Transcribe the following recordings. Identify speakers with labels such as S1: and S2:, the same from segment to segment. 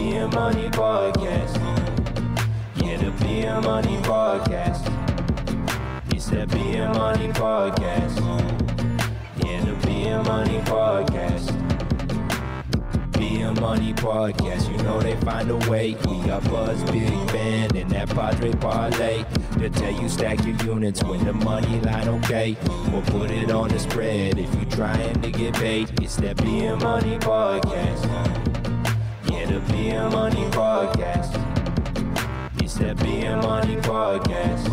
S1: Money Podcast. Yeah, the PM Money Podcast. It's the PM Money Podcast. Yeah, the PM Money Podcast. PM Money Podcast, you know they find a way. We got Buzz, Big Ben, and that Padre Parlay. They tell you stack your units when the money line okay. We'll put it on the spread if you trying to get paid. It's that PM Money Podcast. Yeah, the PM Money Podcast. It's that PM Money Podcast.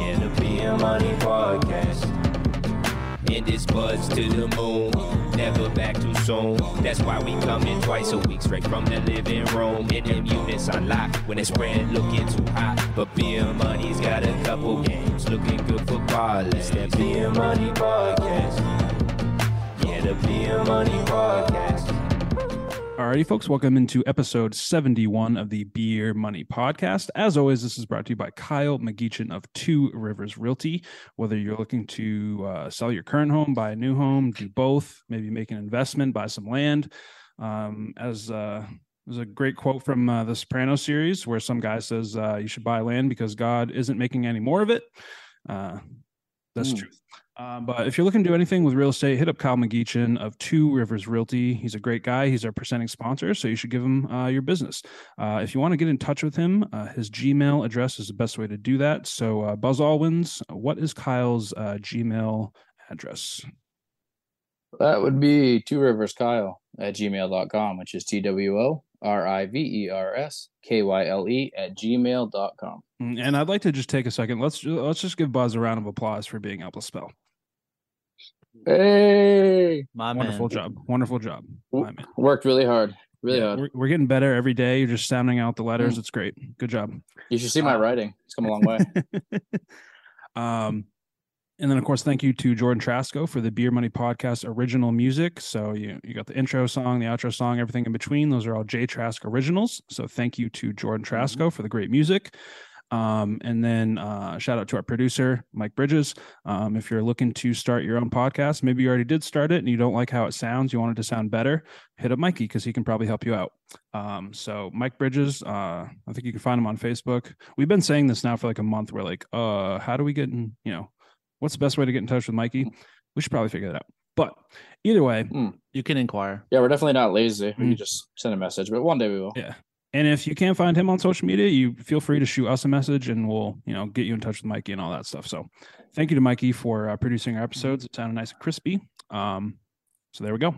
S1: Yeah, the PM Money Podcast. And this buzz to the moon, never back too soon. That's why we come in twice a week, straight from the living room. And them units unlocked when it's spread looking too hot. But being money's got a couple games looking good for parlays. That being money podcast, yeah, the being money podcast.
S2: Alrighty, folks, welcome into episode 71 of the Beer Money Podcast. As always, this is brought to you by Kyle McGeechan of Two Rivers Realty. Whether you're looking to uh, sell your current home, buy a new home, do both, maybe make an investment, buy some land. Um, as uh, there's a great quote from uh, the Soprano series where some guy says, uh, You should buy land because God isn't making any more of it. Uh, that's
S3: Hmm.
S2: true. Um, but if you're looking to do anything with real estate, hit up Kyle McGeechan of Two Rivers Realty. He's a great guy. He's our presenting sponsor, so you should give him uh, your business. Uh, if you want to get in touch with him, uh, his Gmail address is the best way to do that. So, uh, Buzz Allwins, what is Kyle's uh, Gmail address?
S3: That would be Two Rivers Kyle at gmail.com, which is T W O R I V E R S K Y L E at gmail.com.
S2: Mm, And I'd like to just take a second. Let's ju- let's just give Buzz a round of applause for being able to spell.
S3: Hey,
S4: My
S2: Wonderful
S4: man.
S2: job. Wonderful job.
S3: Oop.
S2: My man.
S3: worked really hard. Really
S2: Yeah,
S3: hard.
S2: we're, we're getting better every day. You're just sounding out the letters. It's great. Good job.
S3: You should see my
S2: Uh,
S3: writing. It's come a long way.
S2: um, and then, of course, thank you to Jordan Trasco for the Beer Money Podcast original music. So you you got the intro song, the outro song, everything in between. Those are all J Trask originals. So thank you to Jordan Trasco for the great music. Um, and then uh, shout out to our producer Mike Bridges. Um, if you're looking to start your own podcast, maybe you already did start it and you don't like how it sounds, you want it to sound better, hit up Mikey because he can probably help you out. Um, so Mike Bridges, uh, I think you can find him on Facebook. We've been saying this now for like a month. We're like, uh, how do we get in, you know, what's the best way to get in touch with Mikey? We should probably figure that out. But either way,
S4: You can inquire.
S3: Yeah, we're definitely not lazy. We
S2: Mm.
S3: can just send a message, but one day we will.
S2: Yeah. and if you can't find him on social media, you feel free to shoot us a message and we'll, you know, get you in touch with Mikey and all that stuff. So thank you to Mikey for uh, producing our episodes. It sounded nice and crispy. Um, so there we go.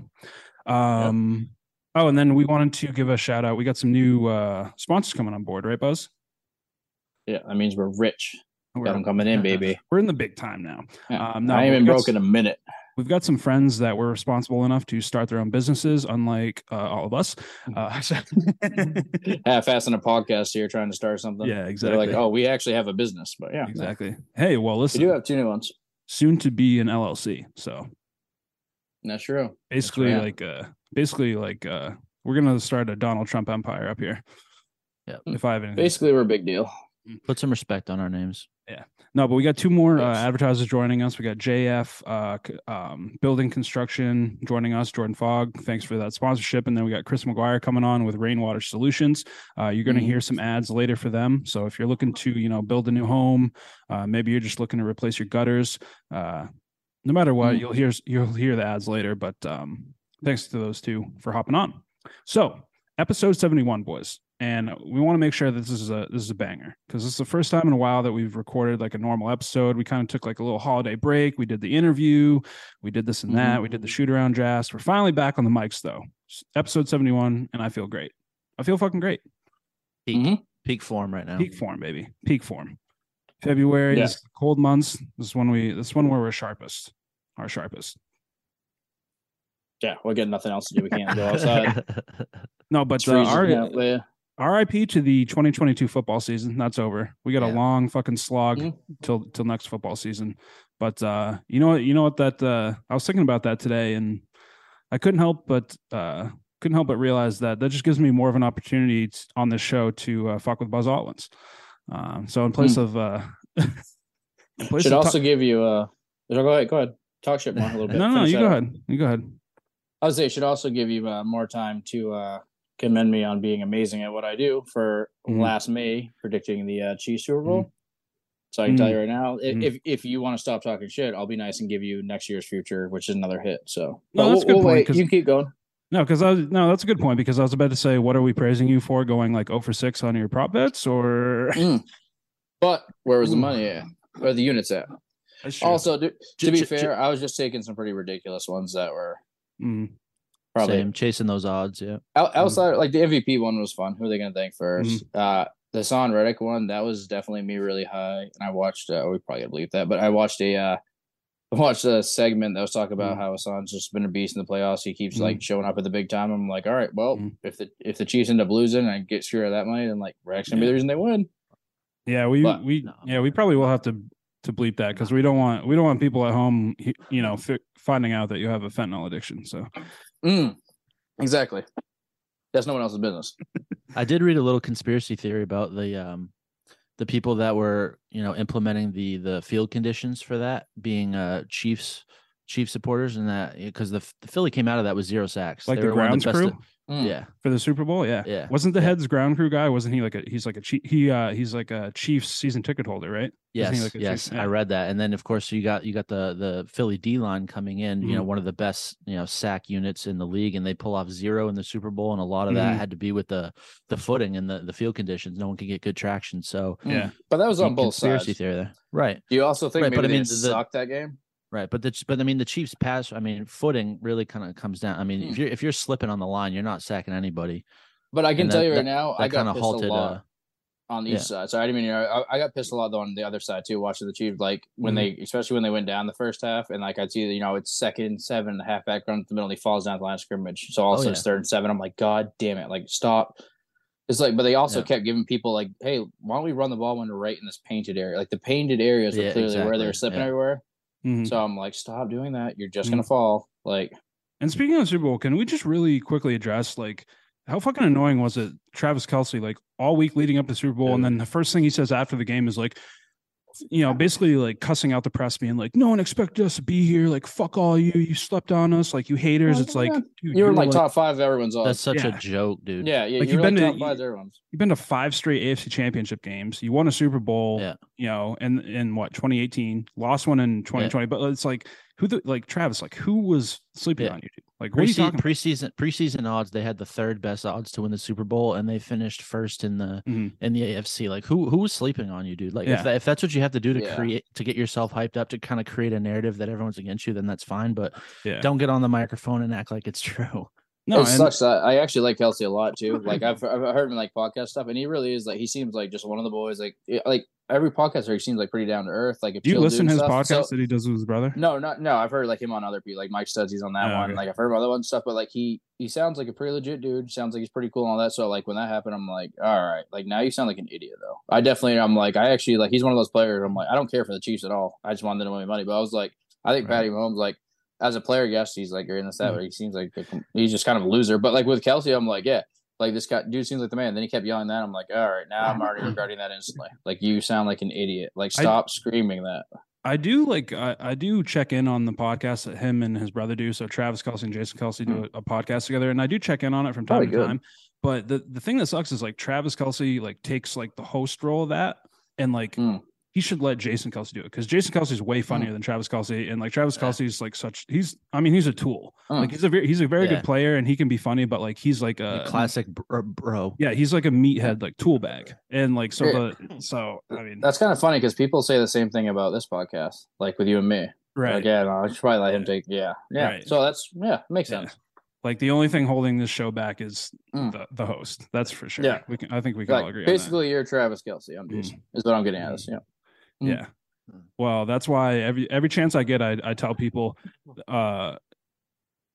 S2: Um, Oh, and then we wanted to give a shout out. We got some new uh, sponsors coming on board, right, Buzz?
S3: Yeah, that means we're rich.
S2: We're-
S3: Got them coming in, baby.
S2: We're in the big time now.
S3: Yeah.
S2: Um, no,
S3: I ain't
S2: but
S3: been
S2: we got
S3: broke in a minute.
S2: We've got some friends that were responsible enough to start their own businesses, unlike uh, all of us. Uh, so-
S3: Half assing a podcast here trying to start something.
S2: yeah,
S3: They're
S2: exactly.
S3: like, oh, we actually have a business. But yeah,
S2: exactly. Hey, well,
S3: we
S2: listen,
S3: do have two new ones.
S2: soon to be an LLC. So
S3: That's true.
S2: basically,
S3: right.
S2: like, uh, basically, like, uh, we're gonna start a Donald Trump empire up here.
S4: Yep.
S2: If I have anything.
S3: Basically, we're a big deal.
S4: Put some respect on our names.
S2: No, but we got two more uh,
S3: Yes.
S2: advertisers joining us. We got JF uh, c- um, Building Construction joining us, Jordan Fogg. Thanks for that sponsorship. And then we got Chris McGuire coming on with Rainwater Solutions. Uh, you're going to
S3: Mhm.
S2: hear some ads later for them. So if you're looking to, you know, build a new home, uh, maybe you're just looking to replace your gutters. Uh, no matter what,
S3: Mm.
S2: you'll hear you'll hear the ads later. But um, thanks to those two for hopping on. So episode 71 boys and we want to make sure that this is a this is a banger because this is the first time in a while that we've recorded like a normal episode we kind of took like a little holiday break we did the interview we did this and
S3: Mm-hmm.
S2: that we did the shoot around drafts we're finally back on the mics though S- episode 71 and i feel great i feel fucking great
S4: Peak,
S3: Mhm.
S4: peak form right now.
S2: Mm-hmm. peak form baby peak form february
S3: Yeah.
S2: this is the cold months this is when we this is one where we're sharpest our sharpest
S3: Yeah, we'll get nothing else to do. We can't go outside.
S2: no but
S3: It's
S2: uh,
S3: freezing
S2: our,
S3: out there.
S2: RIP to the 2022 football season. That's over. We got a
S4: Yeah.
S2: long fucking slog
S3: Mhm.
S2: till till next football season. But uh, you know what? You know what? That uh, I was thinking about that today, and I couldn't help but uh, couldn't help but realize that that just gives me more of an opportunity t- on this show to uh, fuck with Buzz Allwins. Um, so in place of uh, in place
S3: Hmm.
S2: of
S3: Should
S2: ta-
S3: also give you. Uh, go ahead. Go ahead. Talk shit more a little bit.
S2: no, no,
S3: Finish
S2: you
S3: that
S2: go
S3: up.
S2: ahead. You go ahead.
S3: I would say it should also give you uh, more time to uh, commend me on being amazing at what I do for
S2: Mhm.
S3: last May predicting the uh, Chiefs Super
S2: Mm-hmm.
S3: Bowl. So I can tell you right now, if
S2: Mhm.
S3: if, if you want to stop talking shit, I'll be nice and give you next year's future, which is another hit. So
S2: No,
S3: But
S2: that's a good point, 'cause-
S3: You can keep going.
S2: No, because I was, no, that's a good point because I was about to say, what are we praising you for going like 0 for 6 on your prop bets or
S3: Mm. But where was the
S2: Ooh.
S3: money at? Where the units at? Also, to,
S4: J-
S3: to be
S4: j- j-
S3: fair, I was just taking some pretty ridiculous ones that were
S2: Mm,
S3: probably
S4: Same, chasing those odds. Yeah.
S3: Out, outside, like the MVP one was fun. Who are they going to thank 1st
S4: mhm.
S3: Uh, the Son Reddick one that was definitely me really high, and I watched. Uh, we probably gotta believe that, but I watched a. Uh, I watched a segment that was talking about
S2: Mm.
S3: how Hassan's just been a beast in the playoffs. He keeps
S2: Mm.
S3: like showing up at the big time. I'm like, all right, well,
S2: Mm.
S3: if the if the Chiefs end up losing and I get screwed out of that money, then like Reddick's gonna be the reason they win.
S2: yeah, we
S3: But-
S2: we
S4: No.
S2: yeah, we probably will have to to bleep that because we don't want we don't want people at home, he- you know, fi- finding out that you have a fentanyl addiction. So
S3: Mm. Exactly. That's no one else's business.
S4: I did read a little conspiracy theory about the um the people that were, you know, implementing the the field conditions for that being uh Chiefs Chief supporters and that because the, the Philly came out of that with zero sacks.
S2: like
S4: They
S2: the
S4: were one of
S2: grounds
S4: best-
S2: crew Hmm.
S3: Mm.
S4: yeah.
S2: for the Super Bowl, yeah.
S4: Yeah.
S2: Wasn't the
S4: yeah.
S2: heads ground crew guy? Wasn't he like a he's like a chief, he uh he's like a Chiefs season ticket holder, right? Isn't he like
S4: Yes,
S2: a Chiefs-
S4: yes,
S2: yeah.
S4: I read that, and then of course you got you got the the Philly D line coming in. You know,
S3: Mm-hmm.
S4: one of the best you know sack units in the league, and they pull off zero in the Super Bowl, and a lot of
S3: Mm-hmm.
S2: Mhm.
S4: that had to be with the the footing and the the field conditions. No one could get good traction, so
S3: Mm.
S2: Yeah.
S3: But that was
S4: deep
S3: on both
S4: conspiracy
S3: sides.
S4: theory there, right?
S3: Do you also think
S4: Right,
S3: maybe
S4: but I
S3: they
S4: mean,
S3: just
S4: the-
S3: sucked that game?
S4: Right, but the Ch- but I mean the Chiefs pass. I mean footing really kind of comes down. I mean if
S3: Hmm.
S4: you're if you're slipping on the line, you're not sacking anybody.
S3: But I can
S4: And
S3: tell
S4: that-
S3: you right now, I
S4: That kind
S3: got
S4: of
S3: pissed
S4: halted.
S3: a lot.
S4: Uh,
S3: on each
S4: Yeah.
S3: side. So I didn't mean I, I got pissed a lot though on the other side too, watching the Chiefs. Like when
S4: Mm-hmm.
S3: they, especially when they went down the first half, and like I'd see you know it's second seven and a half back run to the middle, and he falls down the line of scrimmage. So also
S4: Oh,
S3: it's third and seven. I'm like, God damn it! Like stop. It's like, but they also
S4: Yeah.
S3: kept giving people like, hey, why don't we run the ball when we're right in this painted area? Like the painted areas were
S4: Yeah,
S3: clearly where they
S4: exactly.
S3: were slipping
S4: Yeah. Mm-hmm.
S3: everywhere.
S2: Mhm.
S3: So I'm like, stop doing that. You're just
S2: Mm.
S3: gonna fall. Like
S2: And speaking of Super Bowl, can we just really quickly address like how fucking annoying was it, Travis Kelsey, like all week leading up to Super Bowl, and
S4: Dude.
S2: then the first thing he says after the game is like, you know, basically like cussing out the press, being like, "No one expected us to be here. Like, fuck all you. You slept on us. Like, you haters."
S3: Oh,
S2: It's like
S3: yeah.
S2: dude,
S3: you were like top five of everyone's odds.
S4: that's such
S2: yeah.
S4: a joke, dude.
S3: yeah, yeah.
S2: Like,
S3: you
S2: you've
S3: were like
S2: been to-
S3: top five of everyone's.
S2: You've been to five straight AFC Championship games. You won a Super Bowl.
S4: Yeah.
S2: You know, and in what 2018, lost one in 2020. But it's like who the like Travis, like who was sleeping
S4: Yeah.
S2: on you? Dude? Like, what are you
S4: Prese-
S2: talking? about?
S4: preseason preseason odds they had the third best odds to win the Super Bowl and they finished first in the
S2: Mhm.
S4: in the AFC. Like who who was sleeping on you, dude? Like
S2: Yeah.
S4: if that, if that's what you have to do to
S3: Yeah.
S4: create to get yourself hyped up to kind of create a narrative that everyone's against you, then that's fine. But
S2: Yeah.
S4: don't get on the microphone and act like it's true.
S2: No, and-
S3: it sucks. I, I actually like Kelsey a lot too. Like I've, I've heard him in, like podcast stuff, and he really is like he seems like just one of the boys. Like it- like every podcaster, he seems like pretty down to earth. Like if
S2: Do you
S3: chill dude
S2: listen to his
S3: stuff. So-
S2: podcast that he does with his brother?
S3: no, not no. I've heard like him on other people, like Mike Studs. He's on that
S2: Oh,
S3: one.
S2: okay.
S3: Like I've heard about other one stuff, but like he he sounds like a pretty legit dude. Sounds like he's pretty cool and all that. So like when that happened, I'm like, all right. Like now you sound like an idiot though. I definitely I'm like I actually like he's one of those players. I'm like I don't care for the Chiefs at all. I just wanted them to win money. But I was like I think
S2: Right.
S3: Patty Mahomes like as a player, yes, he's like you're in this that,
S2: Mhm.
S3: but he seems like a com- he's just kind of a loser. But like with Kelsey, I'm like yeah. Like this guy, dude seems like the man. Then he kept yelling that. I'm like, all right, now I'm already regretting that instantly. Like you sound like an idiot. Like
S2: I-
S3: stop screaming that.
S2: I do like I, I do check in on the podcast that him and his brother do. So Travis Kelsey and Jason Kelsey do a, a podcast together, and I do check in on it from time
S3: Hmm. Probably
S2: to
S3: good.
S2: time. But the the thing that sucks is like Travis Kelsey like takes like the host role of that, and like
S3: Mm.
S2: he should let Jason Kelsey do it because Jason Kelsey's way
S3: Hmm.
S2: funnier than Travis Kelsey, and like Travis
S4: Yeah.
S2: Kelsey's like such he's I mean he's a tool.
S3: Mm.
S2: Like he's a very he's a very
S4: Yeah.
S2: good player, and he can be funny, but like he's like a
S4: Classic bro. bro.
S2: Uh, mm. Yeah, he's like a meathead, like tool bag, and like so.
S3: Yeah.
S2: The, so I mean,
S3: That's kind of funny because people say the same thing about this podcast, like with you and me.
S2: right?
S3: Like, yeah, no, I should probably let him take. Yeah, yeah.
S2: Right.
S3: So that's yeah, makes
S2: Yeah.
S3: sense.
S2: Like the only thing holding this show back is
S3: Mm.
S2: the, the host. That's for sure.
S3: Yeah.
S2: we can. I think we can all
S3: Like,
S2: agree. on
S3: basically, you're Travis Kelsey. I'm
S2: Mm.
S3: just is what I'm getting at. This, yeah.
S2: that.
S3: mm.
S2: yeah. Well, that's why every every chance I get, I I tell people uh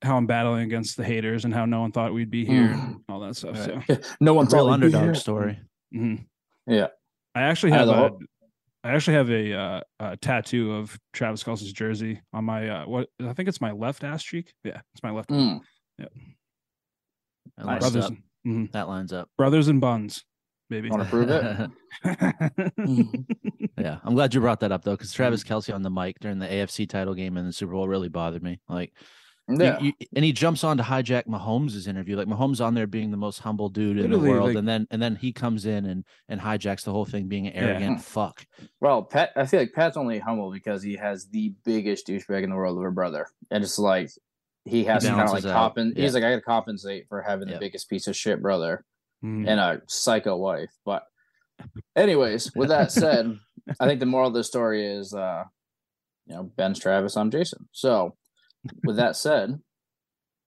S2: how I'm battling against the haters and how no one thought we'd be here
S3: Mm.
S2: and all that stuff. So
S3: Right. no one
S4: Real
S3: thought we'd be
S4: underdog
S3: here.
S4: story.
S2: mhm.
S3: Yeah.
S2: I actually
S3: I
S2: have a,
S3: love-
S2: I actually have a, uh, a tattoo of Travis Kelsey's jersey on my uh, what I think it's my left ass cheek. Yeah, it's my left.
S3: Mm.
S4: That
S3: Nice.
S4: lines
S2: brothers,
S4: up.
S2: mhm.
S4: That lines up.
S2: brothers and buns, baby.
S3: Wanna prove it? Mm.
S4: yeah, I'm glad
S2: Mm.
S4: you brought that up though, because Travis Kelsey on the mic during the AFC title game and the Super Bowl really bothered me. Like You-
S3: Yeah.
S4: you- and he jumps on to hijack Mahomes' interview. Like Mahomes on there being the most humble dude in the
S2: Literally,
S4: world,
S2: like-
S4: and then and then he comes in and and hijacks the whole thing, being an arrogant fuck.
S3: Well, Pat, I feel like Pat's only humble because he has the biggest douchebag in the world of a brother, and it's like he has to kind of like
S4: balances out,
S3: compen-
S4: yeah.
S3: He's like, I got to compensate for having the
S4: Yep.
S3: biggest piece of shit brother
S2: Mm.
S3: and a psycho wife. But, anyways, with that said, I think the moral of the story is, uh, you know, Ben's Travis, I'm Jason. So, with that said,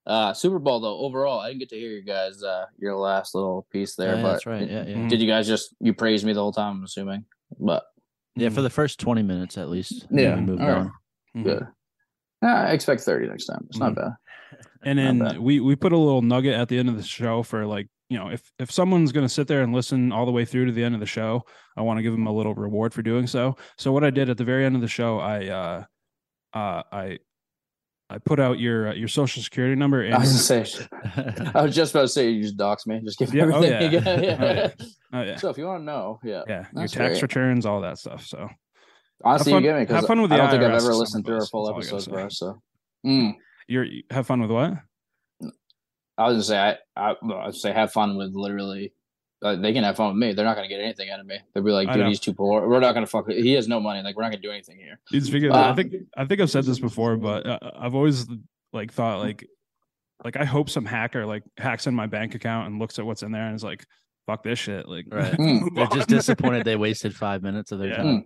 S3: uh, Super Bowl though overall, I didn't get to hear you guys uh, your last little piece there,
S4: Yeah,
S3: but
S4: that's right. Yeah, yeah,
S2: Mm.
S3: did you guys just you praised me the whole time? I'm assuming, but.
S4: yeah. For the first twenty minutes, at least.
S3: Yeah,
S4: we moved
S3: all right.
S4: on.
S2: Mhm.
S3: Good. Nah, I expect 30 next time. It's not
S2: Mhm.
S3: bad.
S2: And
S3: Not
S2: then
S3: bad.
S2: we we put a little nugget at the end of the show for like you know if if someone's going to sit there and listen all the way through to the end of the show, I want to give them a little reward for doing so. So what I did at the very end of the show, I uh, uh I I put out your uh, your social security number and
S3: I was, gonna say, I was just about to say, you just dox me. Just give me
S2: Yeah, oh,
S3: everything
S2: yeah.
S3: again. Yeah.
S2: Oh, yeah,
S3: So if you want to know, yeah.
S2: yeah your
S3: That's
S2: tax
S3: great.
S2: returns, all that stuff. So
S3: Honestly,
S2: fun-
S3: you get me
S2: have
S3: because I
S2: fun
S3: don't
S2: with the
S3: think I've
S2: IRS
S3: ever
S2: at some
S3: listened through a
S2: place,
S3: full
S2: that's all I
S3: episode, bro.
S2: gotta
S3: So Mm.
S2: you're you have fun with what?
S3: I was gonna say, I, I, well, I would say, have fun with literally. Uh, they can have fun with me. They're not gonna get anything out of me. They'll be like,
S2: I
S3: dude,
S2: know.
S3: he's too poor. We're not gonna fuck. with- He has no money. Like, we're not gonna do anything here.
S2: It's because I
S3: Uh,
S2: think I think I've said this before, but uh, I've always like thought like like I hope some hacker like hacks in my bank account and looks at what's in there and is like, fuck this shit. Like
S4: Right.
S3: Hmm,
S2: move
S4: They're just
S2: on.
S4: disappointed they wasted five minutes of their
S2: Yeah.
S4: time.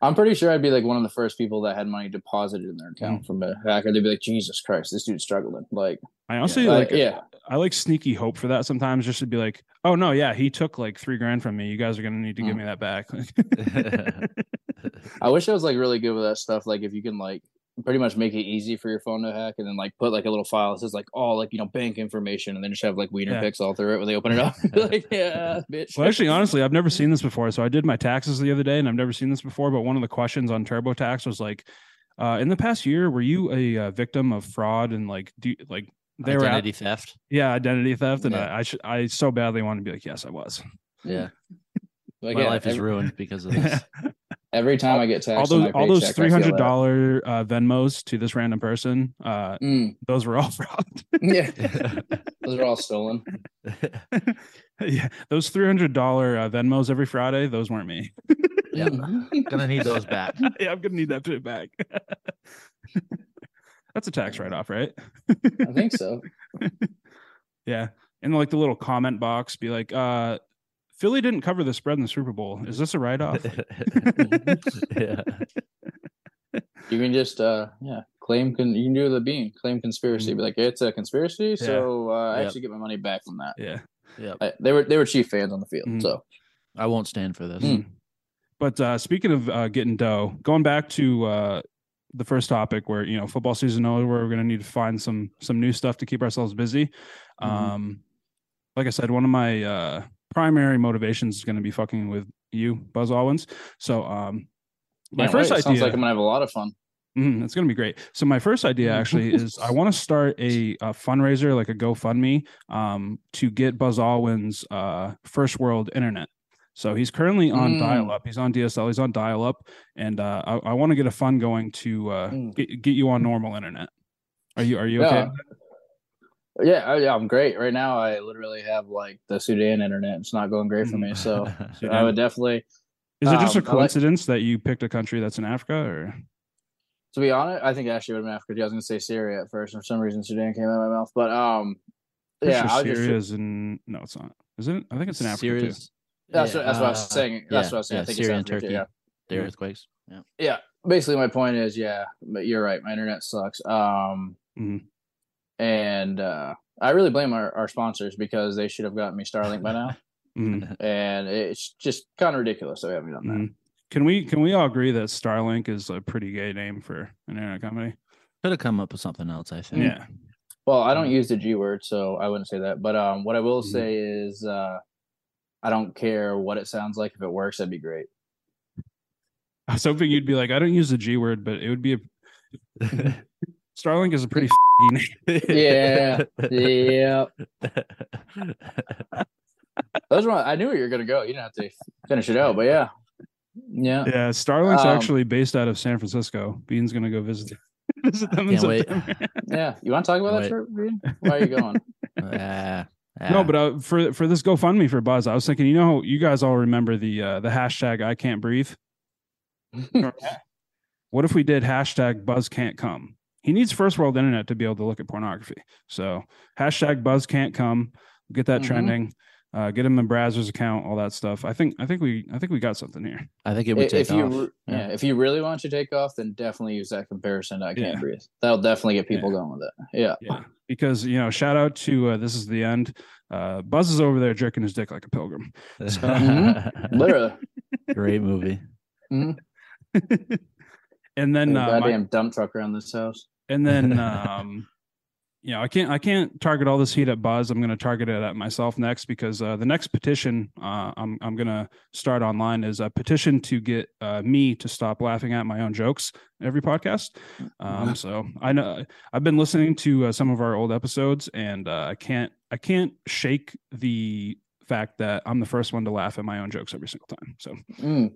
S3: I'm pretty sure I'd be like one of the first people that had money deposited in their
S2: Hmm.
S3: account from a hacker. They'd be like, Jesus Christ, this dude's struggling. Like,
S2: I honestly
S4: Yeah.
S2: like
S3: yeah,
S2: I like sneaky hope for that sometimes just to be like, oh no, yeah, he took like three grand from me. You guys are gonna need to give
S3: Mm.
S2: me that back.
S3: Hmm. I wish I was like really good with that stuff. Like if you can like pretty much make it easy for your phone to hack and then like put like a little file that says like all like you know bank information and then just have like wiener
S2: Yeah.
S3: pics all through it when they open it up. like yeah, bitch.
S2: well, actually, honestly, I've never seen this before. So I did my taxes the other day and I've never seen this before. But one of the questions on TurboTax was like, uh, in the past year, were you a uh, victim of fraud and like do you, like they were out-
S4: Identity theft.
S2: Yeah, identity theft, and
S3: Yeah.
S2: I, I should I so badly want to be like, yes, I was.
S4: Yeah,
S3: Like,
S4: my
S3: yeah,
S4: life is
S3: every,
S4: ruined because of this.
S3: every time I get taxed,
S2: all
S3: on
S2: those
S3: my
S2: all those
S3: paycheck, I
S2: three
S3: feel
S2: hundred
S3: that.
S2: dollar uh, Venmos to this random person, uh,
S3: Mm,
S2: those were all fraud.
S3: yeah, those are all stolen.
S2: yeah, those three hundred dollar uh, Venmos every Friday, those weren't me.
S4: Yeah.
S3: Mhm.
S4: Gonna need those back.
S2: yeah, I'm gonna need that shit back. That's a tax write off, right?
S3: I think so.
S2: Yeah, and like the little comment box, be like, uh, Philly didn't cover the spread in the Super Bowl. Is this a write off?
S4: yeah.
S3: You can just uh yeah claim con- you can do the bean claim conspiracy.
S2: Mm.
S3: Be like it's a conspiracy, so uh, I
S4: Yep.
S3: actually get my money back from that.
S2: yeah.
S4: Yep.
S3: I, they were they were chief fans on the field,
S2: Mm.
S3: so
S4: I won't stand for this.
S3: Mm.
S2: But uh, speaking of uh, getting dough, going back to uh, the first topic, where you know football season over, we're going to need to find some some new stuff to keep ourselves busy.
S3: Mm-hmm.
S4: Mhm.
S2: Um, like I said, one of my uh, primary motivations is going to be fucking with you, Buzz Owens. So um, my
S3: Can't
S2: first
S3: wait.
S2: idea
S3: sounds like I'm gonna have a lot of fun.
S2: Mm, that's going to be great. So my first idea actually is I want to start a, a fundraiser, like a GoFundMe, um, to get Buzz Allwin's uh, first world internet. So he's currently on
S3: Mm.
S2: dial up. He's on DSL. He's on dial up, and uh, I, I want to get a fund going to uh,
S3: Mm.
S2: get, get you on normal internet. Are you Are you
S3: Yeah.
S2: okay?
S3: Yeah, I, yeah, I'm great right now. I literally have like the Sudan internet. It's not going great for
S4: Mm.
S3: me, Hmm. so I would definitely.
S2: Is it just
S3: Um,
S2: a
S3: I like-
S2: coincidence that you picked a country that's in Africa, or
S3: To be honest, I think it actually would have been Africa. I was gonna say Syria at first. For some reason, Sudan came out of my mouth, but um,
S2: Pretty
S3: yeah,
S2: sure
S3: I was
S2: Syria
S3: just.
S2: is in no, it's not. Is it? I think it's in Africa too.
S4: Serious.
S3: That's what, that's what I was
S4: uh,
S3: saying. That's
S4: yeah,
S3: what I was saying.
S4: yeah,
S3: I think
S4: Syria and
S3: it's Africa,
S4: Turkey.
S3: Yeah. Mm-hmm.
S4: The
S2: Yeah.
S4: earthquakes. Yeah.
S3: yeah basically my point is yeah but you're right my internet sucks um
S4: Mm-hmm.
S2: Mhm.
S3: and uh i really blame our, our sponsors because they should have gotten me starlink by now
S2: Mhm.
S3: and it's just kind of ridiculous that we haven't done that
S2: Mhm. Can we can we all agree that Starlink is a pretty gay name for an internet company?
S4: Could have come up with something else, I think.
S2: Yeah.
S3: well i don't use the g word so i wouldn't say that but um what i will
S2: Mhm.
S3: say is uh i don't care what it sounds like if it works that'd be great
S2: I was hoping you'd be like, I don't use the G word, but it would be a Starlink is a pretty name.
S3: Yeah. yeah those were i knew where you were gonna go you didn't have to finish it out but yeah yeah
S2: Yeah, Starlink's
S3: Um,
S2: actually based out of San Francisco. Bean's gonna go visit. Is it them in
S4: Can't wait.
S2: September?
S3: Yeah, you want to talk about that
S4: Wait.
S3: trip? Reed? Why are you going?
S4: Ah, ah.
S2: No, but uh, for for this GoFundMe for Buzz, I was thinking, you know, you guys all remember the uh, the hashtag I can't breathe. What if we did hashtag Buzz can't come? He needs first world internet to be able to look at pornography. So hashtag Buzz can't come. Get that
S3: Mhm.
S2: trending. Uh, get him a Brazzers account, all that stuff. I think I think we I think we got something here.
S4: I think it would
S3: if
S4: take
S3: if you
S4: off.
S3: re- yeah.
S4: Yeah.
S3: if you really want to take off, then definitely use that comparison. to I can't
S2: Yeah.
S3: breathe. That'll definitely get people going with it. Yeah.
S2: Yeah. Because you know, shout out to uh, this is the end. Uh, Buzz is over there jerking his dick like a pilgrim.
S3: Literally.
S4: Great movie.
S2: And then uh, my-
S3: goddamn dump truck around this house.
S2: And then um you know, I can't I can't target all this heat at Buzz. I'm going to target it at myself next because uh, the next petition uh, I'm I'm going to start online is a petition to get uh, me to stop laughing at my own jokes every podcast. Um, so I know I've been listening to uh, some of our old episodes and uh, I can't I can't shake the fact that I'm the first one to laugh at my own jokes every single time. So
S3: Mm.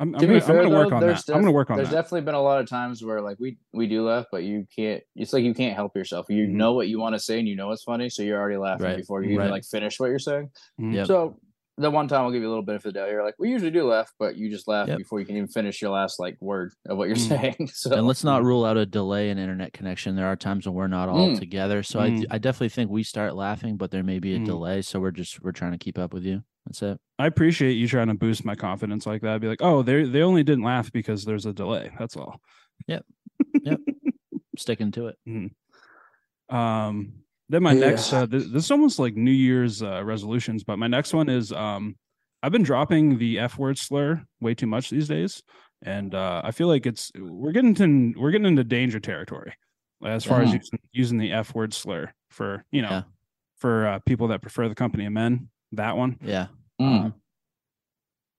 S2: I'm, I'm
S3: To
S2: going
S3: be
S2: to
S3: fair,
S2: work,
S3: though,
S2: on that.
S3: there's
S2: I'm going to
S3: def-
S2: work on
S3: There's
S2: that.
S3: definitely been a lot of times where like we we do laugh, but you can't. It's like you can't help yourself. You
S2: Mhm.
S3: know what you want to say, and you know it's funny, so you're already laughing
S4: Right.
S3: before you even
S4: Right.
S3: like finish what you're saying.
S2: Mhm.
S4: Yep.
S3: So the one time I'll give you a little bit of the doubt. You're like, we usually do laugh, but you just laugh
S4: Yep.
S3: before you can even finish your last like word of what you're
S2: Mm.
S3: saying. So
S4: And let's not rule out a delay in internet connection. There are times when we're not all
S3: Mm.
S4: together. So I,
S2: Mm.
S4: I definitely think we start laughing, but there may be a
S2: Mm.
S4: delay. So we're just we're trying to keep up with you. That's it.
S2: I appreciate you trying to boost my confidence like that. I'd be like, oh, they they only didn't laugh because there's a delay. That's all.
S4: Sticking to it.
S2: Um, then my
S3: Yeah.
S2: next uh, th- this is almost like New Year's uh, resolutions, but my next one is um, I've been dropping the f word slur way too much these days, and uh, I feel like it's we're getting to we're getting into danger territory as far as
S3: Yeah.
S2: using, using the f word slur for you know
S4: Yeah.
S2: for uh, people that prefer the company of men. That one,
S4: Yeah.
S3: Mm.
S2: and, um,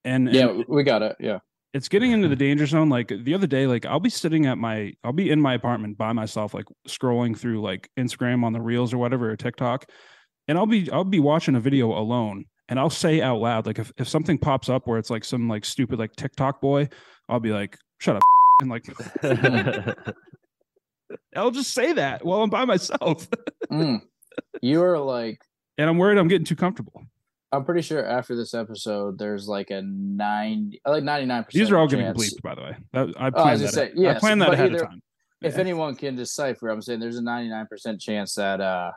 S2: and
S3: yeah, we got it. Yeah.
S2: it's getting into
S3: Mm-hmm.
S2: the danger zone like the other day like i'll be sitting at my i'll be in my apartment by myself like scrolling through like instagram on the reels or whatever or tiktok and i'll be i'll be watching a video alone and i'll say out loud like if, if something pops up where it's like some like stupid like tiktok boy i'll be like shut up and like i'll just say that while i'm by myself
S3: Mm. You are like,
S2: and i'm worried i'm getting too comfortable
S3: I'm pretty sure after this episode, there's like a nine, like 99.
S2: these are all going to be bleeped by the way that, i
S3: Oh, I
S2: planned that,
S3: was gonna say,
S2: ahead- I
S3: yes,
S2: planned that
S3: but
S2: ahead
S3: either-
S2: of time
S3: If
S2: Yeah.
S3: anyone can decipher, I'm saying there's a 99 percent chance that uh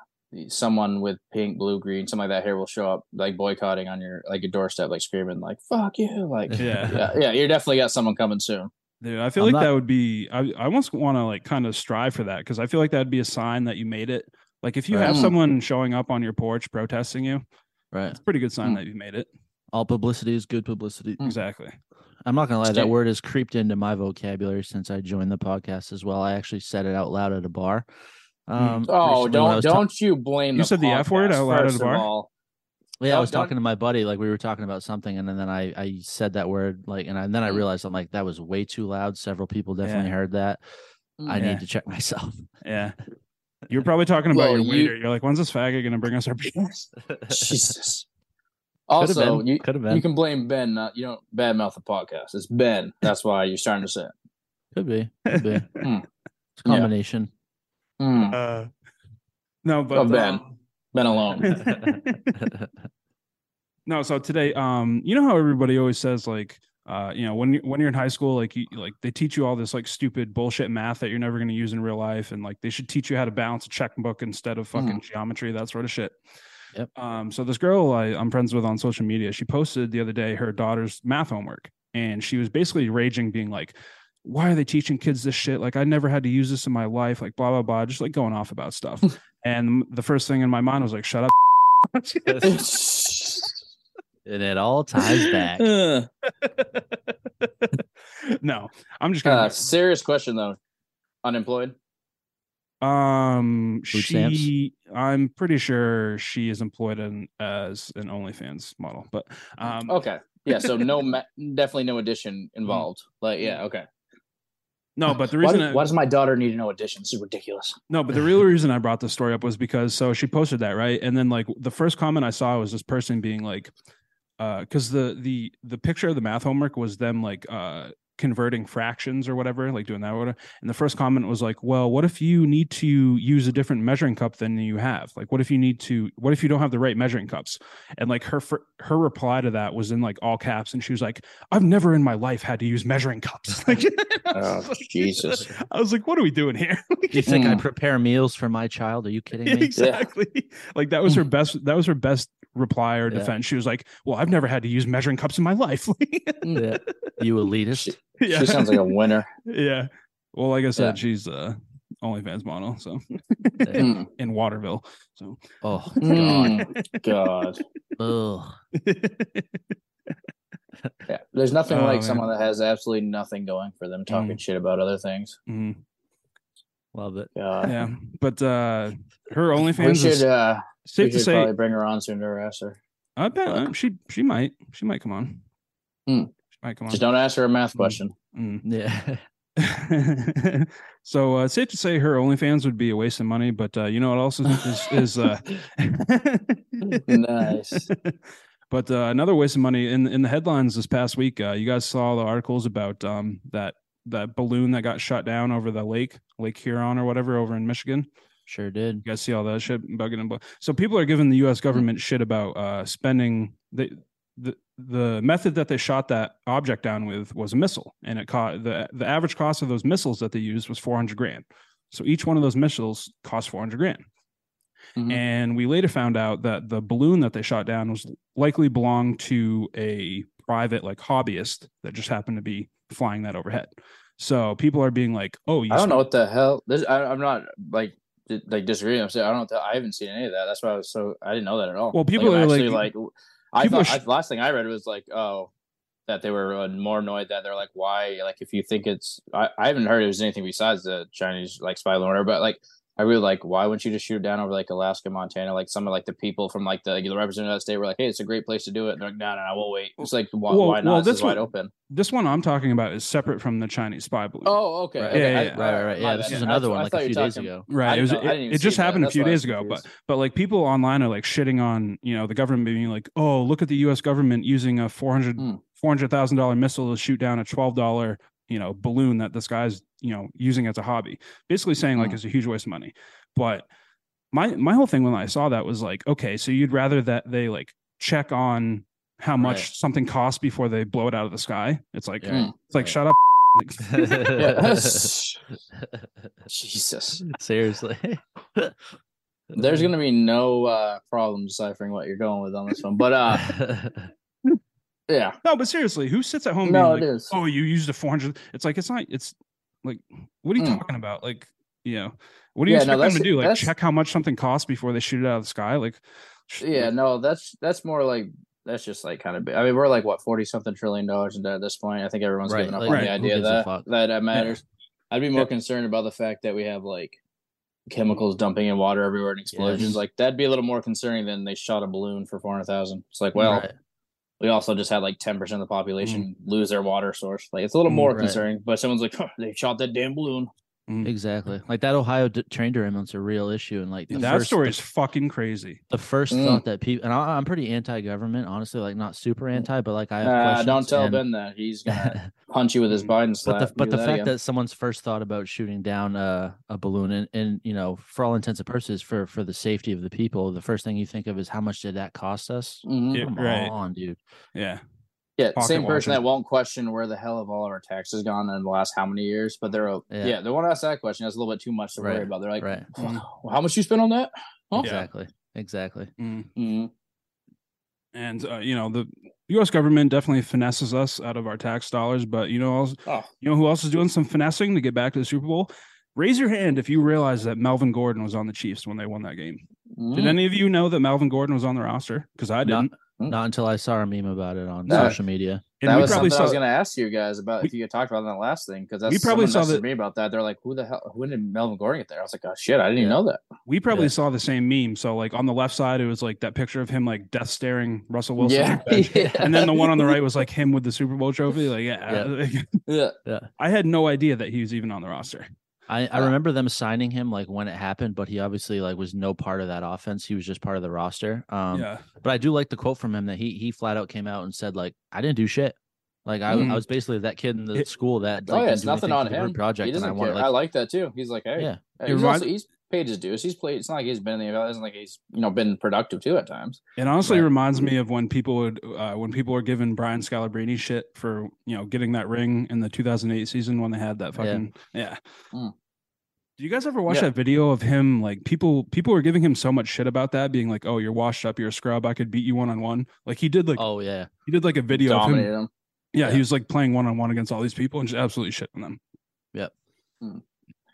S3: someone with pink, blue, green, something like that here will show up, like boycotting on your like your doorstep, like screaming, like "fuck you," like
S2: Yeah.
S3: yeah, yeah. You definitely got someone coming soon.
S2: Dude, I feel like
S4: I'm not-
S2: that would be. I, I almost want to like kind of strive for that because I feel like that'd be a sign that you made it. Like if you
S4: Right.
S2: have
S3: Mm.
S2: someone showing up on your porch protesting you,
S4: Right.
S2: it's a pretty good sign
S4: Hmm.
S3: Mm.
S2: that you made it.
S4: All publicity is good publicity.
S3: Mm.
S2: Exactly.
S4: I'm not gonna lie, that
S3: Sta-
S4: word has creeped into my vocabulary since I joined the podcast as well. I actually said it out loud at a bar. Um,
S3: Oh,
S4: recently when I
S3: don't
S4: was ta-
S3: don't you blame
S2: You said the F word
S3: podcast,
S2: out loud at a
S3: first of
S2: bar?
S3: all.
S4: yeah, I
S3: don't-
S4: was
S3: don't-
S4: talking to my buddy, like we were talking about something, and then I I said that word, like, and, I, then I
S3: Mm.
S4: realized I'm like that was way too loud. Several people definitely heard that. I
S3: Mm.
S2: Yeah.
S4: need to check myself.
S2: Yeah. You're probably talking about
S3: Well,
S2: your
S3: you-
S2: waiter. You're like, when's this faggot gonna bring us our beers?
S3: Jesus. Also, you
S4: could have
S3: You
S4: been,
S3: can blame Ben. Not you don't badmouth the podcast. It's Ben. That's why you're starting to say it.
S4: could be, could be.
S3: Mm.
S4: It's a combination.
S3: Mm,
S2: Uh, no, but
S3: Oh, Ben.
S2: um,
S3: ben alone.
S2: no. So today, um, you know how everybody always says like. Uh, you know, when you when you're in high school, like you, like they teach you all this like stupid bullshit math that you're never going to use in real life, and like they should teach you how to balance a checkbook instead of fucking geometry, that sort of shit.
S4: Yep.
S2: Um, so this girl I, I'm friends with on social media, she posted the other day her daughter's math homework, and she was basically raging, being like, "Why are they teaching kids this shit? Like, I never had to use this in my life. Like, blah blah blah, just like going off about stuff." and the first thing in my mind was like, "Shut up."
S4: and it all ties back.
S3: uh,
S2: no, I'm just
S3: Uh,
S2: gonna.
S3: serious question though. Unemployed.
S2: um,
S4: Food stamps?
S2: she. I'm pretty sure she is employed in, as an OnlyFans model, but
S3: Oh,
S2: um,
S3: Okay. Yeah. So no, ma- definitely no addition involved. Like yeah. Okay.
S2: no. But the
S3: Why,
S2: reason
S3: do-
S2: I-
S3: why does my daughter need no addition? This is ridiculous.
S2: No, but the real reason I brought the story up was because so she posted that right, and then like the first comment I saw was this person being like, because the the the picture of the math homework was them like uh converting fractions or whatever, like doing that. Or whatever. And the first comment was like, well, what if you need to use a different measuring cup than you have? Like, what if you need to, what if you don't have the right measuring cups? And like her, fir- her reply to that was in like all caps. And she was like, I've never in my life had to use measuring cups. Like, I
S3: Oh,
S2: was like-
S3: Jesus.
S2: I was like, what are we doing here?
S4: You think I
S3: Mm.
S4: prepare meals for my child? Are you kidding me?
S2: exactly like that was
S3: Mm.
S2: her best that was her best reply or
S4: Yeah.
S2: defense she was like well i've never had to use measuring cups in my life
S4: Yeah. You elitist.
S2: yeah
S3: She sounds like a winner.
S2: yeah well like i said
S3: Yeah.
S2: she's uh OnlyFans model, so
S4: Yeah.
S3: Mm.
S2: in Waterville. So
S4: Oh God.
S3: Mm. God.
S4: Ugh.
S3: Yeah. There's nothing
S2: Oh,
S3: like
S2: man.
S3: someone that has absolutely nothing going for them talking shit about other things.
S2: mm,
S4: Love it.
S3: God.
S2: yeah, but uh her OnlyFans
S3: We should
S2: is
S3: uh we
S2: safe to
S3: should
S2: say.
S3: probably bring her on sooner or after.
S2: I bet uh, she she might she might come on.
S3: Hmm.
S2: She might come on.
S3: Just don't ask her a math
S2: Mm.
S3: question.
S2: Mm.
S4: Yeah.
S2: so uh, it's safe to say her OnlyFans would be a waste of money, but uh, you know what else is is, is uh,
S3: Nice.
S2: But uh, another waste of money in in the headlines this past week. Uh, you guys saw the articles about um, that that balloon that got shot down over the lake Lake Huron or whatever over in Michigan.
S4: Sure did.
S2: You guys see all that shit bugging and blah. So people are giving the U.S.
S3: Mm-hmm.
S2: government shit about uh, spending the the the method that they shot that object down with was a missile, and it caught the the average cost of those missiles that they used was four hundred grand. So each one of those missiles cost four hundred grand.
S3: Mhm.
S2: And we later found out that the balloon that they shot down was likely belonged to a private like hobbyist that just happened to be flying that overhead. So people are being like, "Oh, you
S3: I don't
S2: spent-
S3: know what the hell. This I, I'm not like di- like disagreeing. I'm saying I don't. know- I haven't seen any of that. That's why I was so I didn't know that at all.
S2: Well, people
S3: I'm
S2: are,
S3: actually
S2: like-
S3: like, I
S2: people are
S3: thought I, last thing I read was like oh that they were uh, more annoyed that they're like why like if you think it's I, I haven't heard it was anything besides the Chinese like spy loaner, but like. I really like. Why wouldn't you just shoot it down over like Alaska, Montana? Like some of like the people from like the, like, the representative of that state were like, "Hey, it's a great place to do it." And they're like, "No, no, no, we'll wait." It's like, why,
S2: Well-
S3: why not?
S2: well,
S3: this
S2: that's
S3: is wide
S2: what-
S3: open.
S2: this one I'm talking about is separate from the Chinese spy balloon.
S3: Oh, okay.
S4: Right.
S3: okay.
S2: Yeah,
S3: I-
S2: yeah, yeah.
S4: Right, right, right. Yeah,
S3: my
S4: this
S3: bad.
S4: is
S3: I
S4: another
S3: thought-
S4: one
S3: I
S4: like
S3: thought
S4: a
S3: you
S4: few
S3: were
S4: days
S3: talking-
S4: ago.
S3: I
S2: right it,
S3: didn't
S2: was,
S3: know- I didn't
S2: it,
S3: even
S2: it just
S3: see that.
S2: happened a
S3: That's
S2: few
S3: why I
S2: days
S3: was
S2: ago but
S3: confused.
S2: but like people online are like shitting on you know the government being like oh look at the us government using a 400
S3: Hmm.
S2: $400000 missile to shoot down a $12 you know balloon that this guy's you know using as a hobby basically saying like
S3: Hmm.
S2: it's a huge waste of money but my my whole thing when i saw that was like okay so you'd rather that they like check on how much
S4: Right.
S2: something costs before they blow it out of the sky it's like
S4: Yeah.
S2: it's like
S4: Right.
S2: shut up like,
S3: Jesus.
S4: Seriously.
S3: There's gonna be no uh problem deciphering what you're going with on this one. But uh yeah.
S2: no but seriously who sits at home being
S3: No,
S2: like,
S3: it is.
S2: oh you used a 400 it's like it's not it's like what are you
S3: Mm.
S2: talking about like you know what do you
S3: Yeah, no,
S2: expect them
S3: that's-
S2: to do like
S3: that's-
S2: check how much something costs before they shoot it out of the sky like sh-
S3: Yeah,
S2: like,
S3: no, that's that's more like that's just like kind of big. I mean, we're like what forty something trillion dollars in debt at this point. I think everyone's
S4: Right,
S3: giving up
S4: like,
S3: on
S2: Right.
S3: the
S2: who
S3: idea
S4: gives a
S3: that
S4: fuck?
S3: that it matters. I'd be more
S2: Yeah.
S3: concerned about the fact that we have like chemicals dumping in water everywhere and explosions.
S4: Yes.
S3: Like that'd be a little more concerning than they shot a balloon for four hundred thousand. It's like, well,
S4: Right.
S3: we also just had like 10% of the population lose their water source. Like it's a little more
S4: Mm, right.
S3: concerning, but someone's like, "Huh, they shot that damn balloon.
S4: exactly. Like that Ohio d- train derailment's a real issue, and like the
S2: that
S4: first,
S2: story is
S4: the,
S2: fucking crazy
S4: the first
S3: Mm.
S4: thought that people and I, I'm pretty anti-government, honestly. Like not super anti, but like I have
S3: Uh,
S4: questions.
S3: don't tell
S4: and- Mm.
S3: Ben that. He's going to punch you with his Biden slap.
S4: But the, but
S3: Do
S4: the
S3: that
S4: fact
S3: again.
S4: that someone's first thought about shooting down a, a balloon and, and you know for all intents and purposes for for the safety of the people the first thing you think of is how much did that cost us
S3: Mhm.
S2: Yeah,
S4: come
S2: right.
S4: on dude
S2: yeah
S3: Yeah,
S2: Pocket
S3: same person
S2: watching.
S3: that won't question where the hell have all of our taxes gone in the last how many years, but they're o-
S4: Yeah.
S3: yeah, they won't ask that question. That's a little bit too much to
S4: Right,
S3: worry about. They're like, "Hmm,
S4: right
S3: "Well, how much you spent on that? Huh?
S2: Yeah.
S4: exactly exactly
S2: Mm.
S3: Mhm.
S2: and uh, you know the us government definitely finesses us out of our tax dollars but you know als-
S3: Oh.
S2: you know who else is doing some finessing to get back to the super bowl raise your hand if you realize that melvin gordon was on the chiefs when they won that game did
S3: Mhm.
S2: any of you know that melvin gordon was on the roster because i
S4: Not-
S2: didn't
S4: not until i saw a meme about it on
S3: Hmm. No.
S4: social media
S2: and
S3: that
S2: we
S3: was
S2: probably
S3: something
S2: saw
S3: I was going to ask you guys about if you had talked about it in the last thing because that's
S2: probably
S3: someone
S2: saw
S3: messaged
S2: that-
S3: me about that. They're like, "Who the hell? When did Melvin Gordon get there?" I was like, "Oh shit, I didn't even
S4: Yeah.
S3: know that."
S2: We probably
S4: Yeah.
S2: saw the same meme. So like on the left side, it was like that picture of him like death staring Russell Wilson. on
S3: Yeah.
S2: the bench. And then the one on the right was like him with the Super Bowl trophy. Like, yeah,
S3: yeah.
S2: I had no idea that he was even on the roster.
S4: I, I
S3: Yeah.
S4: remember them signing him like when it happened but he obviously like was no part of that offense he was just part of the roster um
S2: yeah,
S4: but i do like the quote from him that he he flat out came out and said like i didn't do shit Like I,
S2: Mm.
S4: I was basically that kid in the
S2: It-
S4: school that
S3: Oh,
S4: like,
S3: yeah,
S4: didn't
S3: it's
S4: do
S3: nothing
S4: anything
S3: on
S4: for the group
S3: him.
S4: project,
S3: He
S4: and I
S3: doesn't
S4: want
S3: care.
S4: like
S3: I like that too. He's like, hey,
S4: yeah,
S2: It
S3: he's,
S2: reminds-
S3: also, he's paid his dues. He's played. It's not like he's been in the NFL. It's not like he's you know been productive too at times.
S2: It honestly
S4: Right.
S2: reminds me of when people would uh, when people were giving Brian Scalabrine shit for you know getting that ring in the 2008 season when they had that
S4: Yeah. Hmm.
S2: fucking yeah.
S3: Mm.
S2: Do you guys ever watch
S3: Yeah.
S2: that video of him like people people were giving him so much shit about that being like oh you're washed up you're a scrub I could beat you one on one like he did like
S4: oh yeah,
S2: he did like a video of him
S3: Dominated him.
S2: yeah,
S4: Yeah.
S2: he was like playing one on one against all these people and just absolutely shitting them.
S4: Yep.
S3: Hmm.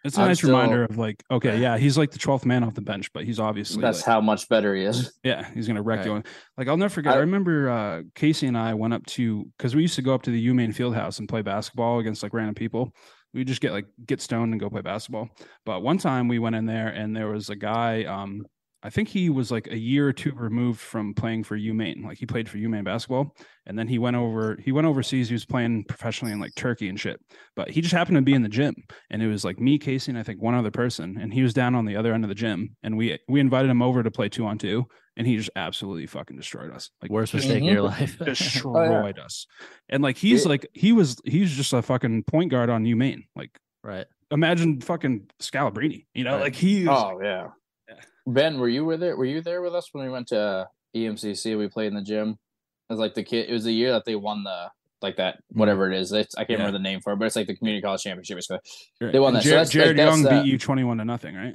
S2: It's a
S3: I'm
S2: nice reminder
S3: still-
S2: of like, okay, yeah, he's like the twelfth man off the bench, but he's obviously
S3: That's
S2: like-
S3: how much better he is.
S2: yeah, he's gonna wreck
S4: Right.
S2: you. Like I'll never forget. I,
S3: I-
S2: remember uh, Casey and I went up to because we used to go up to the UMaine Fieldhouse and play basketball against like random people. We just get like get stoned and go play basketball. But one time we went in there and there was a guy. Um, I think he was like a year or two removed from playing for UMaine. Like he played for UMaine basketball, and then he went over. He went overseas. He was playing professionally in like Turkey and shit. But he just happened to be in the gym, and it was like me, Casey, and I think one other person. And he was down on the other end of the gym, and we we invited him over to play two on two and he just absolutely fucking destroyed us. Like
S4: worst mistake of your life.
S2: destroyed us. And like he's
S3: Yeah.
S2: like he was he's just a fucking point guard on UMaine. Like
S4: right,
S2: imagine fucking Scalabrini. You know,
S4: Right.
S2: like he was-
S3: Oh yeah.
S2: Yeah.
S3: Ben, were you with it? Were you there with us when we went to uh, EMCC? We played in the gym. It was like the kid. It was the year that they won the like that
S4: Mm-hmm.
S3: whatever it is. It's, I can't
S2: Yeah.
S3: remember the name for it, but it's like the community college championship. Basically,
S2: Right.
S3: they won
S2: And
S3: that. So
S2: Jared,
S3: that's-
S2: Jared
S3: that's,
S2: Young
S3: uh,
S2: beat you twenty-one to nothing, right?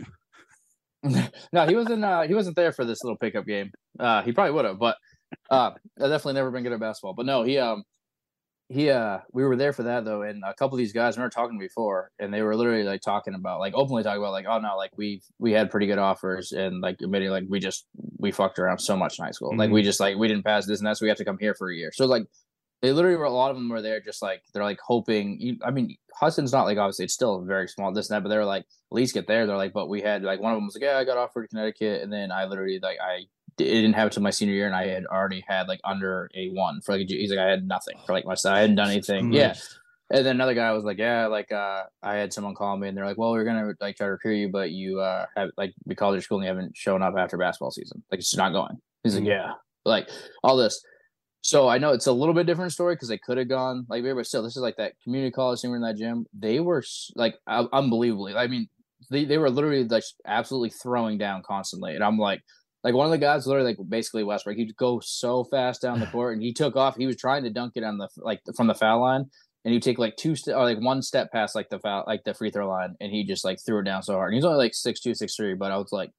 S3: no, he wasn't. Uh, he wasn't there for this little pickup game. Uh, he probably would have, but uh, I definitely never been good at basketball. But no, he um, he uh, we were there for that though, and a couple of these guys we were talking before, and they were literally like talking about like openly talking about like oh no, like we we had pretty good offers, and like admitting like we just we fucked around so much in high school, like we just like we didn't pass this and that, so we have to come here for a year. So like. They literally were a lot of them were there just like they're like hoping you I mean Hudson's not like obviously it's still very small this and that but they're like at least get there. They're like, but we had like one of them was like, yeah, I got offered to Connecticut, and then I literally like I di- didn't have it till my senior year, and I had already had like under a one for like a G- he's like I had nothing for like my side, I hadn't done
S4: Mm-hmm.
S3: anything. Yeah, and then another guy was like, "Yeah, like uh, I had someone call me, and they're like, well, we are gonna like try to recruit you, but you uh, have like we called your school and you haven't shown up after basketball season. Like it's just not going." He's like,
S1: Mm-hmm.
S2: Mhm.
S3: "Yeah, like all this." So I know it's a little bit different story because they could have gone like, but still, this is like that community college thing. We're in that gym. They were s- like uh, unbelievably. I mean, they they were literally like absolutely throwing down constantly, and I'm like. Like one of the guys, literally, like basically Westbrook, he'd go so fast down the court, and he took off. He was trying to dunk it on the like from the foul line, and he take like two ste- or like one step past like the foul, like the free throw line, and he just like threw it down so hard. And he's only like six two, six three, but I was like,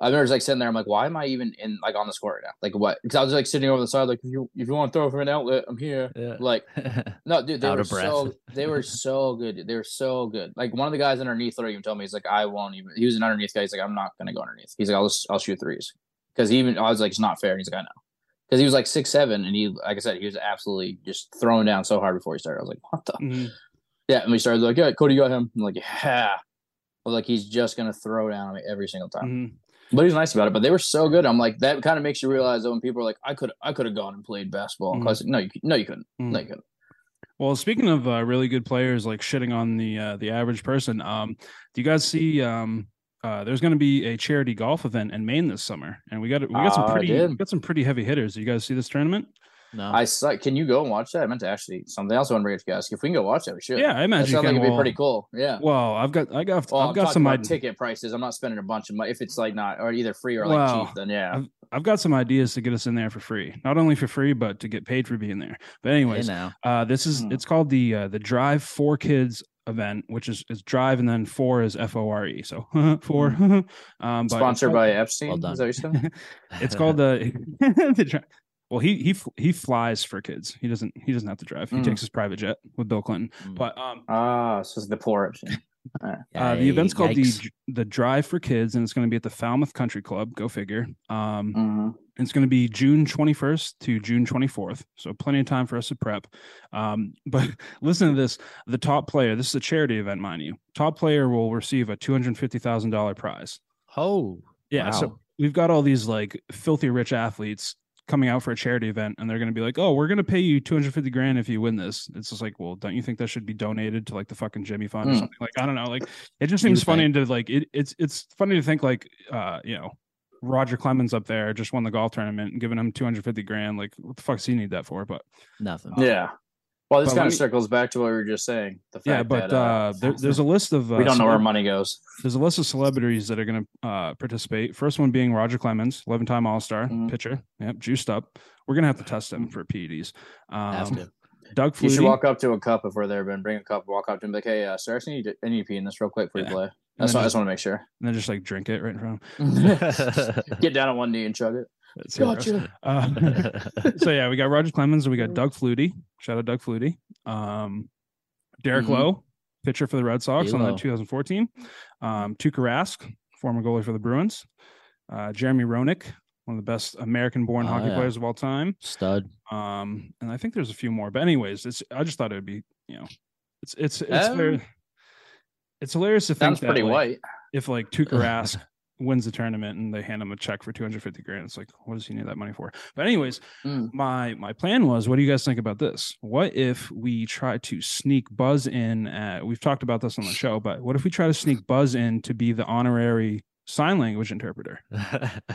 S3: I remember just like sitting there, I'm like, why am I even in like on the score right now? Like what? Because I was like sitting over the side, like if you if you want to throw from an outlet, I'm here.
S4: yeah.
S3: Like no, dude, they
S4: Out
S3: were
S4: of breath.
S3: so they were so good. dude. They were so good. Like one of the guys underneath literally even told me he's like, I won't even. He was an underneath guy. He's like, I'm not gonna go underneath. He's like, I'll just, I'll shoot threes because even I was like, it's not fair. And he's like, I know because he was like six seven and he like I said he was absolutely just thrown down so hard before he started. I was like, what the
S2: Mhm.
S3: yeah. And we started like, yeah, Cody got him. I'm like, yeah. But like he's just gonna throw down on me every single
S4: Mm.
S3: time.
S2: Mhm.
S3: But he's nice about it. But they were so good. I'm like that kind of makes you realize that when people are like, I could I could have gone and played basketball.
S4: Mm.
S3: in
S2: Mhm.
S3: college. No, you c- no you couldn't.
S2: Mhm.
S3: No you couldn't.
S2: Well, speaking of uh, really good players, like shitting on the uh, the average person, um, do you guys see? Um, uh, there's going to be a charity golf event in Maine this summer, and we got we got some
S3: Ah, I
S2: pretty
S3: did.
S2: we got some pretty heavy hitters. Do you guys see this tournament?
S4: no,
S3: I saw, can you go and watch that? I meant to actually something else. I want to bring up to you guys. If we can go watch that, we should.
S2: Yeah, I
S3: that
S2: imagine.
S3: sounds
S2: you
S3: like
S2: can
S3: it'd be
S2: all-
S3: pretty cool. Yeah.
S2: Well, I've got I got
S3: Well,
S2: I've
S3: I'm
S2: got
S3: talking
S2: some
S3: about
S2: ideas.
S3: ticket prices. I'm not spending a bunch of money if it's like not or either free or like
S2: Well,
S3: cheap. Then yeah,
S2: I've got some ideas to get us in there for free. Not only for free, but to get paid for being there. But anyways,
S4: hey, now
S2: uh, this is
S3: Hmm.
S2: it's called the uh, the Drive for Kids event, which is is Drive and then four is F O R E. So four. um, but it's
S3: Hmm. sponsored
S2: called-
S3: by Epstein.
S4: Well done.
S3: Is that what you said?
S2: it's called the the drive. Well, he he fl- he flies for kids. He doesn't he doesn't have to drive. He
S3: Mm.
S2: takes his private jet with Bill Clinton.
S4: Mm.
S2: But um,
S3: Ah, so it's the poor Epstein.
S2: Uh, the event's called
S4: Yikes.
S2: the the Drive for Kids, and it's going to be at the Falmouth Country Club. Go figure. Um,
S4: Mm.
S3: Mhm.
S2: It's going to be June 21st to June 24th. So plenty of time for us to prep. Um, but listen to this the top player, this is a charity event, mind you. Top player will receive a $250,000 prize.
S4: oh
S2: Yeah. So
S4: Wow.
S2: we've got all these like filthy rich athletes coming out for a charity event and they're going to be like, oh, we're going to pay you 250 grand if you win this. It's just like, well, don't you think that should be donated to like the fucking Jimmy Fund or
S3: Mm.
S2: something? Like, I don't know. Like, it just
S4: You
S2: seems
S4: would
S2: funny to like, it, it's, it's funny to think like, uh, you know, Roger Clemens up there just won the golf tournament and giving him 250 grand. Like, what the fuck's he need that for? But
S4: nothing.
S3: Yeah. Well, this
S2: But let
S3: kind of
S2: me-
S3: circles back to what we were just saying. The fact
S2: yeah, but
S3: that,
S2: uh, there, there's a list of uh,
S3: we don't know where
S2: celeb-
S3: money goes.
S2: There's a list of celebrities that are going to uh, participate. First one being Roger Clemens, 11 time All Star
S3: Mhm.
S2: pitcher. Yep, juiced up. We're going to have to test him for PEDs. Um,
S4: Have to.
S2: Doug
S3: You
S2: Flutie.
S3: should walk up to a cup if we're there, Ben. Bring a cup, walk up to him, be like, "Hey, uh, sir, I just need to, I need to pee in this real quick before
S2: Yeah.
S3: you play."
S2: and,
S3: That's why
S2: then
S3: I
S2: just,
S3: just want to make sure.
S2: and then just like drink it right in front of
S3: Get down on one knee and chug it.
S2: him. It's gross. Uh, so yeah, we got Roger Clemens and we
S3: Mm.
S2: got Doug Flutie. Shout out Doug Flutie. Um, Derek
S3: Mhm.
S2: Lowe, pitcher for the Red Sox on
S4: Lowe.
S2: the 2014. Um, Tuukka Rask, former goalie for the Bruins. Uh, Jeremy Roenick, one of the best American-born
S4: Oh,
S2: hockey
S4: yeah.
S2: players of all time.
S4: Stud.
S2: Um, and I think there's a few more, but anyways, it's I just thought it would be you know, it's it's it's
S3: Um,
S2: very, it's hilarious to think
S3: Sounds
S2: that
S3: pretty
S2: like,
S3: white.
S2: if like Tuukka Rask wins the tournament and they hand him a check for 250 grand, it's like, what does he need that money for? But anyways,
S3: Mm.
S2: my my plan was, what do you guys think about this? What if we try to sneak Buzz in? At, we've talked about this on the show, but what if we try to sneak Buzz in to be the honorary sign language interpreter?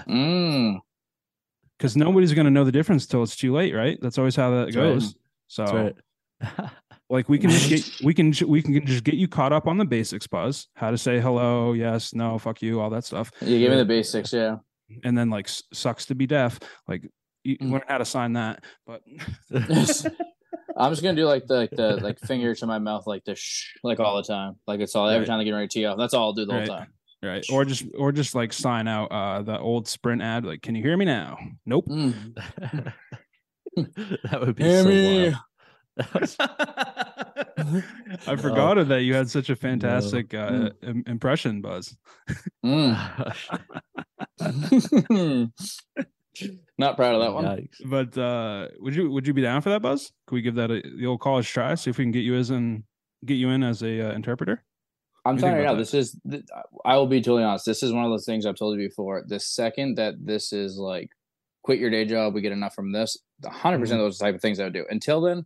S3: Mm.
S2: Because nobody's going to know the difference till it's too late, right? That's always how that
S4: That's right.
S2: goes. So,
S4: That's right.
S2: like, we can just get we can ju- we can just get you caught up on the basics, Buzz. How to say hello, yes, no, fuck you, all that stuff.
S3: You give me the basics, yeah.
S2: and then like s- sucks to be deaf like you
S3: Mm.
S2: learn how to sign that but
S3: I'm just gonna do like the like the like finger to my mouth like the shh like all the time. Like it's all every
S2: Right.
S3: time I get ready to tee off. That's all I'll do the
S2: Right.
S3: whole time.
S2: right or just or just like sign out uh the old sprint ad like can you hear me now nope
S3: Mm.
S4: that would be
S3: Hear
S4: so
S3: me.
S4: wild.
S2: i
S4: I
S2: forgot that you had such a fantastic uh im- impression buzz
S3: Mm. Not proud of that one.
S2: but uh would you would you be down for that buzz could we give that a, the old college try see if we can get you as an get you in as a uh, interpreter
S3: I'm
S2: What do you
S3: telling
S2: think
S3: you
S2: about
S3: now,
S2: that?
S3: this is, th- I will be totally honest. This is one of those things I've told you before. The second that this is like, quit your day job, we get enough from this, the 100% percent
S2: Mm-hmm.
S3: of those type of things I would do. Until then,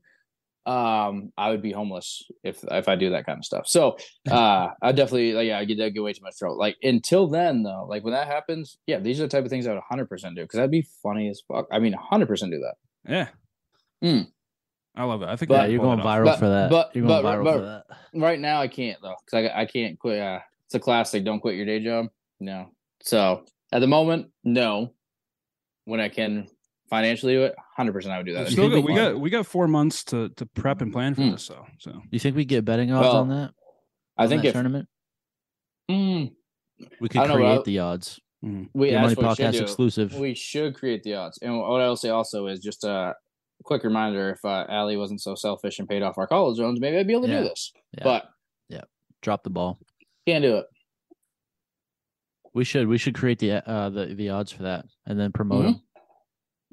S3: um, I would be homeless if if I do that kind of stuff. So uh, I definitely, like, yeah, I get, that'd get way too much trouble. Like, until then, though, like when that happens, yeah, these are the type of things I would 100% do because that'd be funny as fuck. I mean, 100% do that.
S2: yeah
S3: Mm.
S2: i love it i think
S3: But-
S4: Yeah,
S2: they
S4: you're
S2: pull
S4: going
S2: it off.
S4: viral
S3: But-
S4: for that.
S3: but-
S4: you're going
S3: but-
S4: viral
S3: but-
S4: for that.
S3: Right now, I can't though, because I, I can't quit. Uh, it's a classic. Don't quit your day job. No. So at the moment, no. When I can financially do it, hundred percent, I would do
S2: We've
S3: that.
S2: still got,
S4: think
S2: we
S4: they-
S2: got we got four months to to prep and plan for
S3: Mm.
S2: this so so
S4: You think we get betting odds
S3: Well,
S4: on that?
S3: I
S4: on
S3: think
S4: that
S3: if
S4: tournament
S3: mm,
S4: we
S3: I
S4: could
S3: don't know, but
S4: create
S3: I-
S4: the odds.
S3: we
S4: Beer Money
S3: that's what we should
S4: podcast
S3: do.
S4: exclusive.
S3: We should create the odds. And what I'll say also is just a quick reminder: if uh, Allie wasn't so selfish and paid off our college loans, maybe I'd be able to
S4: Yeah.
S3: do this.
S4: Yeah.
S3: But
S4: Drop the ball.
S3: can't do it.
S4: We should we should create the uh the, the odds for that and then
S3: Mhm.
S4: promote them.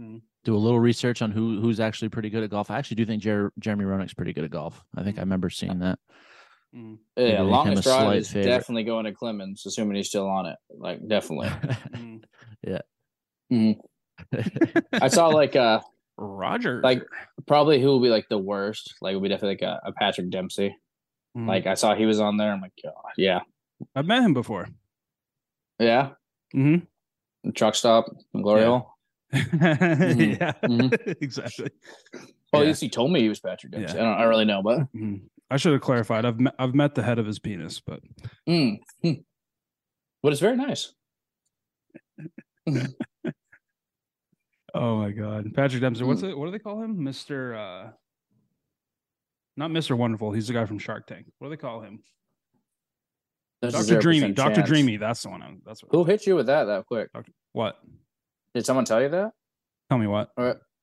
S3: Mm-hmm.
S4: Do a little research on who who's actually pretty good at golf. I actually do think Jer- Jeremy Roenick's pretty good at golf. I think I remember seeing that. Maybe
S3: Yeah,
S4: they
S3: longest
S4: became a
S3: drive
S4: slight
S3: is
S4: favorite.
S3: definitely going to Clemens, assuming he's still on it. Like definitely. I saw like uh
S2: Roger.
S3: Like, probably who will be like the worst. Like, would be definitely like a, a Patrick Dempsey.
S2: Mm.
S3: Like, I saw he was on there. I'm like, "Oh, yeah,
S2: I've met him before.
S3: yeah.
S2: hmm
S3: Truck stop, in Glory
S2: Yeah.
S3: Hole. Hmm.
S2: Yeah,
S3: Mhm.
S2: exactly.
S3: Well,
S2: Yeah.
S3: at least he told me he was Patrick
S2: Yeah.
S3: Dempsey. I don't, I don't really know, but
S2: Mhm. I should have clarified. I've met, I've met the head of his penis, but
S3: Mm. Hmm. but it's very nice.
S2: oh my god, Patrick Dempsey. What's it? What do they call him, Mister? Uh, not Mister Wonderful. He's the guy from Shark Tank. What do they call him?
S3: There's a
S2: Doctor Dreamy.
S3: 0%
S2: Doctor
S3: chance.
S2: Dreamy. That's the one. I'm, that's what.
S3: Who hit you with that that quick?
S2: What?
S3: Did someone tell you that?
S2: Tell me what.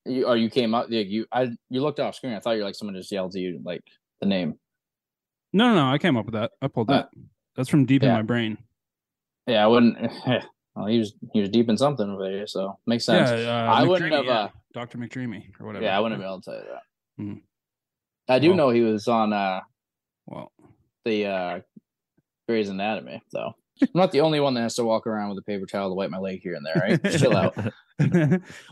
S3: You, or you came up? Like you, I you looked off screen. I thought you were like someone just yelled to you like the name.
S2: No, no, no. I came up with that. I pulled
S3: Uh,
S2: that. That's from deep in
S3: yeah.
S2: my brain.
S3: Yeah, I wouldn't. well, he was he was deep in something over there, so makes sense.
S2: Yeah,
S3: I wouldn't have, uh,
S2: Doctor McDreamy or whatever.
S3: Yeah, I wouldn't have been able to tell you that.
S4: Mm-hmm.
S2: Mhm.
S3: I do
S2: Well-
S3: know he was on uh
S2: Well,
S3: the uh Grey's Anatomy, though. I'm not the only one that has to walk around with a paper towel to wipe my leg here and there, right? Chill out.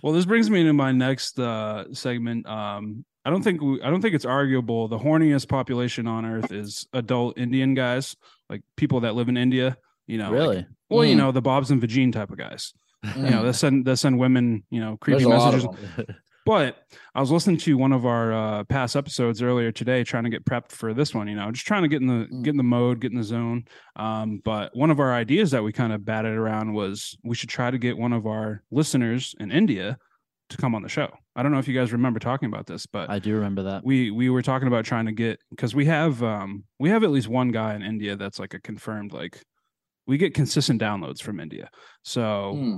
S2: well, this brings me to my next uh, segment. Um, I don't think we, I don't think it's arguable. The horniest population on earth is adult Indian guys, like people that live in India. You know, like-
S4: really?
S2: well, you
S3: Mm.
S2: know, the Bob's and Vagine type of guys. You know,
S3: Mm.
S2: that send that send women, you know, creepy
S3: There's a lot of
S2: messages.
S3: them.
S2: But I was listening to one of our uh, past episodes earlier today, trying to get prepped for this one. You know, just trying to get in the
S3: Mm.
S2: get in the mode, get in the zone. Um, but one of our ideas that we kind of batted around was we should try to get one of our listeners in India to come on the show. I don't know if you guys remember talking about this, but
S4: I do remember that.
S2: we we were talking about trying to get because we have um we have at least one guy in India that's like a confirmed like we get consistent downloads from India. So
S3: Hmm.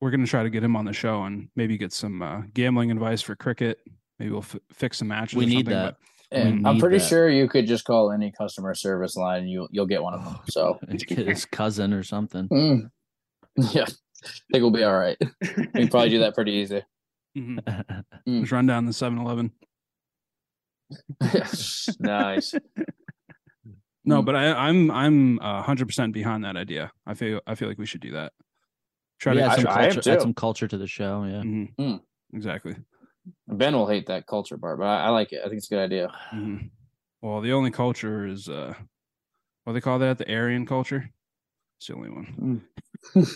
S2: we're going to try to get him on the show and maybe get some uh, gambling advice for cricket. Maybe we'll f- fix some matches.
S4: We
S2: or
S4: need
S2: something,
S4: that.
S3: And
S4: We
S3: I'm
S4: need
S3: pretty
S4: that.
S3: sure you could just call any customer service line and you'll you'll get one of them. So
S4: His kid- his cousin or something.
S3: mm. yeah, I think we'll be all right.
S2: but-
S3: We can probably do that pretty easy.
S2: Mhm.
S3: Mm.
S2: Just run down the 7 Eleven.
S3: nice.
S2: No,
S3: Mm.
S2: but I, I'm I'm uh, 100% behind that idea. I feel I feel like we should do that. Try
S4: Yeah,
S2: to
S4: add
S3: I-
S4: some
S3: I am
S4: culture, add
S3: too.
S4: some culture to the show. Yeah.
S2: Mhm.
S3: Mm.
S2: Exactly.
S3: Ben will hate that culture part, but I, I like it. I think it's a good idea.
S2: Mhm. Well, the only culture is uh, what do they call that? The Aryan culture. It's the only one.
S4: Mm.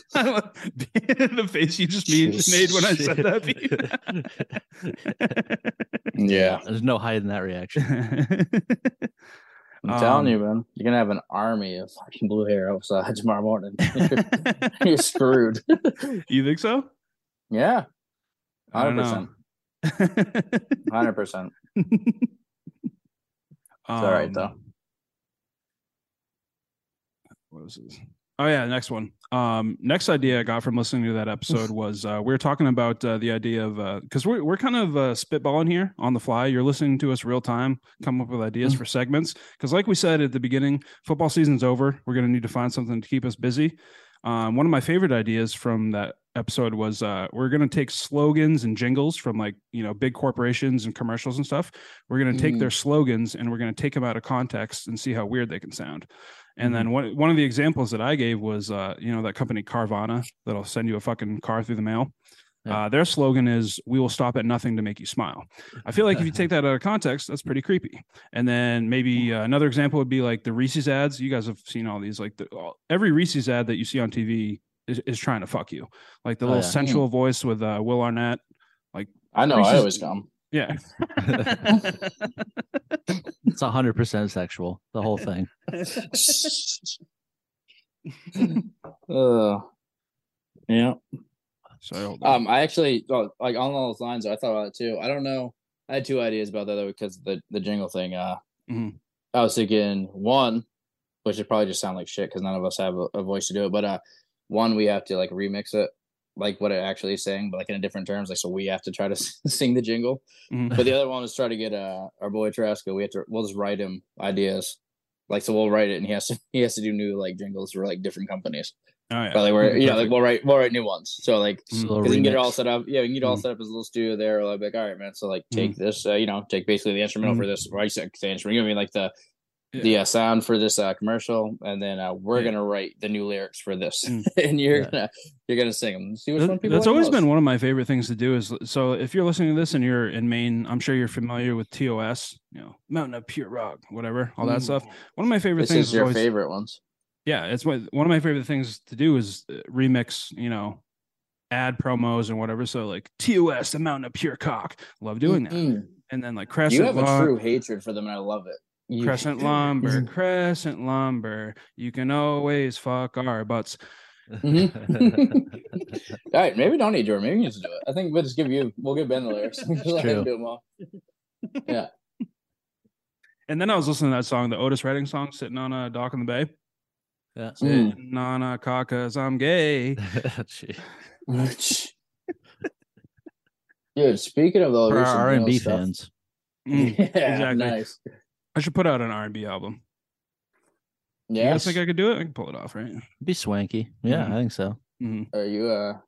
S2: the face you just made,
S3: Jeez.
S2: made when I said that. Pete.
S3: Yeah,
S4: There's no hiding that reaction.
S3: I'm
S2: Um,
S3: telling you, man, you're gonna have an army of fucking blue hair outside tomorrow morning. you're, you're screwed.
S2: you think so?
S3: Yeah,
S2: I don't
S3: 100%.
S2: know.
S3: hundred percent.
S2: It's
S3: all right, though.
S2: What was this? Oh yeah, next one. Um, next idea I got from listening to that episode was uh, we were talking about uh, the idea of because we're we're kind of uh, spitballing here on the fly. You're listening to us real time, come up with ideas for segments. Because like we said at the beginning, football season's over. We're gonna need to find something to keep us busy. Um, one of my favorite ideas from that episode was uh, we're gonna take slogans and jingles from like you know big corporations and commercials and stuff. We're gonna take
S3: Mm.
S2: their slogans and we're gonna take them out of context and see how weird they can sound. And
S4: Mhm.
S2: then one one of the examples that I gave was uh, you know, that company Carvana that'll send you a fucking car through the mail.
S4: Yeah.
S2: Uh, their slogan is "We will stop at nothing to make you smile." I feel like if you take that out of context, that's pretty creepy. And then
S3: Hmm.
S2: maybe uh, another example would be like the Reese's ads. You guys have seen all these. Like the, all, every Reese's ad that you see on TV is, is trying to fuck you. Like the
S4: Oh,
S2: little
S4: yeah.
S2: sensual
S3: Hmm.
S2: voice with uh, Will Arnett.
S3: I know. I
S2: Reese's-
S3: always come.
S2: Yeah,
S4: It's 100% sexual, the whole thing.
S3: uh, yeah.
S2: so
S3: Um, I actually oh, like on all those lines. I thought about it too. I don't know. I had two ideas about that though because of the the jingle thing. Uh,
S2: Mhm.
S3: I was thinking one, which would probably just sound like shit because none of us have a, a voice to do it. But uh, one we have to like remix it, like what it actually is saying, but like in a different terms. Like so, we have to try to sing the jingle.
S2: Mhm.
S3: But the other one is try to get uh our boy Trasco. We have to we'll just write him ideas. Like so, we'll write it, and he has to he has to do new like jingles for like different companies.
S2: oh, yeah. Mm-hmm.
S3: But like we're
S2: That'd be
S3: you know like
S2: perfect.
S3: we'll write we'll write new ones. So like
S2: Mm.
S4: Just a little
S3: because we can get it all
S4: remix. Mm-hmm.
S3: set up. Yeah, we can get it all
S2: Mhm.
S3: set up as a little studio there. Like, like all right, man. So like, take this. Uh, you know, take basically the instrumental
S4: Mm-hmm.
S3: for this. Or I said the instrument. You know what I mean? Like the
S2: Yeah.
S3: the uh, sound for this uh, commercial, and then uh, we're
S2: Yeah.
S3: gonna write the new lyrics for this,
S2: Mm.
S3: and you're
S4: Yeah.
S3: gonna you're gonna sing them. See which
S2: That-
S3: one people.
S2: that's
S3: like
S2: always
S3: the most.
S2: been one of my favorite things to do is so if you're listening to this and you're in Maine, I'm sure you're familiar with TOS, you know, Mountain of Pure Rock, whatever, all that
S3: Mm.
S2: stuff. One of my favorite
S3: This
S2: things
S3: is your
S2: always,
S3: favorite ones.
S2: yeah, it's one one of my favorite things to do is uh, remix, you know, ad promos and whatever. So like TOS, the Mountain of Pure Cock, love doing that.
S3: Mm-mm.
S2: And then like Crescent
S3: Mm-hmm. You have a
S2: Lawn-
S3: true hatred for them, and I love it. You-
S2: Crescent Lumber, Crescent Lumber, you can always fuck our butts.
S3: Mhm. all right, maybe don't need Jordan. Maybe you need to do it. I think we'll just give you. We'll give Ben the lyrics. Just let him
S4: true.
S3: do 'em all.
S2: And then I was listening to that song, the Otis Redding song, sitting on a dock in the bay.
S4: Yeah.
S3: Mm.
S2: Sitting on a cock 'cause I'm gay.
S3: Mm-hmm.
S4: Gee.
S3: Dude, speaking of those
S4: For
S3: recent
S4: our
S3: Neil
S4: R&B
S3: stuff-
S4: fans.
S2: Mm.
S3: yeah,
S2: exactly.
S3: nice.
S2: I should put out an R and B album. Yeah, You
S3: Yeah,
S2: guys think I could do it? I can pull it off, right?
S4: Be swanky. Yeah,
S2: Mhm.
S4: I think so.
S2: Mhm.
S3: are you uh,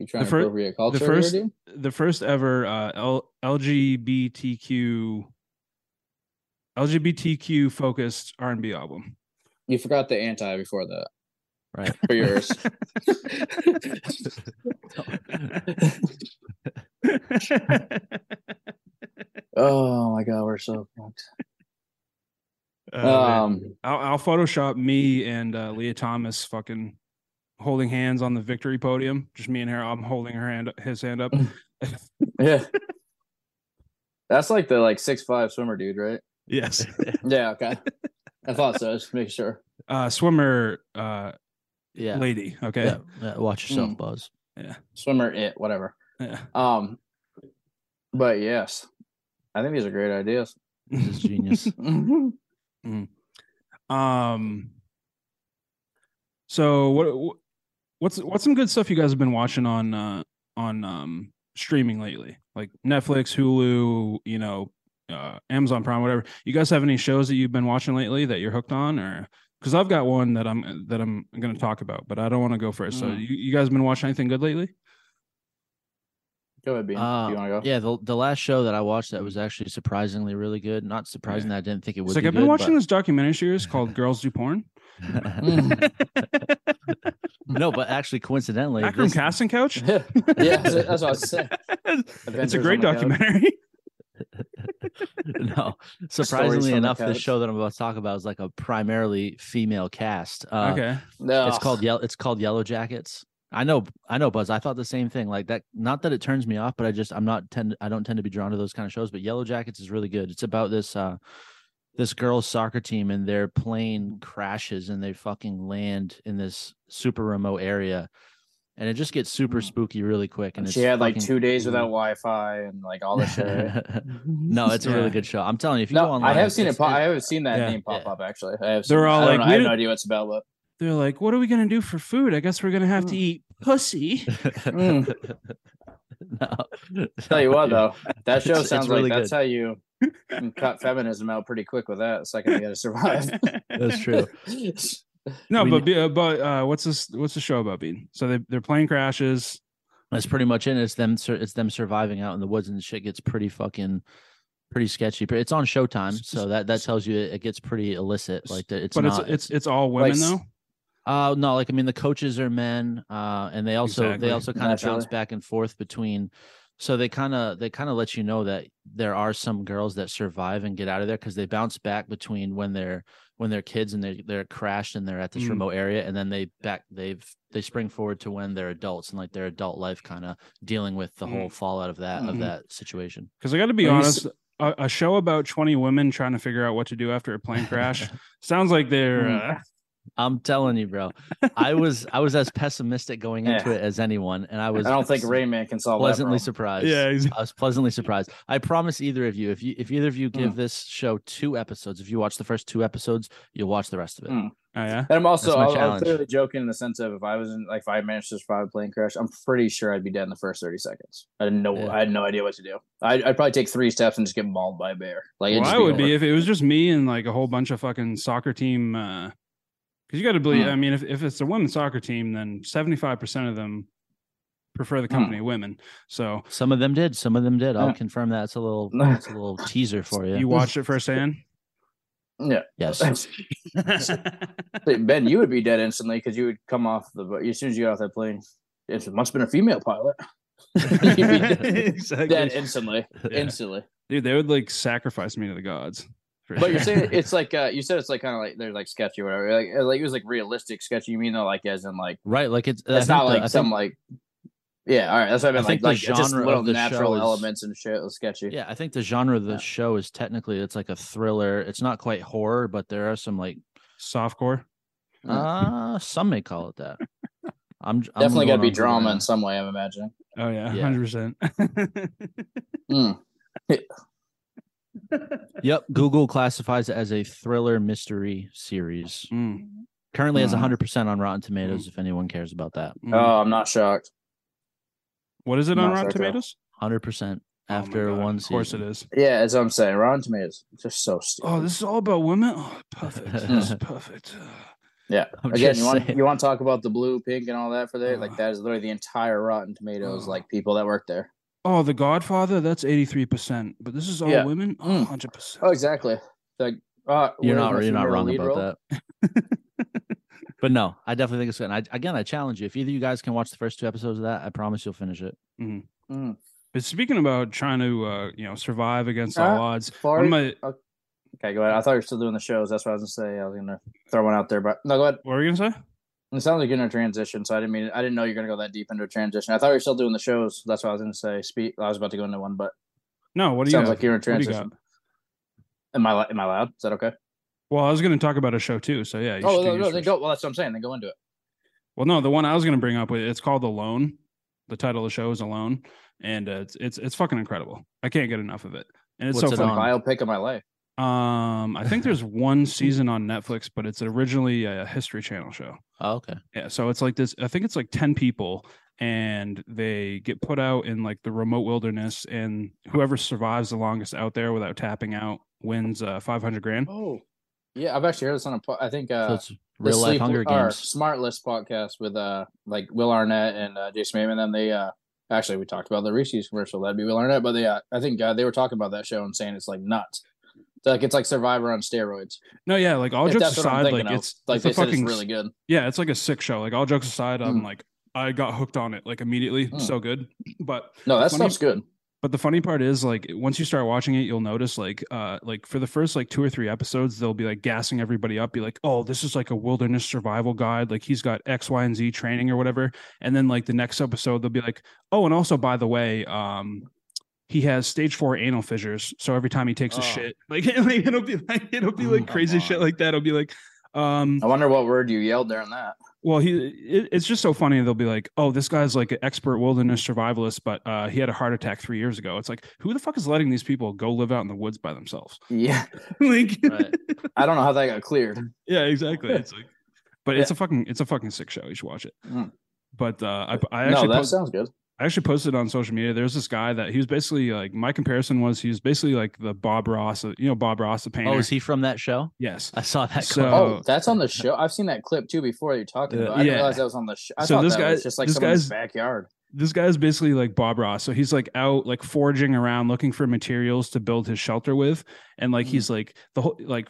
S3: you trying
S2: The
S3: to
S2: fir-
S3: appropriate culture
S2: first-
S3: here, dude?
S2: The first ever uh, L- LGBTQ LGBTQ focused R and B album.
S3: You forgot the anti before that
S4: Right.
S3: for yours. oh my god, we're so fucked.
S2: Uh,
S3: Um,
S2: I'll, I'll Photoshop me and uh, Leah Thomas fucking holding hands on the victory podium. Just me and her. I'm holding her hand, his hand up.
S3: yeah, That's like the like six five swimmer dude, right?
S2: Yes.
S3: Yeah, okay. I thought so. Just make sure.
S2: Uh, swimmer uh,
S4: yeah.
S2: lady. Okay.
S4: yeah. yeah, Watch yourself,
S3: Mm.
S4: Buzz.
S3: Swimmer it, whatever.
S2: Yeah.
S3: Um but yes. I think these are great ideas.
S4: This is genius.
S2: Um. So what what's what's some good stuff you guys have been watching on uh on um streaming lately? Like Netflix, Hulu, you know, uh Amazon Prime, whatever. You guys have any shows that you've been watching lately that you're hooked on or cuz I've got one that I'm that I'm going to talk about, but I don't want to go first. So
S3: Mm.
S2: you, you guys been watching anything good lately?
S3: Go ahead, Bean.
S4: Uh,
S3: you wanna go?
S4: Yeah, the, the last show that I watched that was actually surprisingly really good. Not surprising that I didn't think it would.
S2: It's like
S4: be
S2: I've been
S4: good,
S2: watching
S4: but-
S2: this documentary series called Girls Do Porn.
S3: Hmm.
S4: no, but actually, coincidentally,
S2: Akram
S4: this-
S2: Casting Couch.
S3: Yeah. yeah, that's that's what I was saying.
S2: it's
S3: Adventures
S2: a
S3: on
S2: great
S3: the couch.
S2: documentary.
S4: no,
S3: from
S4: surprisingly
S3: the
S4: enough, the
S3: couch.
S4: show that I'm about to talk about is like a primarily female cast. Uh,
S2: okay.
S3: No.
S4: It's called yellow. It's called Yellow Jackets. I know, I know, Buzz. I thought the same thing. Like that. Not that it turns me off, but I just I'm not tend. I don't tend to be drawn to those kind of shows. But Yellow Jackets is really good. It's about this uh this girls soccer team and their plane crashes and they fucking land in this super remote area, and it just gets super
S3: Mm.
S4: spooky really quick. And
S3: she
S4: it's
S3: had like
S4: fucking-
S3: two days without Wi Fi and like all this shit. right?
S4: no, it's a
S2: Yeah.
S4: really good show. I'm telling you, if you go
S3: No, I
S4: online,
S3: have seen it.
S4: it's-
S3: Pop, I haven't seen that
S2: yeah,
S3: name pop
S4: yeah.
S3: up actually. I have.
S2: They're
S3: seen it.
S2: all
S3: I don't
S2: like,
S3: know-
S2: we
S3: I have no
S2: didn't-
S3: idea what's about. But
S2: they're like, "What are we gonna do for food? I guess we're gonna have to
S3: Mm.
S2: eat pussy."
S4: no,
S3: Hmm. tell you what
S4: no,
S3: though, that show
S4: It's- it's
S3: sounds
S4: really
S3: like that's
S4: good.
S3: how you can cut feminism out pretty quick with that. It's like you got to survive.
S4: That's true.
S2: no,
S4: We-
S2: but be- uh, but uh, what's this? What's the show about? Bean? So they their plane crashes.
S4: That's pretty much it. It's them. sur- It's them surviving out in the woods, and shit gets pretty fucking, pretty sketchy. But it's on Showtime, so that that tells you it, it gets pretty illicit. Like that, it's
S2: but
S4: not.
S2: it's it's it's all women
S3: s-
S2: though.
S4: uh, no, like I mean, the coaches are men, uh, and they also
S2: Exactly.
S4: they also kind of bounce
S3: Naturally.
S4: back and forth between. So they kind of they kind of let you know that there are some girls that survive and get out of there because they bounce back between when they're when they're kids and they they're crashed and they're at this
S2: Mm.
S4: remote area and then they back they've they spring forward to when they're adults and like their adult life kind of dealing with the whole fallout of that
S2: Mhm.
S4: of that situation.
S2: Because I got to be
S3: Well, you s-
S2: honest, a, a show about twenty women trying to figure out what to do after a plane crash sounds like they're.
S4: Hmm.
S3: Mm.
S2: Uh,
S4: I'm telling you, bro. I was I was as pessimistic going into it as anyone, and I
S3: I
S4: was
S3: don't think Rayman can solve
S4: pleasantly
S3: that.
S4: surprised.
S2: yeah, he's-
S4: I was pleasantly surprised. I promise either of you, if you if either of you
S3: Hmm.
S4: give this show two episodes, if you watch the first two episodes, you'll watch the rest of it.
S3: Mm.
S2: oh, yeah.
S3: problem. And I'm also
S4: That's my
S3: I, I'm
S4: challenge.
S3: clearly joking in the sense of if I was in like if I managed to survive a plane crash, I'm pretty sure I'd be dead in the first 30 seconds. I didn't know.
S4: Yeah.
S3: I had no idea what to do. I'd, I'd probably take three steps and just get mauled by a bear. Like it'd
S2: Well,
S3: just
S2: I would be
S3: over.
S2: if it was just me and like a whole bunch of fucking soccer team. Because you got to believe.
S4: Hmm.
S3: Mm.
S2: I mean, if if it's a women's soccer team, then seventy five percent of them prefer
S4: Hmm.
S2: the company of women. So
S4: Some of them did, some of them did. I'll
S3: Yeah.
S4: confirm that. It's a little it's a little teaser for you.
S2: you watched it firsthand.
S4: yes.
S3: Hey, ben, you would be dead instantly because you would come off the boat as soon as you got off that plane. It must have been a female pilot. You'd be dead,
S2: exactly.
S3: dead instantly,
S4: Yeah.
S3: instantly.
S2: Dude, they would like sacrifice me to the gods. for
S3: But you're
S2: sure.
S3: saying it's like uh, you said it's like kind of like they're like sketchy or whatever. Like, uh, like it was like realistic sketchy. You mean though, like as in like
S4: Right. Like it's I
S3: it's
S4: think
S3: not
S4: the- I
S3: like
S4: think-
S3: some like yeah. All right, that's what I meant.
S4: think
S3: Like
S4: the
S3: like just
S4: genre of
S3: little
S4: the
S3: natural
S4: show is-
S3: elements and shit was sketchy.
S4: yeah, I think the genre of the
S3: Yeah.
S4: show is technically it's like a thriller. It's not quite horror, but there are some like
S2: softcore.
S3: Hmm.
S4: uh some may call it that. I'm j- I'm
S3: Definitely got to
S4: going
S3: be
S4: on to the-
S3: drama in some way. I'm imagining.
S2: Oh yeah,
S4: Yeah.
S2: hundred percent.
S3: Mm.
S4: Yep, Google classifies it as a thriller mystery series. Currently has
S2: Mm-hmm.
S3: Mhm.
S4: 100% on Rotten Tomatoes if anyone cares about that.
S3: Oh, I'm not shocked.
S2: Mm. What is it on
S3: Not
S2: Rotten
S3: sure.
S2: Tomatoes?
S4: 100%
S2: Oh my
S4: after
S2: God,
S4: one
S2: Of course
S4: season.
S2: it is.
S3: Yeah, as I'm saying, Rotten Tomatoes just so stupid.
S2: Oh, this is all about women. Oh, perfect. This is perfect.
S3: Again,
S4: I'm just
S3: you want
S4: saying.
S3: you want to talk about the blue, pink, and all that for there?
S2: Ugh.
S3: Like that is literally the entire Rotten Tomatoes
S2: Ugh.
S3: like people that work there.
S2: Oh, The Godfather. That's eighty three percent. But this is all
S3: Yeah.
S2: women.
S3: Mm.
S2: hundred percent.
S3: Oh, exactly. Like uh,
S4: you're
S3: where's
S4: not
S3: my
S4: you're not
S3: female
S4: wrong
S3: lead
S4: about
S3: role?
S4: that. but no, I definitely think it's good. And I, again, I challenge you. If either you guys can watch the first two episodes of that, I promise you'll finish it.
S3: Mm.
S2: But speaking about trying to, uh, you know, survive against all
S3: Uh,
S2: odds,
S3: Far-
S2: one of my,
S3: okay, go ahead. I thought you were still doing the shows. That's what I was gonna say. I was gonna throw one out there, but no, go ahead.
S2: what were you gonna say?
S3: It sounds like you're in a transition, so I didn't mean I didn't know you're gonna go that deep into a transition. I thought you were still doing the shows. That's what I was gonna say. Speak. I was about to go into one, but
S2: No, what do you
S3: Sounds
S2: have?
S3: like you're in
S2: What do you
S3: transition.
S2: got?
S3: Am I am I loud? Is that okay?
S2: Well, I was going to talk about a show too. So yeah. you
S3: oh
S2: should do
S3: no, no,
S2: yours
S3: then
S2: first.
S3: go. Well, that's what I'm saying. Then go into it.
S2: Well, no, the one I was going to bring up, it's called Alone. The title of the show is Alone, and uh, it's it's it's fucking incredible. I can't get enough of it, and it's
S4: What's
S2: so
S4: it
S3: It's a
S2: funny.
S4: on?
S3: biopic of my life.
S2: Um, I think there's one season on Netflix, but it's originally a History Channel show.
S4: Oh, okay.
S2: Yeah, so it's like this. I think it's like ten people, and they get put out in like the remote wilderness, and whoever survives the longest out there without tapping out wins uh, five hundred grand.
S3: Oh, yeah. I've actually heard this on a. po- I think
S4: So
S3: uh,
S4: it's real
S3: the
S4: life
S3: Sleep-
S4: Hunger
S3: or
S4: Games.
S3: Smart List podcast with uh like Will Arnett and uh, Jason Maimon. Them they uh actually we talked about the Reese's commercial. That'd be Will Arnett, but they uh, I think uh, they were talking about that show and saying it's like nuts. It's like it's like Survivor on steroids.
S2: No, yeah, like all
S3: If
S2: jokes
S3: that's what I'm
S2: aside, like
S3: thinking of.
S2: it's
S3: Like
S2: it's
S3: they
S2: a
S3: said,
S2: fucking
S3: it's really good.
S2: yeah, it's like a sick show. Like all jokes aside, I'm
S3: Mm.
S2: like I got hooked on it like immediately.
S3: Mm.
S2: So good, but
S3: No, that
S2: funny-
S3: stuff's good.
S2: but the funny part is like once you start watching it you'll notice like uh like for the first like two or three episodes they'll be like gassing everybody up be like oh this is like a wilderness survival guide like he's got x y and z training or whatever and then like the next episode they'll be like oh and also by the way um he has stage four anal fissures so every time he takes
S4: Oh.
S2: a shit like, like, it'll be like it'll be like
S4: Come
S2: crazy shit
S4: on.
S2: like that it'll be like um
S3: I wonder what word you yelled during that.
S2: well, he it, it's just so funny. They'll be like, "Oh, this guy's like an expert wilderness survivalist, but uh, he had a heart attack three years ago." It's like, who the fuck is letting these people go live out in the woods by themselves?
S3: Yeah,
S2: like,
S4: Right.
S3: I don't know how that got cleared.
S2: yeah, exactly. It's like, but it's a fucking it's a fucking sick show. You should watch it.
S3: Mm.
S2: But uh, I, I
S3: No,
S2: actually
S3: that
S2: post-
S3: sounds good.
S2: I actually posted on social media. There's this guy that he was basically like my comparison was he was basically like the Bob Ross, of- you know, Bob Ross the painter.
S4: Oh, is he from that show?
S2: yes.
S4: I saw that.
S2: So-
S4: clip.
S3: Oh,
S2: Oh.
S3: that's on the show. I've seen that clip too before you're talking
S4: Yeah.
S3: about. it. I didn't
S2: Yeah.
S3: realize that was on the show. I
S2: So
S3: thought
S2: this
S3: that
S2: guy-
S3: was just like
S2: this
S3: someone's
S2: guy's-
S3: backyard.
S2: this guy is basically like Bob Ross. So he's like out like foraging around looking for materials to build his shelter with. And like
S3: Mm.
S4: Mm-hmm.
S2: he's like the whole like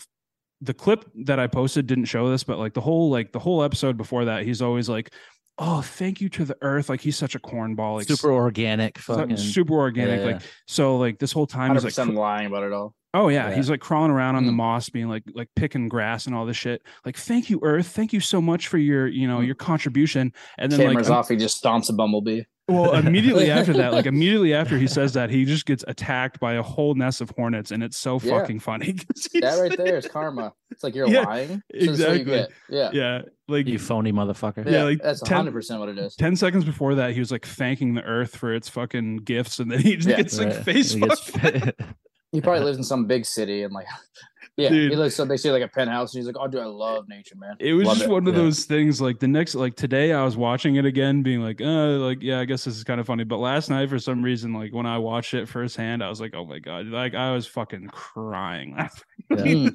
S2: the clip that I posted didn't show this, but like the whole like the whole episode before that, he's always like, Oh, thank you to the earth. Like he's such a cornball, like
S4: super organic.
S2: something
S4: Fucking
S2: super organic. Like so like this whole time
S3: Hundred
S2: he's like
S3: percent lying about it all.
S2: Oh yeah,
S4: Yeah. Mm-hmm.
S2: he's like crawling around on the
S3: Mm.
S2: moss, being like like picking grass and all this shit. Like, thank you, Earth. Thank you so much for your you know
S4: Mm-hmm.
S3: Mm.
S2: your contribution. And then
S3: Cameras
S2: like um,
S3: off. He just stomps a bumblebee.
S2: well, immediately after that, like immediately after he says that, he just gets attacked by a whole nest of hornets, and it's so
S3: Yeah.
S2: fucking funny. 'cause
S3: That
S2: he's-
S3: right there is karma. It's like you're
S2: Yeah,
S3: lying. So that's what
S2: exactly.
S3: You get. Yeah.
S2: Yeah, like
S4: you phony motherfucker.
S3: Yeah,
S2: Yeah, like
S3: that's
S2: 10
S3: hundred percent what it is.
S2: ten seconds before that, he was like thanking the Earth for its fucking gifts, and then he just
S3: Yeah.
S2: gets like
S4: Right.
S2: face
S4: He gets-
S2: fucked.
S3: He probably lives in some big city and like, yeah, he
S2: Dude.
S3: lives some big city like a penthouse. And he's like, oh, dude, I love nature, man.
S2: It was
S3: Love
S2: just one of
S4: Yeah.
S2: those things. Like the next, like today, I was watching it again, being like, uh, like yeah, I guess this is kind of funny. But last night, for some reason, like when I watched it firsthand, I was like, oh my god, like I was fucking crying laughing.
S4: Yeah.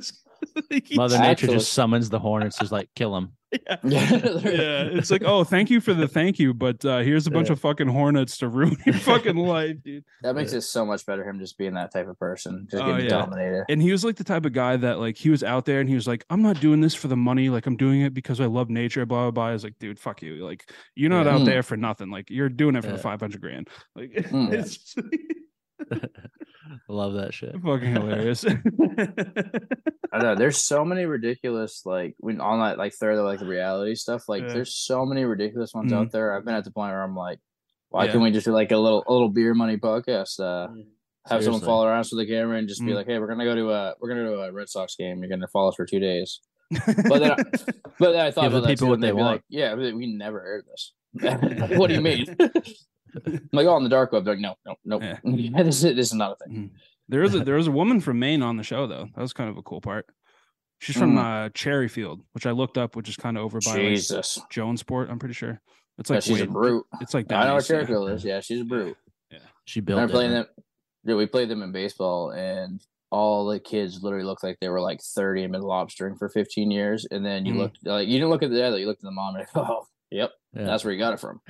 S2: Like, he's-
S4: Mother Nature
S3: Actually-
S4: just summons the hornets, just like kill them.
S2: yeah, it's like, oh, thank you for the thank you, but uh, here's a bunch
S4: Yeah.
S2: of fucking hornets to ruin your fucking life, dude.
S3: that makes it so much better. Him just being that type of person, just
S2: Oh,
S3: getting
S2: yeah.
S3: dominated.
S2: And he was like the type of guy that like he was out there and he was like, I'm not doing this for the money, like I'm doing it because I love nature, blah blah blah. I was like, dude, fuck you, like you're not
S3: Yeah.
S2: out
S3: Mm.
S2: there for nothing, like you're doing it for
S4: Yeah.
S2: the five hundred grand, like
S3: Mm.
S2: it's
S4: Love that shit.
S2: fucking hilarious.
S3: I know there's so many ridiculous like when on that like third like the reality stuff. Like
S2: Yeah.
S3: there's so many ridiculous ones out there. I've been at the point where I'm like, why
S2: Yeah.
S3: can't we just do like a little a little beer money podcast? Uh, have someone
S4: Seriously.
S3: follow around with the camera and just be
S2: Mm.
S3: like, hey, we're gonna go to a we're gonna go to a Red Sox game. You're gonna follow us for two days. But then, I, but then I thought
S4: Give the
S3: about that
S4: people
S3: too,
S4: what
S3: and they'd
S4: they
S3: be
S4: want.
S3: Like, yeah, but we never aired this. what do you mean? I'm like oh, on the dark web. They're like, no, no, no.
S2: Yeah.
S3: this is this is not a thing.
S2: There is a there is a woman from Maine on the show though. That was kind of a cool part. She's
S3: Mm.
S2: from uh, Cherryfield, which I looked up, which is kind of over by like,
S3: Jesus,
S2: Jonesport. I'm pretty sure it's
S3: Yeah,
S2: like
S3: she's a
S2: way-
S3: brute.
S2: It's like
S3: I know what
S2: east, yeah.
S3: Cherryfield is. Yeah, she's a brute.
S4: She
S3: Remember
S4: built it.
S3: playing them. Dude, we played them in baseball, and all the kids literally looked like they were like 30 and been lobstering for 15 years. And then you
S2: Mhm.
S3: looked like you didn't look at the dad, you looked at the mom, and oh, yep,
S4: Yeah.
S3: that's where you got it from.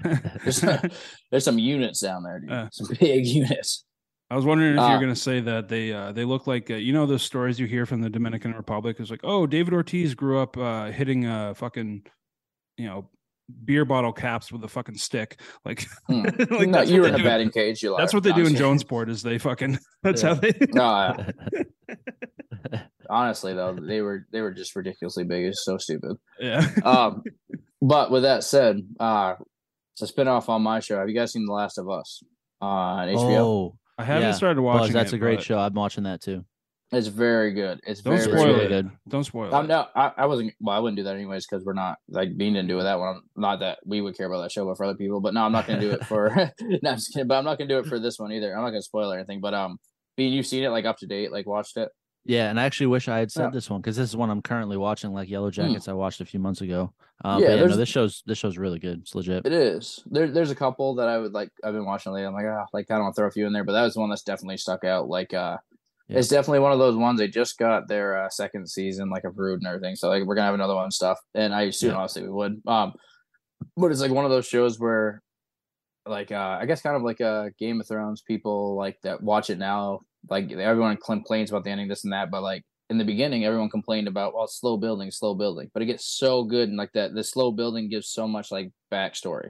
S3: There's,
S2: I
S3: there's some units down there, dude.
S2: Uh.
S3: some big units.
S2: was wondering if you
S3: Uh,
S2: were going to say that they uh, they look like uh, you know those stories you hear from the Dominican Republic is like oh David Ortiz grew up uh, hitting a fucking you know beer bottle caps with a fucking stick like,
S3: Hmm.
S2: like
S3: no,
S2: that's what
S3: you were
S2: they
S3: in a
S2: do-
S3: batting cage. You
S2: That's
S3: liar.
S2: what they
S3: No,
S2: do
S3: I'm
S2: in
S3: just kidding.
S2: Jonesport is they fucking that's
S4: Yeah.
S2: how they
S3: No, I- honestly though, they were they were just ridiculously big. It's so stupid.
S2: yeah
S3: Um, but with that said, uh, it's a spinoff uh, on my show. Have you guys seen The Last of Us on HBO?
S4: oh,
S2: I haven't
S4: Yeah,
S2: started watching.
S4: Buzz, that's
S2: it,
S4: a great
S2: but
S4: show. I'm watching that too.
S3: It's very good. It's
S2: Don't
S3: very,
S2: spoil
S3: very
S4: really
S2: it.
S3: good.
S4: good.
S2: Don't spoil
S3: Um,
S2: it.
S3: no, I, I wasn't. Well, I wouldn't do that anyways because we're not like Bean didn't do it that one. Not that we would care about that show, but for other people. But no, I'm not gonna do it for. no, I'm just kidding. But I'm not gonna do it for this one either. I'm not gonna spoil or anything. But um, Bean, you've seen it like up to date, like watched it.
S4: Yeah, and I actually wish I had said
S2: Yeah.
S4: this one because this is one I'm currently watching, like Yellow Jackets. I watched a few months ago. Um,
S3: Hmm. Yeah,
S4: but yeah, no,
S3: there's-
S4: this show's this show's really good. It's legit.
S3: It is. There, there's a couple that I would like. I've been watching lately. I'm like, ah, like I don't want to throw a few in there, but that was one that's definitely stuck out. Like, uh,
S4: Yeah.
S3: it's definitely one of those ones. They just got their uh, second season, like approved and everything. So like, we're gonna have another one and stuff. And I assume
S4: Yeah.
S3: obviously we would. Um, but it's like one of those shows where, like, uh, I guess kind of like uh, Game of Thrones people like that watch it now. Like everyone complains about the ending, this and that, but like in the beginning, everyone complained about well, it's slow building, slow building, but it gets so good and like that. The slow building gives so much like backstory.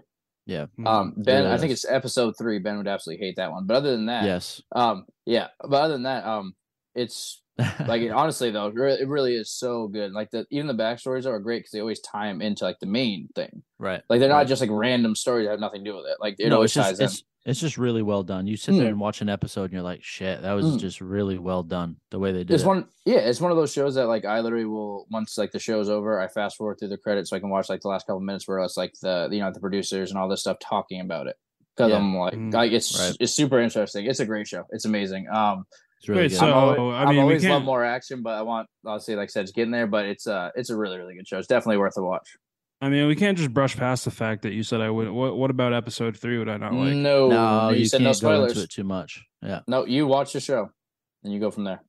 S4: Mm-hmm.
S2: Mhm.
S3: Um, Ben,
S4: really
S3: I think
S4: is.
S3: it's episode three. Ben would absolutely hate that one. But other than that,
S4: Yes.
S3: um, yeah. But other than that, um, it's like it- honestly though, it re- it really is so good. Like the even the backstories are great because they always tie them into like the main thing.
S4: right.
S3: Like they're not
S4: Right.
S3: just like random stories that have nothing to do with it. Like it
S4: no,
S3: always
S4: it's
S3: ties
S4: just
S3: in.
S4: it's, it's just really well done. You sit there
S3: Mm.
S4: and watch an episode, and you're like, "Shit, that was
S3: Mm.
S4: just really well done." The way they did
S3: It's
S4: it.
S3: one, yeah. It's one of those shows that like I literally will once like the show's over, I fast forward through the credits so I can watch like the last couple minutes where it's like the you know the producers and all this stuff talking about it because
S4: Yeah.
S3: I'm like
S2: Mm.
S3: like it's
S4: Right.
S3: it's super interesting. It's a great show. It's amazing. Um,
S4: It's really
S2: Wait,
S4: good.
S2: so-
S3: I'm always,
S2: I
S3: I
S2: mean, we
S3: am always love
S2: can't-
S3: more action, but I want obviously, like I said, it's getting there. But it's uh, it's a really really good show. It's definitely worth a watch.
S2: I mean, we can't just brush past the fact that you said I would. What, what about episode three? Would I not like?
S3: no,
S4: no,
S3: you,
S4: you,
S3: said
S4: can't
S3: no
S4: go
S3: spoilers.
S4: into it too much. Yeah.
S3: No, you watch the show, and you go from there.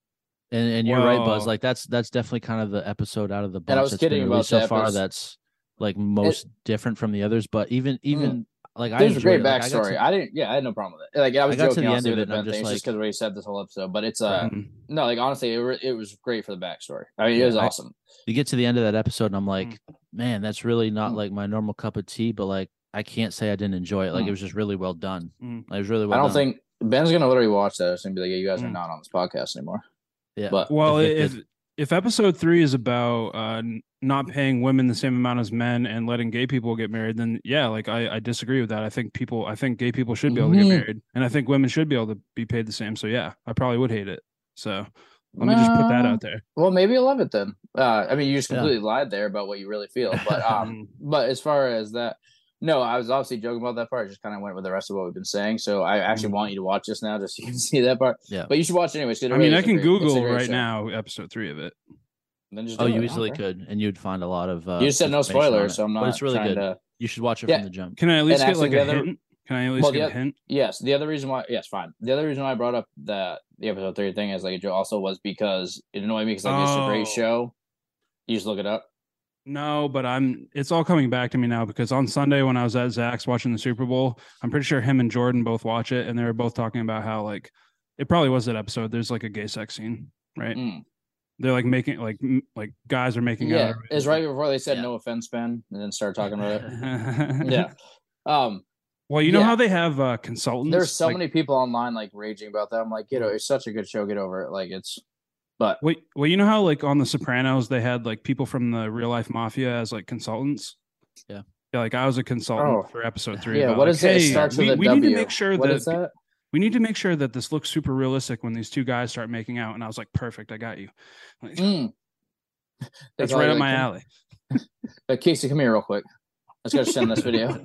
S4: And and you're right, Buzz.
S2: Well-
S4: Like that's that's definitely kind of the episode out of the bunch
S3: was
S4: that's been
S3: kidding about
S4: released so
S3: that,
S4: far
S3: Buzz.
S4: that's like most different from the others. But even even like I
S3: Hmm. There's a
S4: enjoyed
S3: great
S4: it. Like, I got
S3: backstory.
S4: to-
S3: I didn't. Yeah, I had no problem with it. Like I was
S4: I got to
S3: joking.
S4: the
S3: I'll
S4: end
S3: see
S4: of
S3: the
S4: it, and I'm
S3: Ben
S4: just
S3: thing, just
S4: like-
S3: because we said this whole episode. But it's uh,
S2: Mhm.
S3: no, like honestly, it, re- it was great for the backstory. I mean, it
S4: Yeah,
S3: was
S4: I-
S3: awesome.
S4: you get to the end of that episode
S3: Hmm.
S4: and I'm like,
S2: Mm.
S4: man, that's really not
S3: Mm.
S4: like my normal cup of tea, but like I can't say I didn't enjoy it. Like
S3: Mm.
S4: it was just really well done.
S2: Mm.
S4: Like, it was really
S3: Hmm. I
S4: well
S3: don't
S4: done.
S3: think Ben's gonna literally watch that. It's gonna be like, yeah, you guys are
S2: Mm.
S3: not on this podcast anymore.
S4: yeah.
S3: But
S2: Well,
S4: if
S2: i-
S4: it
S2: if if episode three is about uh, n- not paying women the same amount as men and letting gay people get married, then yeah, like I, I disagree with that. I think people, I think gay people should be able to get
S3: Mhm.
S2: married, and I think women should be able to be paid the same. So yeah, I probably would hate it. So let me just put that
S3: No.
S2: out there.
S3: Well, maybe you'll love it then. Uh, I mean, you just
S4: Yeah.
S3: completely lied there about what you really feel. But um,
S2: Um,
S3: but as far as that, no, I was obviously joking about that part. I just kind of went with the rest of what we've been saying. So I actually want you to watch this now, just so you can see that part.
S4: Yeah.
S3: But you should watch it anyways. 'cause it
S2: I mean,
S3: really
S2: I
S3: is a
S2: can
S3: great- it's a
S2: Google
S3: great
S2: right
S3: show.
S2: now episode three of it.
S3: Then just
S4: oh,
S3: do
S4: you
S3: it. I don't
S4: easily
S3: care.
S4: could, and you'd find a lot of. Uh,
S3: You said no
S4: information on
S3: spoilers,
S4: it,
S3: so I'm not.
S4: But it's really
S3: trying
S4: good.
S3: To...
S4: You should watch it
S3: Yeah.
S4: from the jump.
S2: Can I at least get
S3: actually
S2: like
S3: the
S2: a
S3: other-
S2: hint? Can I at least
S3: Well,
S2: get
S3: the
S2: a
S3: oth-
S2: hint?
S3: Yes, the other reason why, yes, fine. The other reason why I brought up the the episode three thing as like a joke also was because it annoyed me because like it's a
S2: Oh.
S3: great show. You just look it up.
S2: No, but I'm. It's all coming back to me now because on Sunday when I was at Zach's watching the Super Bowl, I'm pretty sure him and Jordan both watch it, and they were both talking about how like it probably was that episode. There's like a gay sex scene, right?
S3: Mm.
S2: They're like making like m- like guys are making
S3: Yeah,
S2: out.
S3: it's right before they said
S4: Yeah.
S3: no offense, Ben, and then started talking about it.
S2: right.
S3: yeah. Um,
S2: Well, you know
S3: Yeah.
S2: how they have uh, consultants.
S3: There's so
S2: Like,
S3: many people online like raging about that. I'm like, you know, it's such a good show. Get over it. Like it's, but
S2: Wait, well, you know how like on The Sopranos they had like people from the real life mafia as like consultants.
S4: Yeah.
S2: Yeah, like I was a consultant
S3: Oh.
S2: for episode three.
S3: yeah,
S2: about,
S3: what
S2: like,
S3: is it? It
S2: "Hey,
S3: starts
S2: we,
S3: with a
S2: we
S3: W.
S2: need to make sure
S3: what
S2: that
S3: is that?
S2: we need to make sure that this looks super realistic when these two guys start making out. And I was like, perfect, I got you. Like,
S3: Mm. They
S2: that's
S3: call
S2: right
S3: you,
S2: up my
S3: like,
S2: alley.
S3: "Uh, Casey, come here real quick. Let's go send this video.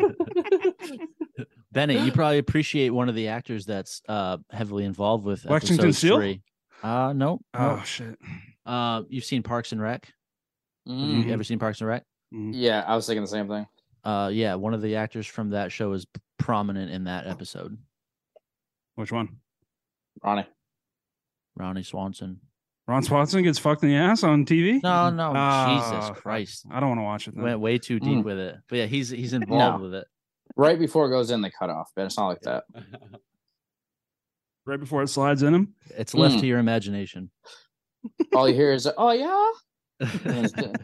S4: Bennett, you probably appreciate one of the actors that's uh, heavily involved with
S2: Lexington
S4: episode
S2: Steel?
S4: three. Uh, no.
S2: Oh
S4: no.
S2: shit.
S4: Uh, you've seen Parks and Rec.
S3: Mm.
S2: Mhm.
S4: You ever seen Parks and Rec?
S3: Yeah, I was thinking the same thing.
S4: Uh, yeah, one of the actors from that show is p- prominent in that episode.
S2: Which one?
S3: Ronnie,
S4: Ronnie Swanson.
S2: Ron Swanson gets fucked in the ass on TV?
S4: No, no,
S2: Ah,
S4: Oh, Jesus
S2: fuck.
S4: Christ.
S2: I don't want to watch it. Then.
S4: Went way too deep
S3: Oh, Mm.
S4: with it. But yeah, he's he's involved with it.
S3: right before it goes in the cutoff, but it's not like that.
S2: right before it slides in him.
S4: It's left
S3: Mm.
S4: to your imagination.
S3: All you hear is, "Oh yeah." it's good.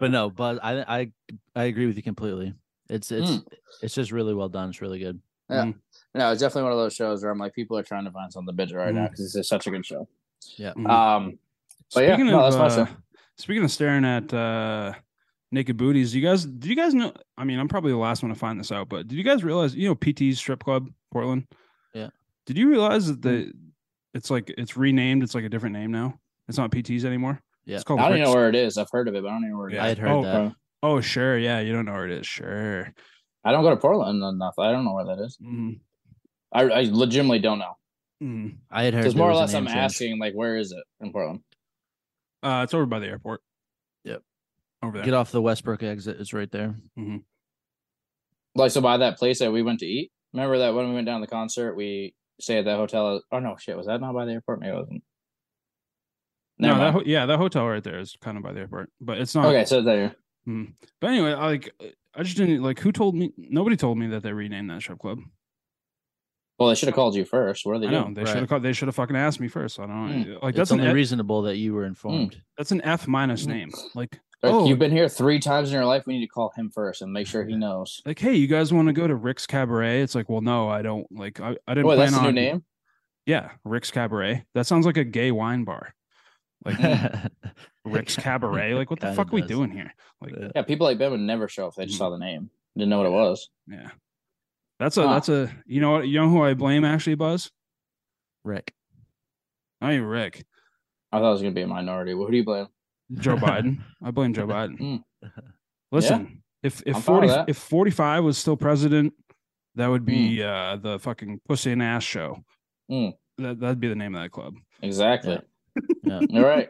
S4: but no, but I I I agree with you completely. It's it's
S3: Mm.
S4: it's just really well done. It's really good.
S3: No, it's definitely one of those shows where I'm like, people are trying to find something better right now
S2: Mm.
S3: because it's such a good show.
S4: Yeah.
S2: Mm.
S3: Um, but yeah, no, that's my
S2: uh,
S3: show.
S2: speaking of staring at uh, naked booties, you guys, do you guys know? I mean, I'm probably the last one to find this out, but did you guys realize? You know, PT's strip club, Portland.
S4: Yeah. Hmm.
S2: Did you realize that the it's like it's renamed? It's like a different name now. It's not PTs anymore.
S4: Yeah.
S2: It's called.
S3: I don't
S2: Rick's-
S3: even know where it is. I've heard of it, but I don't even know where it is.
S2: Oh, Yeah.
S4: I had heard
S2: Oh,
S4: that.
S3: Okay.
S2: Oh sure, yeah. You don't know where it is. Sure.
S3: I don't go to Portland enough. I don't know where that is.
S2: Mm,
S3: I, I legitimately don't know.
S2: mm.
S4: I had heard.
S3: Because
S4: there
S3: more or
S4: was a
S3: less,
S4: name
S3: I'm
S4: change.
S3: asking like, where is it in Portland?
S2: Uh, it's over by the airport.
S4: Yep.
S2: Over there.
S4: Get off the Westbrook exit. It's right there.
S3: Like, so by that place that we went to eat. Remember that when we went down to the concert, we stayed at that hotel. Oh no, shit, was that not by the airport? Maybe it wasn't.
S2: No,
S3: Never
S2: that
S3: mind.
S2: ho- yeah, that hotel right there is kind of by the airport, but it's not.
S3: okay, so there.
S2: Mm. But anyway, I, like I just didn't like who told me. Nobody told me that they renamed that strip club.
S3: Well, they should have called you first. What are they
S2: I
S3: doing?
S2: know they
S4: Right.
S2: should have. called They should have fucking asked me first. I don't like.
S4: it's
S2: That's an
S4: only
S2: F,
S4: reasonable that you were informed.
S2: that's an F minus
S3: Mm.
S2: name. Like
S3: Like,
S2: Oh.
S3: You've been here three times in your life. We need to call him first and make sure he knows.
S2: like hey, you guys want to go to Rick's Cabaret? It's like well, no, I don't. Like I, I didn't
S3: Wait,
S2: plan
S3: that's the
S2: on
S3: new name.
S2: Yeah, Rick's Cabaret. That sounds like a gay wine bar. Like
S3: mm.
S2: Rick's Cabaret. Like what the
S4: Kinda
S2: fuck are we
S4: does.
S2: doing here? Like
S4: Yeah.
S3: Yeah, people like Ben would never show if they just
S2: Mhm.
S3: saw the name, didn't know what it was.
S2: yeah, that's a
S3: Huh.
S2: that's a you know what you know who I blame Ashley Buzz.
S4: Rick.
S2: I mean Rick.
S3: I thought it was gonna be a minority. Well, who do you blame?
S2: Joe Biden. I blame Joe Biden.
S3: Mm.
S2: Listen, if if
S3: I'm fine
S2: forty
S3: with that.
S2: if forty five was still president, that would be uh the fucking pussy and ass show.
S3: Mm.
S2: That that'd be the name of that club.
S3: Exactly.
S4: Yeah.
S3: All right.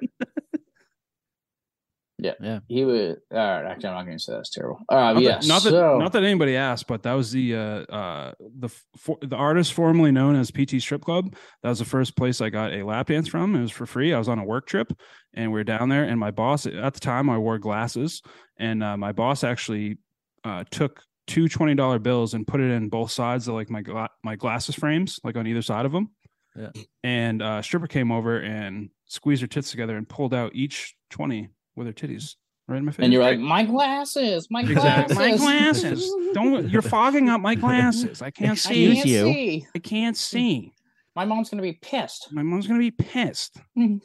S3: Yeah.
S4: Yeah.
S3: He would. All right. Actually, I'm not going to say that's terrible. All right.
S2: Not
S3: yeah.
S2: that, not that
S3: so,
S2: not that anybody asked, but that was the uh uh the f- for, the artist formerly known as PT Strip Club. That was the first place I got a lap dance from. It was for free. I was on a work trip, and we were down there. And my boss at the time I wore glasses, and uh, my boss actually uh, took two twenty dollar bills and put it in both sides of like my gla- my glasses frames, like on either side of them.
S4: Yeah.
S2: And uh, stripper came over and squeezed her tits together and pulled out each twenty with her titties right in my face.
S3: and you're like, my glasses, my
S2: Exactly.
S3: glasses.
S2: My glasses. Don't you're fogging up my glasses. I can't
S3: I
S4: Excuse
S2: see.
S3: can't
S4: you.
S3: see.
S2: I can't see.
S3: My mom's going to be pissed.
S2: My mom's gonna be pissed.
S3: Mhm.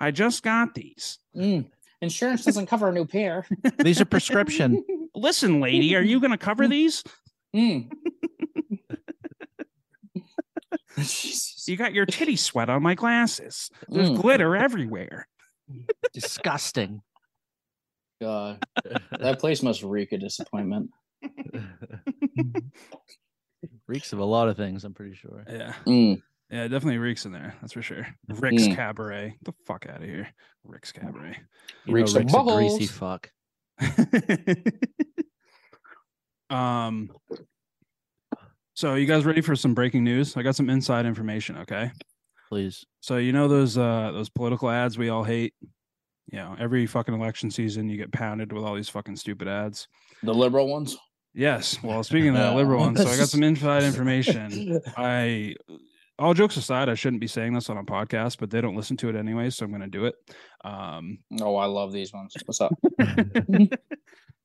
S2: I just got these.
S3: Mm. Insurance doesn't cover a new pair.
S4: These are prescription.
S2: Listen, lady, are you gonna cover these?
S3: Mm. Jesus.
S2: You got your titty sweat on my glasses. There's
S3: Mm.
S2: glitter everywhere.
S4: Disgusting.
S3: God. That place must reek of disappointment.
S4: Reeks of a lot of things, I'm pretty sure.
S2: Yeah.
S3: Mm.
S2: Yeah, it definitely reeks in there. That's for sure. Rick's
S3: Mm.
S2: Cabaret. Get the fuck out of here. Rick's Cabaret.
S4: You
S3: Reeks
S4: know,
S3: of
S4: Rick's a greasy
S3: bubbles.
S4: fuck.
S2: um so you guys ready for some breaking news i got some inside information okay
S4: Please.
S2: so you know those uh those political ads we all hate you know every fucking election season you get pounded with all these fucking stupid ads
S3: The liberal ones.
S2: yes well speaking of that liberal one so i got some inside information i all jokes aside i shouldn't be saying this on a podcast but they don't listen to it anyway so i'm gonna do it um
S3: Oh, I love these ones. What's up?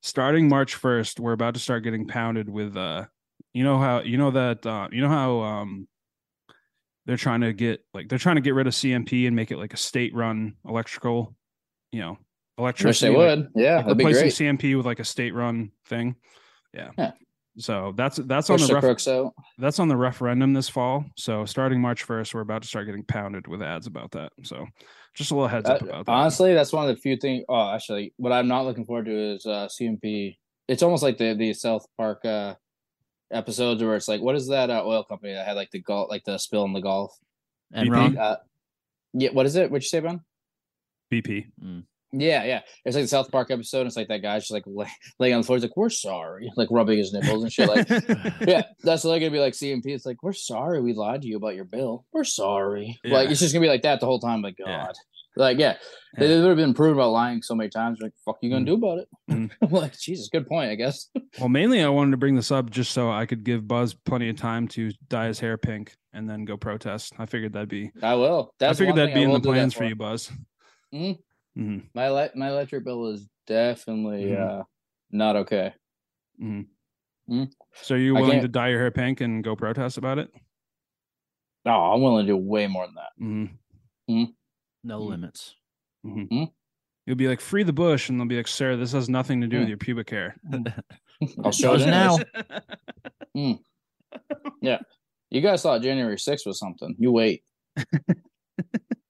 S2: starting March 1st, we're about to start getting pounded with uh you know how you know that uh you know how um they're trying to get like they're trying to get rid of CMP and make it like a state run electrical, you know,
S3: Wish
S2: electricity.
S3: they
S2: like-
S3: would. yeah,
S2: like
S3: that'd be
S2: replacing
S3: great.
S2: CMP with like a state run thing. Yeah.
S3: Yeah.
S2: So that's that's on
S3: Push
S2: the
S3: the
S2: ref-
S3: crooks out.
S2: that's on the referendum this fall. So starting March 1st, we're about to start getting pounded with ads about that. So just a little heads up
S3: That-
S2: about that.
S3: Uh, honestly, that's one of the few things. Oh, actually, what I'm not looking forward to is uh, CMP. It's almost like the the South Park uh, episodes where it's like, what is that uh, oil company that had like the golf, like the spill in the Gulf?
S4: And
S2: BP?
S4: wrong.
S3: Uh, yeah, what is it? What'd you say, Ben?
S2: BP.
S3: Yeah, yeah. It's like the South Park episode. and It's like that guy's just like lay, laying on the floor. He's like, "We're sorry," like rubbing his nipples and shit. Like, yeah, that's like gonna be like CMP. It's like, "We're sorry, we lied to you about your bill. We're sorry." Like,
S2: Yeah.
S3: it's just gonna be like that the whole time. Like, God,
S2: Yeah.
S3: like, yeah, They,
S2: Yeah.
S3: they would have been proved about lying so many times. Like, fuck, you gonna
S2: Mm.
S3: do about it?
S2: Mm.
S3: I'm like, Jesus, good point, I guess.
S2: Well, mainly I wanted to bring this up just so I could give Buzz plenty of time to dye his hair pink and then go protest. I figured that'd be
S3: I will.
S2: I
S3: That's
S2: figured
S3: one
S2: that'd be
S3: thing I
S2: in
S3: will
S2: the
S3: do that
S2: plans for you, Buzz.
S3: Mhm.
S2: Mhm,
S3: My le- my electric bill is definitely
S2: Mhm.
S3: uh, not okay.
S2: mhm.
S3: Mm.
S2: So are you
S3: I
S2: willing
S3: can't-
S2: to dye your hair pink and go protest about it?
S3: No, I'm willing to do way more than that.
S2: hmm
S4: No
S2: Mm.
S4: limits.
S2: You'll be like free the bush, and they'll be like, "Sir, this has nothing to do with
S3: Mm.
S2: your pubic hair." Oh,
S3: I'll
S4: It
S3: show
S4: does
S3: you
S4: now.
S3: Yeah. You guys thought January 6th was something. You wait.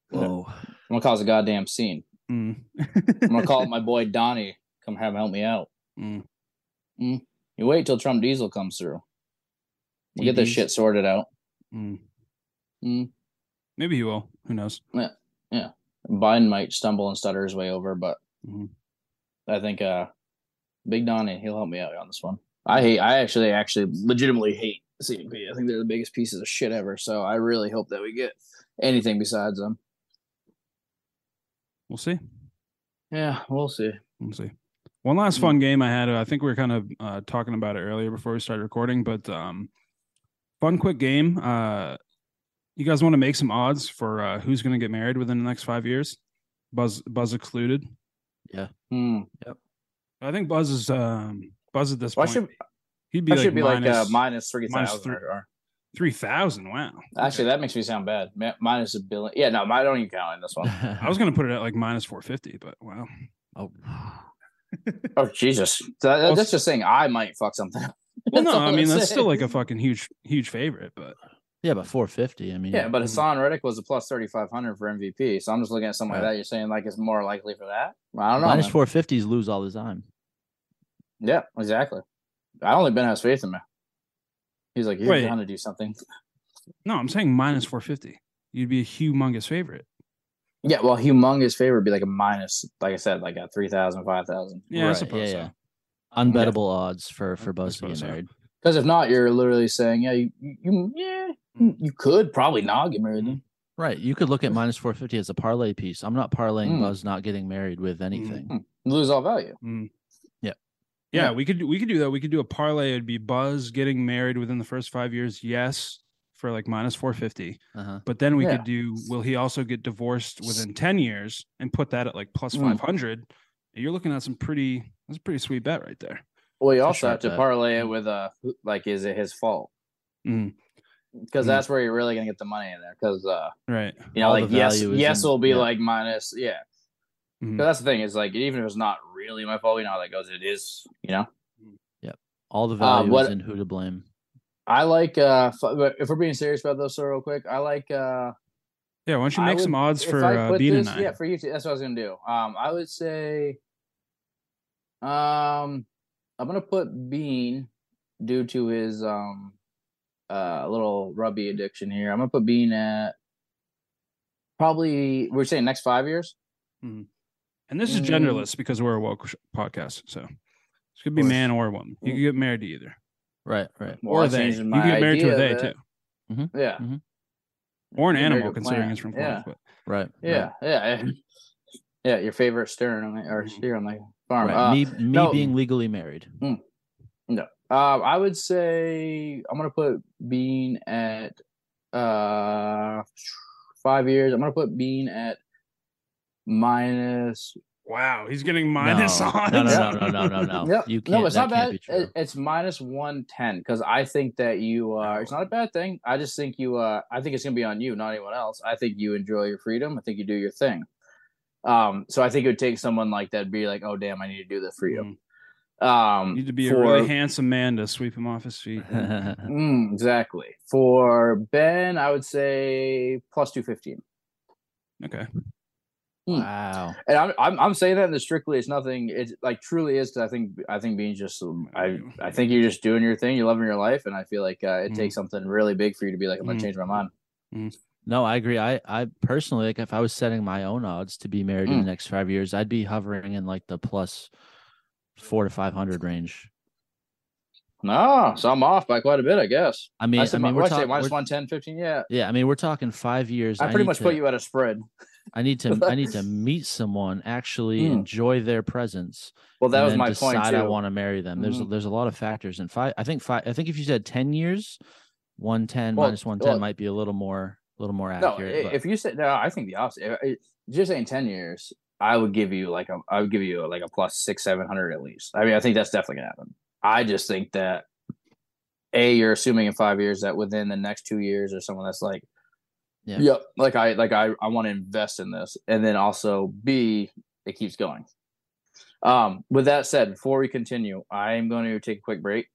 S4: Whoa.
S3: I'm gonna cause a goddamn scene.
S2: Mm.
S3: I'm gonna call up my boy Donnie. Come have help me out.
S2: Mm.
S3: You wait till Trump Diesel comes through. We'll get this
S4: TDs.
S3: shit sorted out.
S2: Mm.
S3: Mm.
S2: Maybe he will. Who knows?
S3: Biden might stumble and stutter his way over, but
S2: Mhm.
S3: I think uh Big Donnie, he'll help me out on this one. I hate I actually actually legitimately hate CMP. I think they're the biggest pieces of shit ever. So I really hope that we get anything besides them.
S2: We'll see.
S3: Yeah, we'll see.
S2: We'll see. One last
S3: Mm.
S2: fun game I had. I think we were kind of uh, talking about it earlier before we started recording, but um, fun quick game. Uh, you guys want to make some odds for uh, who's going to get married within the next five years? Buzz, Buzz excluded.
S3: Hmm.
S2: I think Buzz is um, Buzz at this
S3: Well, I
S2: point.
S3: should
S2: He'd
S3: I should be like uh,
S2: minus
S3: minus three
S2: minus
S3: thousand.
S2: three- three thousand. Wow.
S3: Actually, that makes me sound bad. Ma- Minus a billion. Yeah, no, I don't even count in this one.
S2: I was going to put it at like minus four fifty, but wow.
S4: oh.
S3: oh Jesus! So that-
S2: Well,
S3: that's just saying I might fuck something. up.
S2: Well, no,
S3: all
S2: I
S3: I'm
S2: mean that's
S3: saying.
S2: still like a fucking huge, huge favorite, but
S4: Yeah, but 450. I mean,
S3: yeah. But Hassan Reddick was a plus thirty five hundred for MVP. So I'm just looking at something like that. You're saying like it's more likely for that. Well, I don't know.
S4: minus
S3: man.
S4: 450s lose all the time.
S3: Yeah, exactly. I don't think Ben has faith in me. He's like, you're
S2: Wait.
S3: going to do something.
S2: no, I'm saying minus four fifty. You'd be a humongous favorite.
S3: Yeah, well, humongous favor would be like a minus, like I said, like a 3,000, 5,000.
S2: Yeah, I
S4: Right,
S2: suppose
S4: yeah,
S2: so.
S4: yeah. Unbettable odds for for Buzz to
S2: suppose
S4: get
S2: so.
S4: married.
S3: Because if not, you're literally saying, yeah, you, you- you yeah,
S2: Hmm.
S3: you- you could probably not get married. then.
S4: Right. You could look at minus 450 as a parlay piece. I'm not parlaying
S3: Mm.
S4: Buzz not getting married with anything.
S3: You lose all value.
S2: Mm.
S4: Yeah.
S2: yeah,
S3: Yeah.
S2: We could we could do that. We could do a parlay. It'd be Buzz getting married within the first five years. Yes, for like minus four fifty.
S4: Uh-huh.
S2: But then we
S3: Yeah.
S2: could do. Will he also get divorced within ten years and put that at like plus
S3: Mm.
S2: five hundred? You're looking at some pretty. That's a pretty sweet bet right there.
S3: Well, you
S4: It's a Mm.
S3: also
S4: sharp
S3: have to
S4: bet.
S3: parlay it with uh, who- like, is it his fault?
S2: Mm,
S3: Because
S2: Mm.
S3: that's where you're really gonna get the money in there. Because uh,
S2: right.
S3: you know,
S4: All the
S3: like yes,
S4: value is
S3: yes
S4: in-
S3: will be
S4: yeah. Mm.
S3: like minus, yeah. 'Cause
S2: Mhm.
S3: that's the thing is like even if it's not really my fault, we know how that goes. It is, you know.
S4: All the value is
S3: Uh, what-
S4: in who to blame.
S3: I like uh, fu- but if we're being serious about this, so real quick, I like uh,
S2: Yeah. Why don't you
S3: I
S2: make some
S3: would-
S2: odds
S3: if
S2: for
S3: I
S2: uh,
S3: put
S2: Bean
S3: this,
S2: and I?
S3: yeah, for you. Too, that's what I was gonna do. Um, I would say, um, I'm gonna put Bean due to his um, uh, little rubby addiction here. I'm gonna put Bean at probably we're saying next five years.
S2: And this is
S3: Mm.
S2: genderless because we're a woke sh- podcast. So it could be
S3: course.
S2: man or woman. You
S3: Mm.
S2: could get married to either.
S4: Right, right.
S3: Well,
S2: or they.
S3: that
S2: You
S3: changes
S2: could
S3: my
S2: get married to a
S3: idea
S2: they
S3: that-
S2: too.
S3: Yeah,
S4: Mhm.
S2: Or an
S3: Get married to
S2: animal,
S3: a
S2: considering
S3: plant.
S2: it's from
S3: yeah.
S2: Florida. But
S4: Right.
S3: Yeah,
S4: Right.
S3: yeah, yeah, yeah. Your favorite steer on the or
S2: Mhm.
S3: steer on the farm.
S4: Right.
S3: Uh,
S4: me me
S3: no.
S4: being legally married.
S3: uh, I would say I'm gonna put Bean at uh five years. I'm gonna put Bean at minus.
S2: wow, he's getting minus
S4: no,
S2: odds.
S4: no, no, no, no, no, no.
S3: Yep.
S4: Oh, You can't.
S3: no, it's
S4: that
S3: not bad.
S4: can't Be true.
S3: It, it's minus one ten because I think that you are.
S4: Oh.
S3: It's not a bad thing. I just think you. Uh, I think it's gonna be on you, not anyone else. I think you enjoy your freedom. I think you do your thing. Um, so I think it would take someone like that to be like, oh damn, I need to do this for you.
S2: You
S3: Um,
S2: Mm. Hmm. need to be a
S3: for-
S2: really handsome man to sweep him off his feet.
S3: Mm, exactly. For Ben, I would say plus two fifteen.
S2: okay.
S4: wow.
S3: And I'm, I'm I'm saying that in the strictly it's nothing. It's like truly is 'cause I think I think being just um, I I think you're just doing your thing. You're loving your life, and I feel like uh, it
S2: Mm.
S3: takes something really big for you to be like I'm gonna
S2: Mm.
S3: change my mind.
S4: No, I agree. I, I personally, like, if I was setting my own odds to be married in
S3: Mm.
S4: the next five years, I'd be hovering in like the plus four to five hundred range.
S3: No, so I'm off by quite a bit, I guess.
S4: I mean,
S3: I,
S4: I,
S3: said,
S4: mean,
S3: mi-
S4: we're
S3: what'd I say,
S4: talking.
S3: minus
S4: we're-
S3: 110, 15? Yeah,
S4: Yeah, I mean, we're talking five years.
S3: I pretty
S4: need
S3: much
S4: to-
S3: put you at a spread.
S4: I need to. I need to meet someone, actually
S3: Mm.
S4: enjoy their presence.
S3: Well, that
S4: and
S3: was
S4: then
S3: my
S4: decide
S3: point too.
S4: I want to marry them. There's a,
S3: Mhm.
S4: there's a lot of factors, and five. I think five. I think if you said ten years, one ten
S3: Well,
S4: minus one ten
S3: well-
S4: might be a little more, a little more
S3: No,
S4: accurate.
S3: i-
S4: but-
S3: if you said no, I think the opposite. If- if- Just saying ten years, I would give you like a, I would give you like a plus six, seven hundred at least. I mean, I think that's definitely gonna happen. I just think that a you're assuming in five years that within the next two years or someone that's like,
S4: Yeah.
S3: yep, like I like I I want to invest in this, and then also b it keeps going. Um, with that said, before we continue, I am going to take a quick break.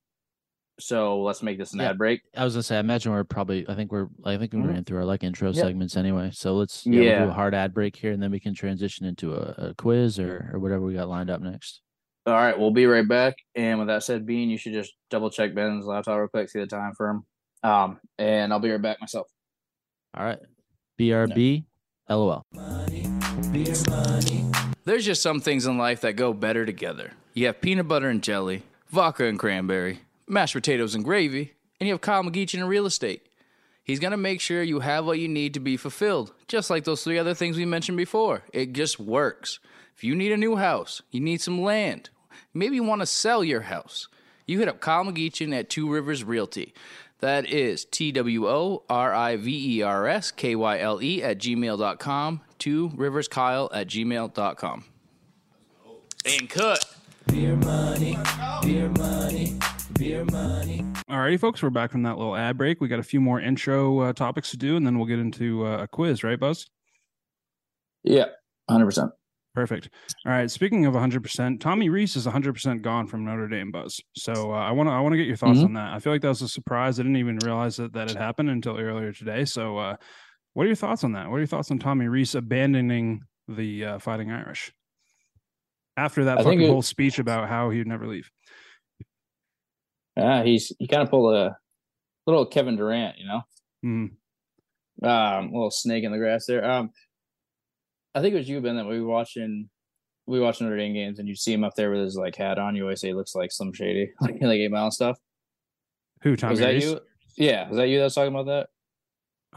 S3: So let's make this an
S4: Yeah.
S3: ad break.
S4: I was gonna say, I imagine we're probably. I think we're. I think we
S2: Mhm.
S4: ran through our like intro
S3: Mm-hmm. Yeah.
S4: segments anyway. So let's yeah, we'll do
S3: Yeah.
S4: a hard ad break here, and then we can transition into a, a quiz or or whatever we got lined up next.
S3: All right, we'll be right back. And with that said, Bean, you should just double check Ben's laptop real quick, see the time for him. Um, and I'll be right back myself.
S4: All right, BRB, LOL.
S3: There's just some things in life that go better together. You have peanut butter and jelly, vodka and cranberry, mashed potatoes and gravy, and you have Kyle McGeechan in real estate. He's going to make sure you have what you need to be fulfilled, just like those three other things we mentioned before. It just works. If you need a new house, you need some land, maybe you want to sell your house, you hit up Kyle McGeechan at Two Rivers Realty. That is T W O R I V E R S K Y L E at gmail.com, Two Rivers Kyle at gmail.com. And cut.
S2: Alrighty, folks, we're back from that little ad break. We got a few more intro uh, topics to do, and then we'll get into uh, a quiz, right, Buzz?
S3: Yeah, 100%.
S2: Perfect. All right. Speaking of 100%, Tommy Reese is 100% gone from Notre Dame Buzz. So uh, I want to I want to get your thoughts
S3: Mhm.
S2: on that. I feel like that was a surprise. I didn't even realize that that had happened until earlier today. So uh, what are your thoughts on that? What are your thoughts on Tommy Reese abandoning the uh, Fighting Irish after that
S3: I think
S2: fucking
S3: it-
S2: whole speech about how he'd never leave?
S3: Yeah, he's he kind of pulled a little Kevin Durant, you know?
S2: Mm,
S3: um little snake in the grass there. Um I think it was you, Ben, that we were watching we watched Notre Dame games and you see him up there with his like hat on, you always say he looks like Slim Shady, like like eight mile and stuff.
S2: who Tommy
S3: was that
S2: Reese?
S3: you? Yeah, was that you that was talking about that?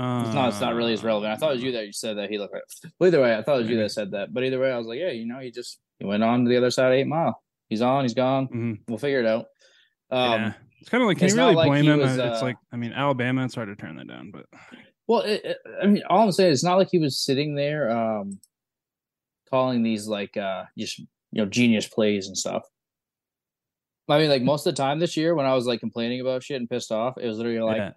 S2: Uh,
S3: It's not it's not really as relevant. I thought it was you that you said that he looked like well, either way, I thought it was you that said that. But either way, I was like, Yeah, you know, he just he went on to the other side of eight mile. He's on, he's gone.
S2: Mhm,
S3: We'll figure it out. Um
S2: yeah. It's kind of like can
S3: it's
S2: you
S3: not
S2: really
S3: like
S2: blame
S3: he
S2: him?
S3: was,
S2: it's
S3: uh,
S2: like I mean Alabama. It's hard to turn that down, but
S3: Well, it, it, I mean, all I'm saying is it's not like he was sitting there um, calling these like uh, just you know genius plays and stuff. I mean, like most of the time this year, when I was like complaining about shit and pissed off, it was literally like
S2: yeah.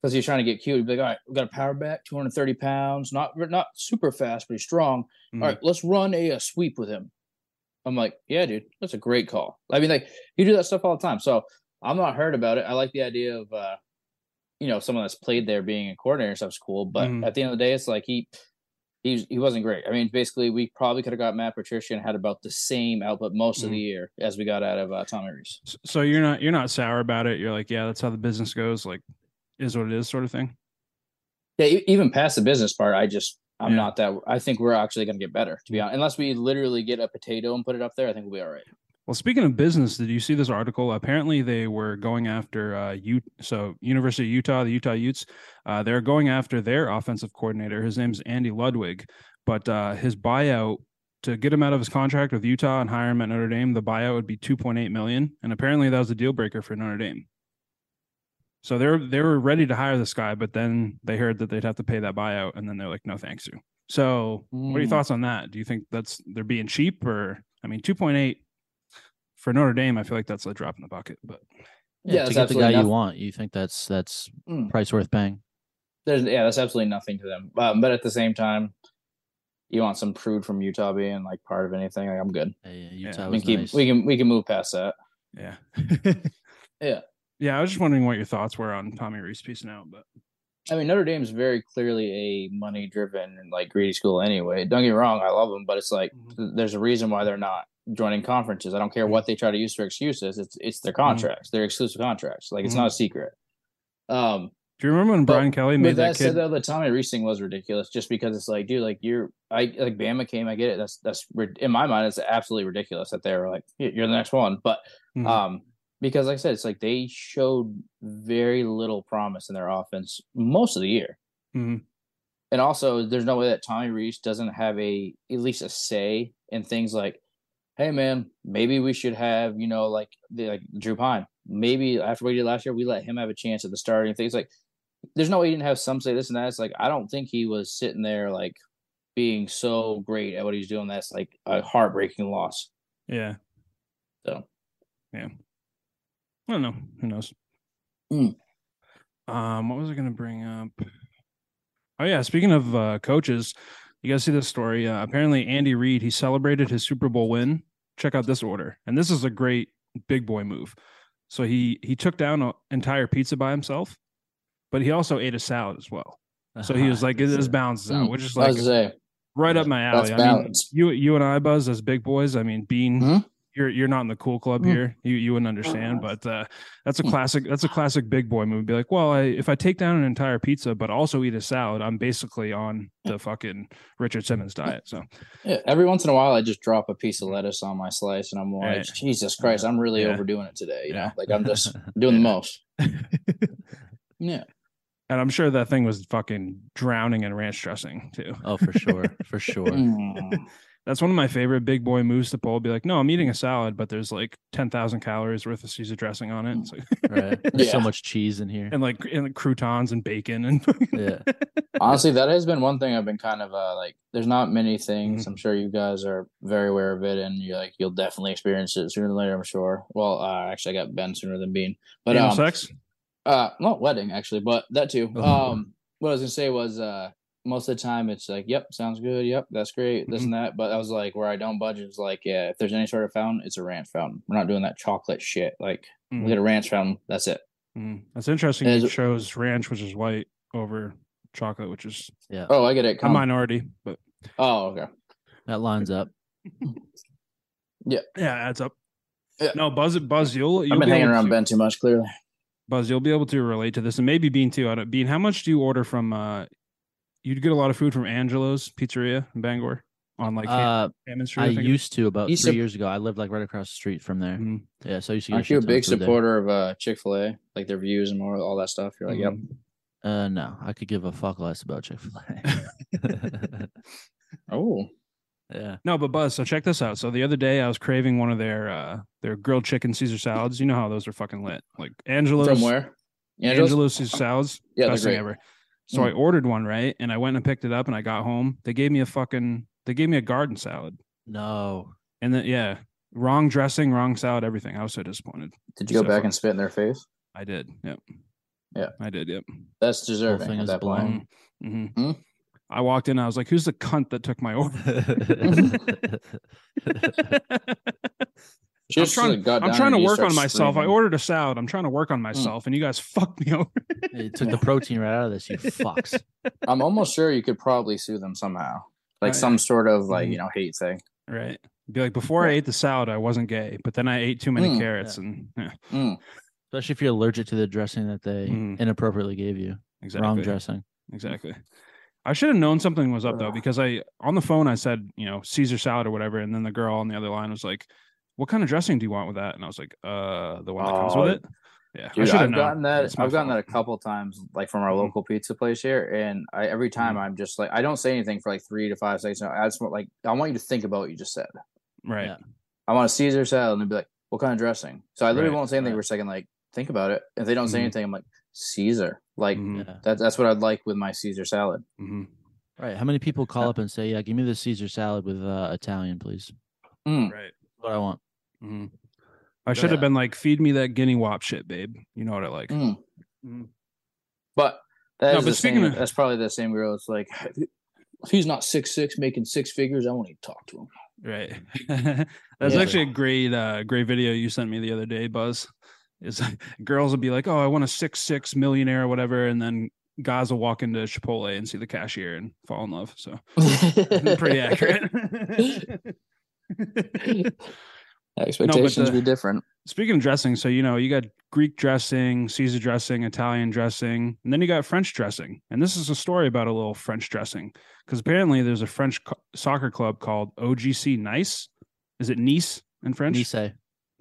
S3: because he's trying to get cute. He'd be like, "All right, we got a power back, 230 pounds, not not super fast, but he's strong.
S2: Mhm.
S3: All right, let's run a, a sweep with him." I'm like, "Yeah, dude, that's a great call." I mean, like you do that stuff all the time, so I'm not hurt about it. I like the idea of, uh, you know, someone that's played there being a coordinator and stuff's cool, but
S2: Mhm.
S3: at the end of the day, it's like he. He, he wasn't great. I mean, basically, we probably could have got Matt Patricia and had about the same output most of the year as we got out of uh, Tommy Reese.
S2: S- So you're not you're not sour about it. You're like, yeah, that's how the business goes. Like, is what it is, sort of thing.
S3: Yeah, e- even past the business part, I just I'm
S2: Yeah.
S3: not that. I think we're actually going to get better, to be honest. Unless we literally get a potato and put it up there, I think we'll be all right.
S2: Well, speaking of business, did you see this article? Apparently, they were going after uh, U- so University of Utah, the Utah Utes. Uh, they're going after their offensive coordinator. His name's Andy Ludwig, but uh, his buyout to get him out of his contract with Utah and hire him at Notre Dame, the buyout would be 2.8 million, and apparently that was a deal breaker for Notre Dame. So they're they were ready to hire this guy, but then they heard that they'd have to pay that buyout, and then they're like, no, thanks, you. So, what are your
S3: Mm.
S2: thoughts on that? Do you think that's they're being cheap, or I mean, 2.8 for Notre Dame? I feel like that's a drop in the bucket, but
S3: Yeah, that's
S4: to get the guy
S3: absolutely
S4: you
S3: nothing.
S4: want, you think that's that's
S3: Mm.
S4: price worth paying.
S3: There's yeah, that's absolutely nothing to them. Um, but at the same time, you want some prude from Utah being like part of anything? Like I'm good.
S4: Yeah, yeah,
S2: Yeah.
S4: Utah
S3: we
S4: was
S3: can keep,
S4: nice.
S3: we can we can move past that.
S2: yeah,
S3: Yeah.
S2: yeah. I was just wondering what your thoughts were on Tommy Reese piecing out, but
S3: I mean, Notre Dame's very clearly a money driven and like greedy school anyway. Don't get me wrong, I love them, but it's like
S2: Mhm.
S3: th- there's a reason why they're not joining conferences. I don't care what they try to use for excuses. It's it's their contracts, their exclusive contracts. Like it's not a secret. Um,
S2: do you remember when
S3: But
S2: Brian Kelly made
S3: with that,
S2: that
S3: said
S2: kid?
S3: though, the Tommy Reese thing was ridiculous, just because it's like, dude, like you're, I like Bama came, I get it. That's that's rid- in my mind, it's absolutely ridiculous that they're like, "Yeah, you're the next one. But
S2: Mhm.
S3: um, because like I said, it's like they showed very little promise in their offense most of the year.
S2: Mhm.
S3: And also, there's no way that Tommy Reese doesn't have a at least a say in things like, hey man, maybe we should have you know like the, like Drew Pine. Maybe after we did last year, we let him have a chance at the starting things. Like, there's no way he didn't have some say this and that. It's like I don't think he was sitting there like being so great at what he's doing. That's like a heartbreaking loss.
S2: Yeah.
S3: So.
S2: Yeah. I don't know. Who knows?
S3: Mm.
S2: Um, what was I gonna bring up? Oh yeah, speaking of uh, coaches, you guys see this story. Uh, apparently, Andy Reid he celebrated his Super Bowl win. Check out this order, and this is a great big boy move. So he he took down an entire pizza by himself, but he also ate a salad as well. So
S4: Uh-huh.
S2: he was like, "This balances out,"
S3: Mm.
S2: which is
S3: I
S2: like
S3: was gonna say
S2: right up my alley.
S3: that's
S2: I mean,
S3: balance.
S2: you you and I, Buzz, as big boys, I mean, Bean,
S3: Mhm.
S2: you're you're not in the cool club
S3: Mhm.
S2: here. You you wouldn't understand, but uh, that's a
S3: Mhm.
S2: classic. That's a classic big boy move. Be like, well, I, if I take down an entire pizza, but also eat a salad, I'm basically on the fucking Richard Simmons diet. So
S3: Yeah, every once in a while, I just drop a piece of lettuce on my slice, and I'm like,
S2: Right.
S3: Jesus Christ, I'm really
S2: Yeah.
S3: overdoing it today. You
S2: Yeah.
S3: know, like I'm just doing the most. Yeah,
S2: And I'm sure that thing was fucking drowning in ranch dressing too.
S4: oh, for sure, for sure.
S3: Mm.
S2: That's one of my favorite big boy moves to pull. Be like, no, I'm eating a salad, but there's like 10,000 calories worth of Caesar dressing on it.
S3: Hmm.
S2: It's like-
S4: Right? There's so
S3: Yeah.
S4: much cheese in here.
S2: and like and like croutons and bacon and
S4: Yeah.
S3: honestly, that has been one thing I've been kind of uh, like. There's not many things.
S2: Mm-hmm.
S3: I'm sure you guys are very aware of it, and you like you'll definitely experience it sooner than later. I'm sure. Well, uh, actually, I got Ben sooner than Bean, but
S2: anal
S3: um,
S2: sex.
S3: uh not wedding actually but that too
S2: Oh.
S3: um what i was gonna say was uh most of the time it's like yep sounds good yep that's great
S2: Mm-hmm.
S3: this and that but i was like where i don't budget is like yeah if there's any sort of fountain it's a ranch fountain we're not doing that chocolate shit like
S2: Mm.
S3: we get a ranch fountain that's it
S2: Mm. That's interesting. You
S3: As-
S2: chose ranch, which is white, over chocolate, which is
S4: Yeah.
S3: oh i get it
S2: a
S3: Come on.
S2: minority, but
S3: oh okay
S4: That lines up.
S2: yeah, it adds up.
S3: Yeah.
S2: No, Buzz, Buzz, you'll, you'll
S3: i've been
S2: be
S3: hanging
S2: able
S3: around
S2: to-
S3: ben too much clearly
S2: Buzz, you'll be able to relate to this, and maybe Bean too. I don't, Bean, how much do you order from? uh You'd get a lot of food from Angelo's Pizzeria in Bangor on like Ham-
S4: Uh,
S2: Hammond Street.
S4: I
S2: think it
S4: used to about three
S3: Used to-
S4: years ago. I lived like right across the street from there.
S2: is. Mhm.
S4: Yeah, so I used to. Get
S3: aren't you a
S4: shit ton of
S3: big
S4: food there.
S3: supporter of uh chick-fil-a like their views and more all that stuff you're like yep
S2: Mhm.
S4: Uh, no, I could give a fuck less about Chick Fil A.
S3: oh
S4: yeah.
S2: No, but Buzz, so check this out. So the other day I was craving one of their uh their grilled chicken Caesar salads. You know how those are fucking lit. Like Angelo's
S3: from where Angelo's?
S2: Angelo's Caesar salads.
S3: yeah they're
S2: best thing
S3: great Hmm.
S2: ever. So I ordered one, right? And I went and picked it up and I got home. They gave me a fucking they gave me a garden salad.
S4: No.
S2: And then yeah, wrong dressing, wrong salad, everything. I was so disappointed.
S3: did you go
S2: So
S3: back
S2: fun.
S3: and spit in their face
S2: I did. Yep.
S3: Yeah.
S2: I did, yep.
S3: that's
S4: Whole
S3: deserving
S4: thing
S3: at
S4: is
S3: that point
S4: blown.
S2: hmm
S3: Hmm?
S2: I walked in, I was like, who's the cunt that took my order? I'm
S3: Just,
S2: trying,
S3: like, got
S2: I'm
S3: down
S2: trying
S3: and
S2: to
S3: you
S2: work
S3: start
S2: on myself. I
S3: screaming. Hmm.
S2: ordered a salad. I'm trying to work on myself, and you guys fucked me over.
S4: you took the protein right out of this, you fucks.
S3: I'm almost sure you could probably sue them somehow,
S2: Uh,
S3: like some sort of like
S2: Mhm.
S3: you know hate thing.
S2: Right. Be like, before I ate the salad, I wasn't gay, but then I ate too many
S3: Mm.
S2: carrots, and yeah,
S3: Mm.
S4: Especially if you're allergic to the dressing that they
S2: Mm.
S4: inappropriately gave you.
S2: exactly.
S4: Wrong dressing.
S2: Exactly. I should have known something was up though
S3: Ugh.
S2: because I on the phone I said you know Caesar salad or whatever, and then the girl on the other line was like, "What kind of dressing do you want with that?" And I was like, "Uh, the one that comes
S3: Oh,
S2: with it." Yeah,
S3: Dude,
S2: should have
S3: I've
S2: known.
S3: gotten
S2: It's
S3: that.
S2: my
S3: I've gotten that
S2: fault.
S3: a couple times, like from our
S2: Mhm.
S3: local pizza place here, and I every time
S2: Mm-hmm.
S3: I'm just like I don't say anything for like three to five seconds. I just want like I want you to think about what you just said.
S2: Right.
S4: Yeah.
S3: I want a Caesar salad, and they'd be like, "What kind of dressing?" So I literally
S2: Right,
S3: won't say anything
S4: right.
S3: for a second. Like think about it. If they don't say
S2: Mhm.
S3: anything, I'm like Caesar. Like
S2: Mhm,
S4: Yeah.
S3: that, that's what I'd like with my Caesar salad.
S2: mhm.
S4: Right. How many people call
S3: Yeah.
S4: up and say, "Yeah, give me the Caesar salad with uh, Italian, please"?
S3: Mm.
S2: Right.
S4: What I want.
S2: mhm. I should have
S3: Yeah.
S2: been like, "Feed me that guinea wop shit, babe." You know what I like.
S3: Mm.
S2: Mhm.
S3: But that
S2: No,
S3: is
S2: but
S3: the
S2: speaking
S3: same,
S2: of-
S3: that's probably the same girl. It's like if he's not six six making six figures, I won't even talk to him.
S2: Right. That's
S3: Yeah.
S2: actually a great uh great video you sent me the other day, Buzz. Is girls would be like, Oh, I want a six six millionaire or whatever, and then guys will walk into Chipotle and see the cashier and fall in love. So pretty accurate.
S3: Expectations
S2: the-
S3: be different.
S2: Speaking of dressing, so you know, you got Greek dressing, Caesar dressing, Italian dressing, and then you got French dressing. And this is a story about a little French dressing because apparently there's a French co- soccer club called OGC Nice. Is it Nice in French?
S4: Nisei.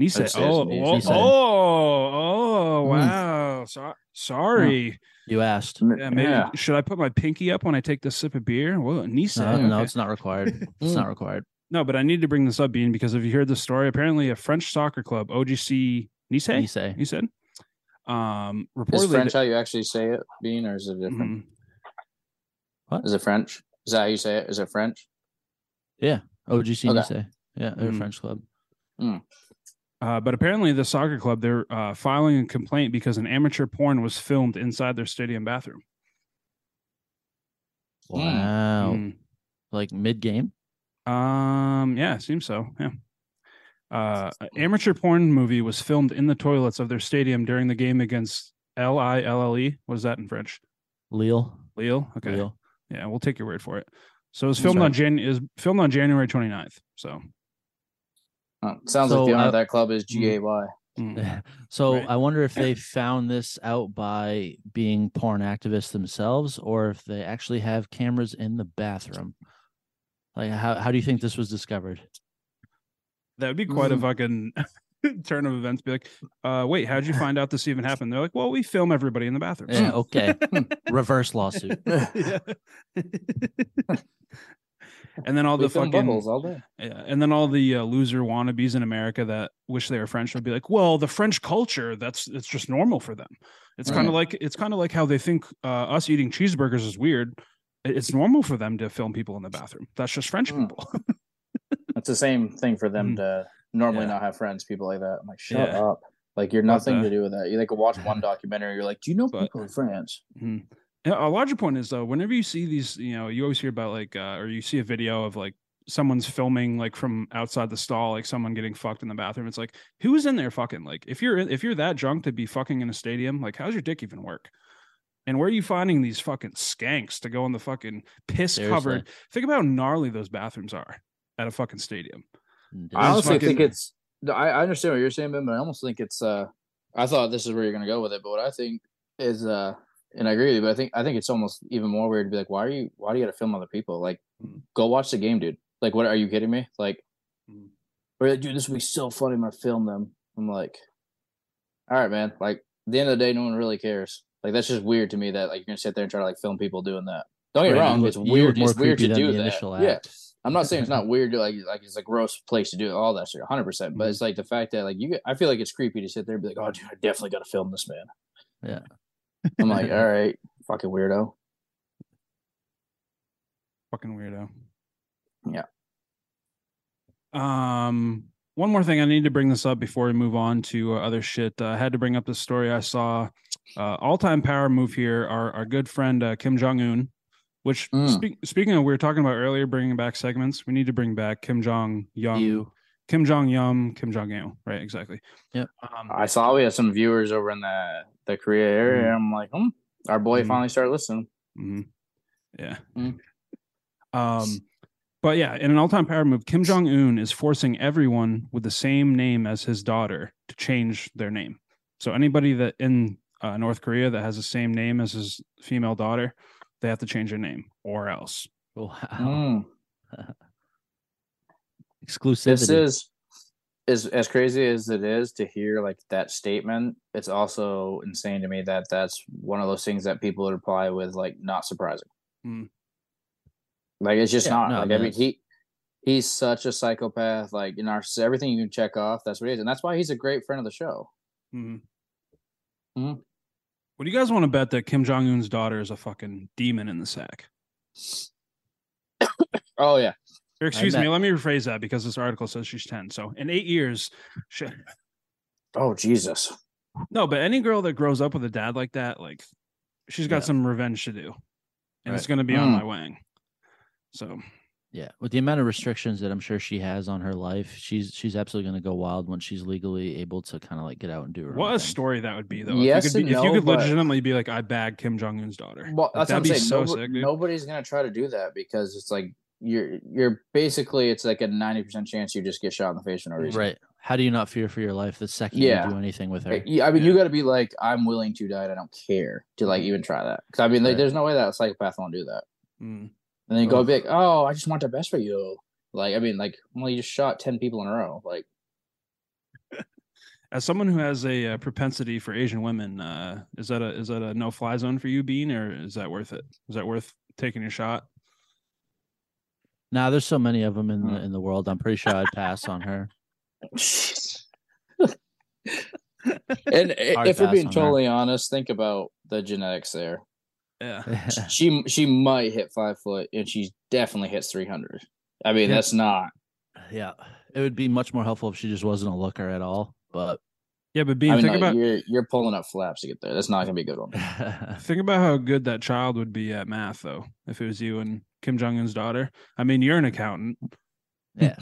S2: Nissan.
S3: Upstairs,
S2: Oh,
S3: Nissan.
S2: oh,
S4: Nissan.
S2: oh, oh,
S3: Mm.
S2: wow. So, sorry.
S4: You asked.
S3: Hmm.
S2: Yeah, maybe should I put my pinky up when I take this sip of beer? Well, Nissan.
S4: No, no,
S2: okay.
S4: it's not required. It's
S3: Mm.
S4: not required.
S2: no, but I need to bring this up, Bean, because if you heard the story, apparently a French soccer club, OGC Nice,
S4: Nisei.
S2: you said, um,
S3: Is
S2: reportedly.
S3: French how you actually say it, Bean, or is it different?
S2: Mhm. Mm-hmm.
S3: Is it French? Is that how you say it? Is it French?
S4: OGC
S3: Okay.
S4: Nisei. Yeah, they're a
S2: Mm.
S4: French club.
S2: Uh, but apparently, the soccer club they're uh, filing a complaint because an amateur porn was filmed inside their stadium bathroom.
S3: Mm.
S4: Wow.
S2: Mm.
S4: Like mid game?
S2: Um, yeah, seems so. Yeah. Uh, an amateur porn movie was filmed in the toilets of their stadium during the game against L I L L E. What is that in French?
S4: Lille.
S2: Lille. Okay.
S4: Lille.
S2: Yeah, we'll take your word for it. So it was
S3: That's
S2: filmed
S3: right.
S2: on Jan is filmed on January 29th. So
S3: Huh. Oh, Sounds
S4: So,
S3: like the owner
S4: uh,
S3: of that club is
S2: mm-hmm.
S3: GAY.
S2: mm.
S4: So
S2: Right.
S4: I wonder if they found this out by being porn activists themselves, or if they actually have cameras in the bathroom. Like, how how do you think this was discovered?
S2: that would be quite a
S3: Mhm.
S2: fucking turn of events. Be like, uh, wait, how'd you find out this even happened? They're like, well, we film everybody in the
S3: Mm.
S2: bathroom.
S4: Yeah, Eh, okay. Reverse lawsuit.
S2: Yeah. and then all
S3: We
S2: the
S3: film
S2: fucking
S3: bubbles all day.
S2: Yeah, and then all the uh, loser wannabes in America that wish they were French would be like, "Well, the French culture—that's it's just normal for them. It's kind of
S3: Right.
S2: like it's kind of like how they think uh, us eating cheeseburgers is weird. I- It's normal for them to film people in the bathroom. That's just French
S3: Mm.
S2: people.
S3: It's the same thing for them
S2: Mhm.
S3: to normally
S2: Yeah.
S3: not have friends, people like that. I'm like, shut
S2: Yeah.
S3: up. Like you're
S2: But,
S3: nothing
S2: uh,
S3: to do with that. You like watch one documentary, you're like, do you know
S2: But-
S3: people in France?
S2: Mhm. Yeah, A larger point is though, whenever you see these, you know, you always hear about like, uh, or you see a video of like someone's filming like from outside the stall, like someone getting fucked in the bathroom. It's like, who's in there fucking? Like, if you're if you're that drunk to be fucking in a stadium, like, how's your dick even work? And where are you finding these fucking skanks to go in the fucking piss covered? Think about how gnarly those bathrooms are at a fucking stadium.
S3: I
S2: It's
S3: honestly
S2: fucking-
S3: think it's. I, I understand what you're saying, Ben, but I almost think it's. uh I thought this is where you're gonna go with it, but what I think is, uh and I agree with you, but I think I think it's almost even more weird to be like, why are you? Why do you got to film other people? Like,
S4: Hmm.
S2: Mhm.
S3: go watch the game, dude. Like, what are you kidding me? Like,
S4: Hmm.
S2: Mhm.
S3: we're like, dude, this would be so funny. I'm gonna film them. I'm like, all right, man. Like, at the end of the day, no one really cares. Like, that's just weird to me that like you're gonna sit there and try to like film people doing that. Don't get me
S4: Right, you
S3: wrong,
S4: look-
S3: it's
S4: you look
S3: weird.
S4: more
S3: It's weird to
S4: creepy than
S3: do
S4: the
S3: that.
S4: initial
S3: Yeah,
S4: act.
S3: I'm not saying it's not weird to like like it's a gross place to do all that shit, 100. percent But it's like the fact that like you, get- I feel like it's creepy to sit there and be like, oh dude, I definitely got to film this man.
S4: Yeah.
S3: I'm like, all right, fucking weirdo.
S2: Fucking weirdo.
S3: Yeah.
S2: Um, one more thing. I need to bring this up before we move on to uh, other shit. Uh, I had to bring up this story I saw. Uh, all-time power move here. Our our good friend uh, Kim Jong Un, which
S3: Mm.
S2: speak, speaking of, we were talking about earlier bringing back segments. We need to bring back Kim Jong Young,
S4: you.
S2: Kim Jong Yum, Kim Jong Il. Right? Exactly.
S4: Yep.
S2: Um,
S3: I saw we had some viewers over in the the Korea area. and I'm like, hmm, our boy
S2: Mhm.
S3: finally started listening.
S2: hmm Yeah.
S3: Mm.
S2: Um, but yeah, in an all-time power move, Kim Jong Un is forcing everyone with the same name as his daughter to change their name. So anybody that in uh, North Korea that has the same name as his female daughter, they have to change their name or else.
S4: Wow.
S3: Mm.
S4: Exclusivity.
S3: This is is as crazy as it is to hear like that statement. It's also insane to me that that's one of those things that people would reply with like not surprising.
S2: Mm.
S3: Like it's just
S4: Yeah,
S3: not.
S4: no, I
S3: like, I
S4: mean,
S3: mean,
S4: it's-
S3: he he's such a psychopath. Like in our everything you can check off, that's what he is, and that's why he's a great friend of the show.
S2: Mhm.
S3: Mhm.
S2: What do you guys want to bet that Kim Jong Un's daughter is a fucking demon in the sack?
S3: Oh yeah,
S2: Or excuse me,
S4: bet-
S2: let me rephrase that because this article says she's ten. So in eight years, she,
S3: oh Jesus.
S2: No, but any girl that grows up with a dad like that, like she's got
S4: Yeah.
S2: some revenge to do. And it's
S4: Right.
S2: going to be on
S3: Mm.
S2: my wang. So,
S4: yeah. With the amount of restrictions that I'm sure she has on her life, she's she's absolutely gonna go wild when she's legally able to kind of like get out and do her. own
S2: what a
S4: thing.
S2: story that would be, though.
S3: Yes
S2: if you could, be,
S3: and
S2: if you
S3: no,
S2: could
S3: but-
S2: legitimately be like, I bagged Kim Jong Un's daughter.
S3: Well,
S2: Like,
S3: that's what I'm
S2: that'd
S3: saying.
S2: be so
S3: Nobo-
S2: sick, dude.
S3: nobody's gonna try to do that because it's like you're you're basically it's like a ninety percent chance you just get shot in the face for no reason.
S4: Right. How do you not fear for your life the second
S3: Yeah.
S4: you do anything with her?
S3: Like, yeah, I mean, you got to be like, I'm willing to die. and I don't care to like even try that. 'Cause, I mean, like,
S4: Right.
S3: there's no way that a psychopath won't do that.
S4: Hmm.
S2: Mm.
S3: And then you go
S4: Ugh.
S3: be like, oh, I just want the best for you. Like, I mean, like, well, you just shot ten people in a row. Like,
S2: As someone who has a uh, propensity for Asian women, uh, is that a is that a no fly zone for you, Bean, or is that worth it? Is that worth taking your shot?
S4: Nah, there's so many of them in
S3: Mm.
S4: the in the world. I'm pretty sure I'd pass on her.
S3: and i-
S4: Hard
S3: if we're
S4: pass
S3: being
S4: on her.
S3: totally honest, think about the genetics there.
S2: Yeah,
S3: she she might hit five foot, and she definitely hits three hundred. I mean,
S2: Yeah.
S3: that's not
S4: yeah, it would be much more helpful if she just wasn't a looker at all. But
S2: yeah. But Bean,
S3: I mean,
S2: think
S3: like,
S2: about
S3: you're you're pulling up flaps to get there. That's not gonna be a good one.
S2: Think about how good that child would be at math, though, if it was you and Kim Jong Un's daughter. I mean, you're an accountant.
S4: Yeah.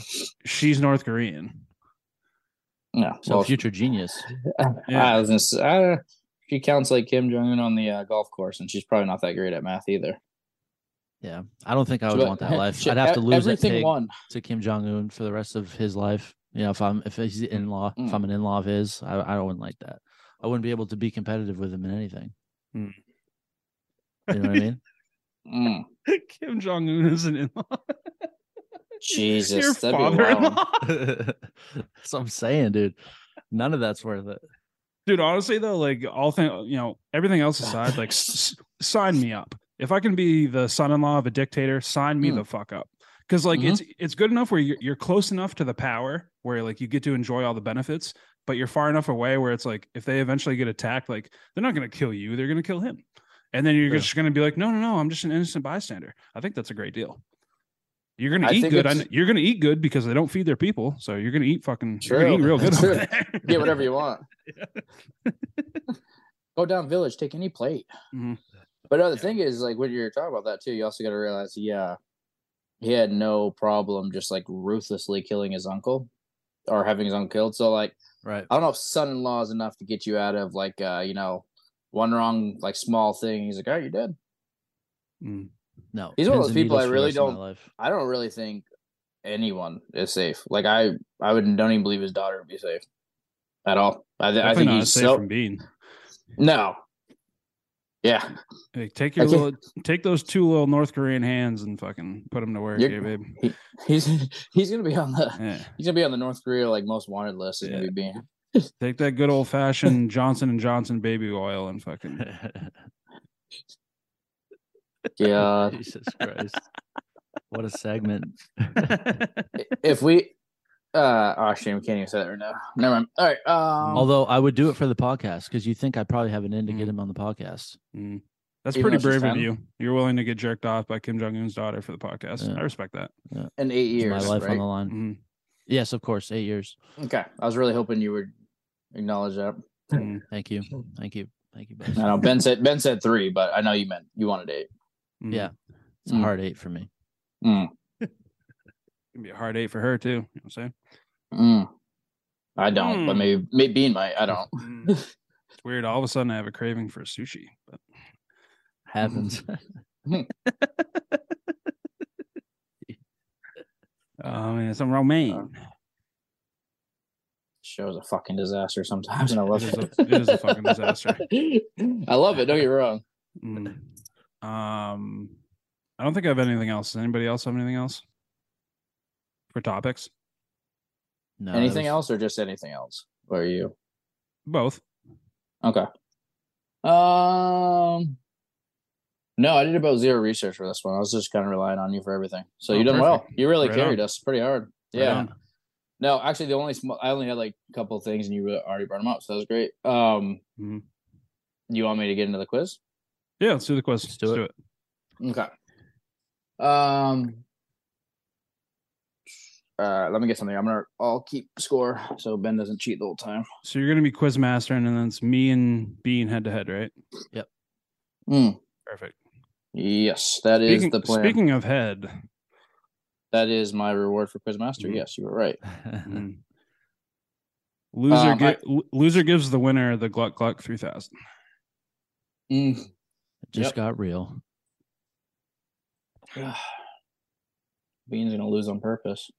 S2: She's North Korean.
S3: Yeah.
S4: So
S3: well,
S4: future genius.
S2: Yeah.
S3: I was gonna say, uh, she counts like Kim Jong Un on the uh, golf course, and she's probably not that great at math either.
S4: Yeah, I don't think I would
S3: But-
S4: want that life.
S3: she-
S4: I'd have to
S3: e-
S4: lose that
S3: everything
S4: pig
S3: won.
S4: to Kim Jong Un for the rest of his life. You know, if I'm if he's in law,
S3: Mm.
S4: if I'm an in law of his, I I wouldn't like that. I wouldn't be able to be competitive with him in anything.
S3: Hmm.
S2: Mm.
S4: You know what I mean?
S3: Mm.
S2: Kim Jong Un is an in-law.
S3: Jesus,
S2: your
S3: that'd be a wild one.
S2: father-in-law,
S4: that's what I'm saying, dude. None of that's worth it.
S2: dude. Honestly, though, like all thing, you know, everything else aside, like s- s- sign me up. If I can be the son-in-law of a dictator, sign me
S3: Mm.
S2: the fuck up. Because like
S3: Mhm.
S2: it's it's good enough where you're, you're close enough to the power where like you get to enjoy all the benefits, but you're far enough away where it's like if they eventually get attacked, like they're not gonna kill you, they're gonna kill him, and then you're
S4: True.
S2: just gonna be like, no, no, no, I'm just an innocent bystander. I think that's a great deal. You're gonna
S3: I
S2: eat
S3: think
S2: good. I
S3: it's-
S2: kn- you're gonna eat good because they don't feed their people, so you're gonna eat fucking. You're gonna eat
S3: True.
S2: real good. over
S3: True.
S2: there.
S3: Get whatever you want. Go down village, take any plate.
S4: Mm-hmm.
S2: Mhm.
S3: But no, the thing is, like when you're talking about that too, you also got to realize, yeah, he had no problem just like ruthlessly killing his uncle or having his uncle killed. So like,
S4: Right.
S3: I don't know if son-in-law is enough to get you out of like, uh, you know, one wrong like small thing. He's like, oh, you're dead.
S2: Mm.
S4: No.
S3: He's one of
S4: pins
S3: those
S4: and
S3: people I
S4: needles for the
S3: really
S4: rest of my
S3: don't-
S4: life.
S3: I don't really think anyone is safe. Like I, I would don't even believe his daughter would be safe at all. I, th- I
S2: Definitely
S3: think
S2: not
S3: he's
S2: safe
S3: so
S2: from being.
S3: no. Yeah,
S2: Like, take your
S3: I can't-
S2: little, take those two little North Korean hands and fucking put them to work,
S3: You're-
S2: yeah, babe.
S3: he's he's gonna be on the
S2: Yeah.
S3: he's gonna be on the North Korea like most wanted list. Is gonna be being
S2: Take that good old fashioned Johnson and Johnson baby oil and fucking.
S3: yeah.
S4: Jesus Christ. What a segment.
S3: if we, uh, oh shit, we can't even say that right now. Never mind. All right. Um,
S4: Although I would do it for the podcast because you think I probably have an end to
S3: Hmm.
S4: get him on the podcast.
S2: Mm. That's
S3: Even
S2: pretty
S3: though she's
S2: brave of
S3: 10?
S2: you. You're willing to get jerked off by Kim Jong Un's daughter for the podcast.
S4: Yeah.
S2: I respect that.
S3: in eight
S4: It's
S3: years,
S4: my life on
S3: right? Hmm.
S4: the line.
S2: Mhm.
S4: Yes, of course. Eight years.
S3: Okay, I was really hoping you would acknowledge that.
S2: Mhm.
S4: Thank you. Thank you. Thank you.
S3: I
S4: Both.
S3: know Ben said Ben said three, but I know you meant you wanted eight.
S2: Mhm.
S4: Yeah. It's a
S3: Mm.
S4: hard eight for me.
S3: Mm,
S2: It'd be a hard eight for her too. You know what I'm saying?
S3: mm. I don't, but
S2: Mm.
S3: maybe maybe Bean might. I don't.
S2: Mm. it's weird. All of a sudden, I have a craving for sushi. But
S4: Happens.
S2: oh man, some romaine.
S3: Show's a fucking disaster sometimes, and I love
S2: It
S3: it.
S2: is a- it is a fucking disaster.
S3: I love it. Don't get me wrong.
S2: Mm. Um, I don't think I have anything else. Does anybody else have anything else for topics?
S4: no, that
S3: anything
S4: was-
S3: else, or just anything else? Where are you?
S2: Both.
S3: Okay. Um. No, I did about zero research for this one. I was just kind of relying on you for everything. So
S2: Oh,
S3: you done well.
S2: perfect.
S3: You really
S2: Right
S3: carried us pretty hard. Yeah.
S2: on.
S3: No, actually, the only sm- I only had like a couple of things, and you re- already brought them up, so that was great. Um,
S2: Mhm.
S3: you want me to get into the quiz?
S2: Yeah, let's do the quiz.
S4: Let's do it.
S3: Okay. Um. Uh, let me get something. I'm gonna. I'll keep score so Ben doesn't cheat the whole time.
S2: So you're gonna be quiz master, and then it's me and Bean head to head, right?
S3: Mm,
S2: Perfect.
S3: Yes, that is
S2: speaking,
S3: the plan.
S2: speaking of head,
S3: That is my reward for Quizmaster.
S2: Mhm.
S3: Yes, you were right.
S2: mm, loser
S3: Um,
S2: gi-
S3: I-
S2: l- loser gives the winner the Gluck Gluck three thousand.
S3: Mm,
S4: It
S3: Yep.
S4: just got real.
S3: Bean's gonna lose on purpose.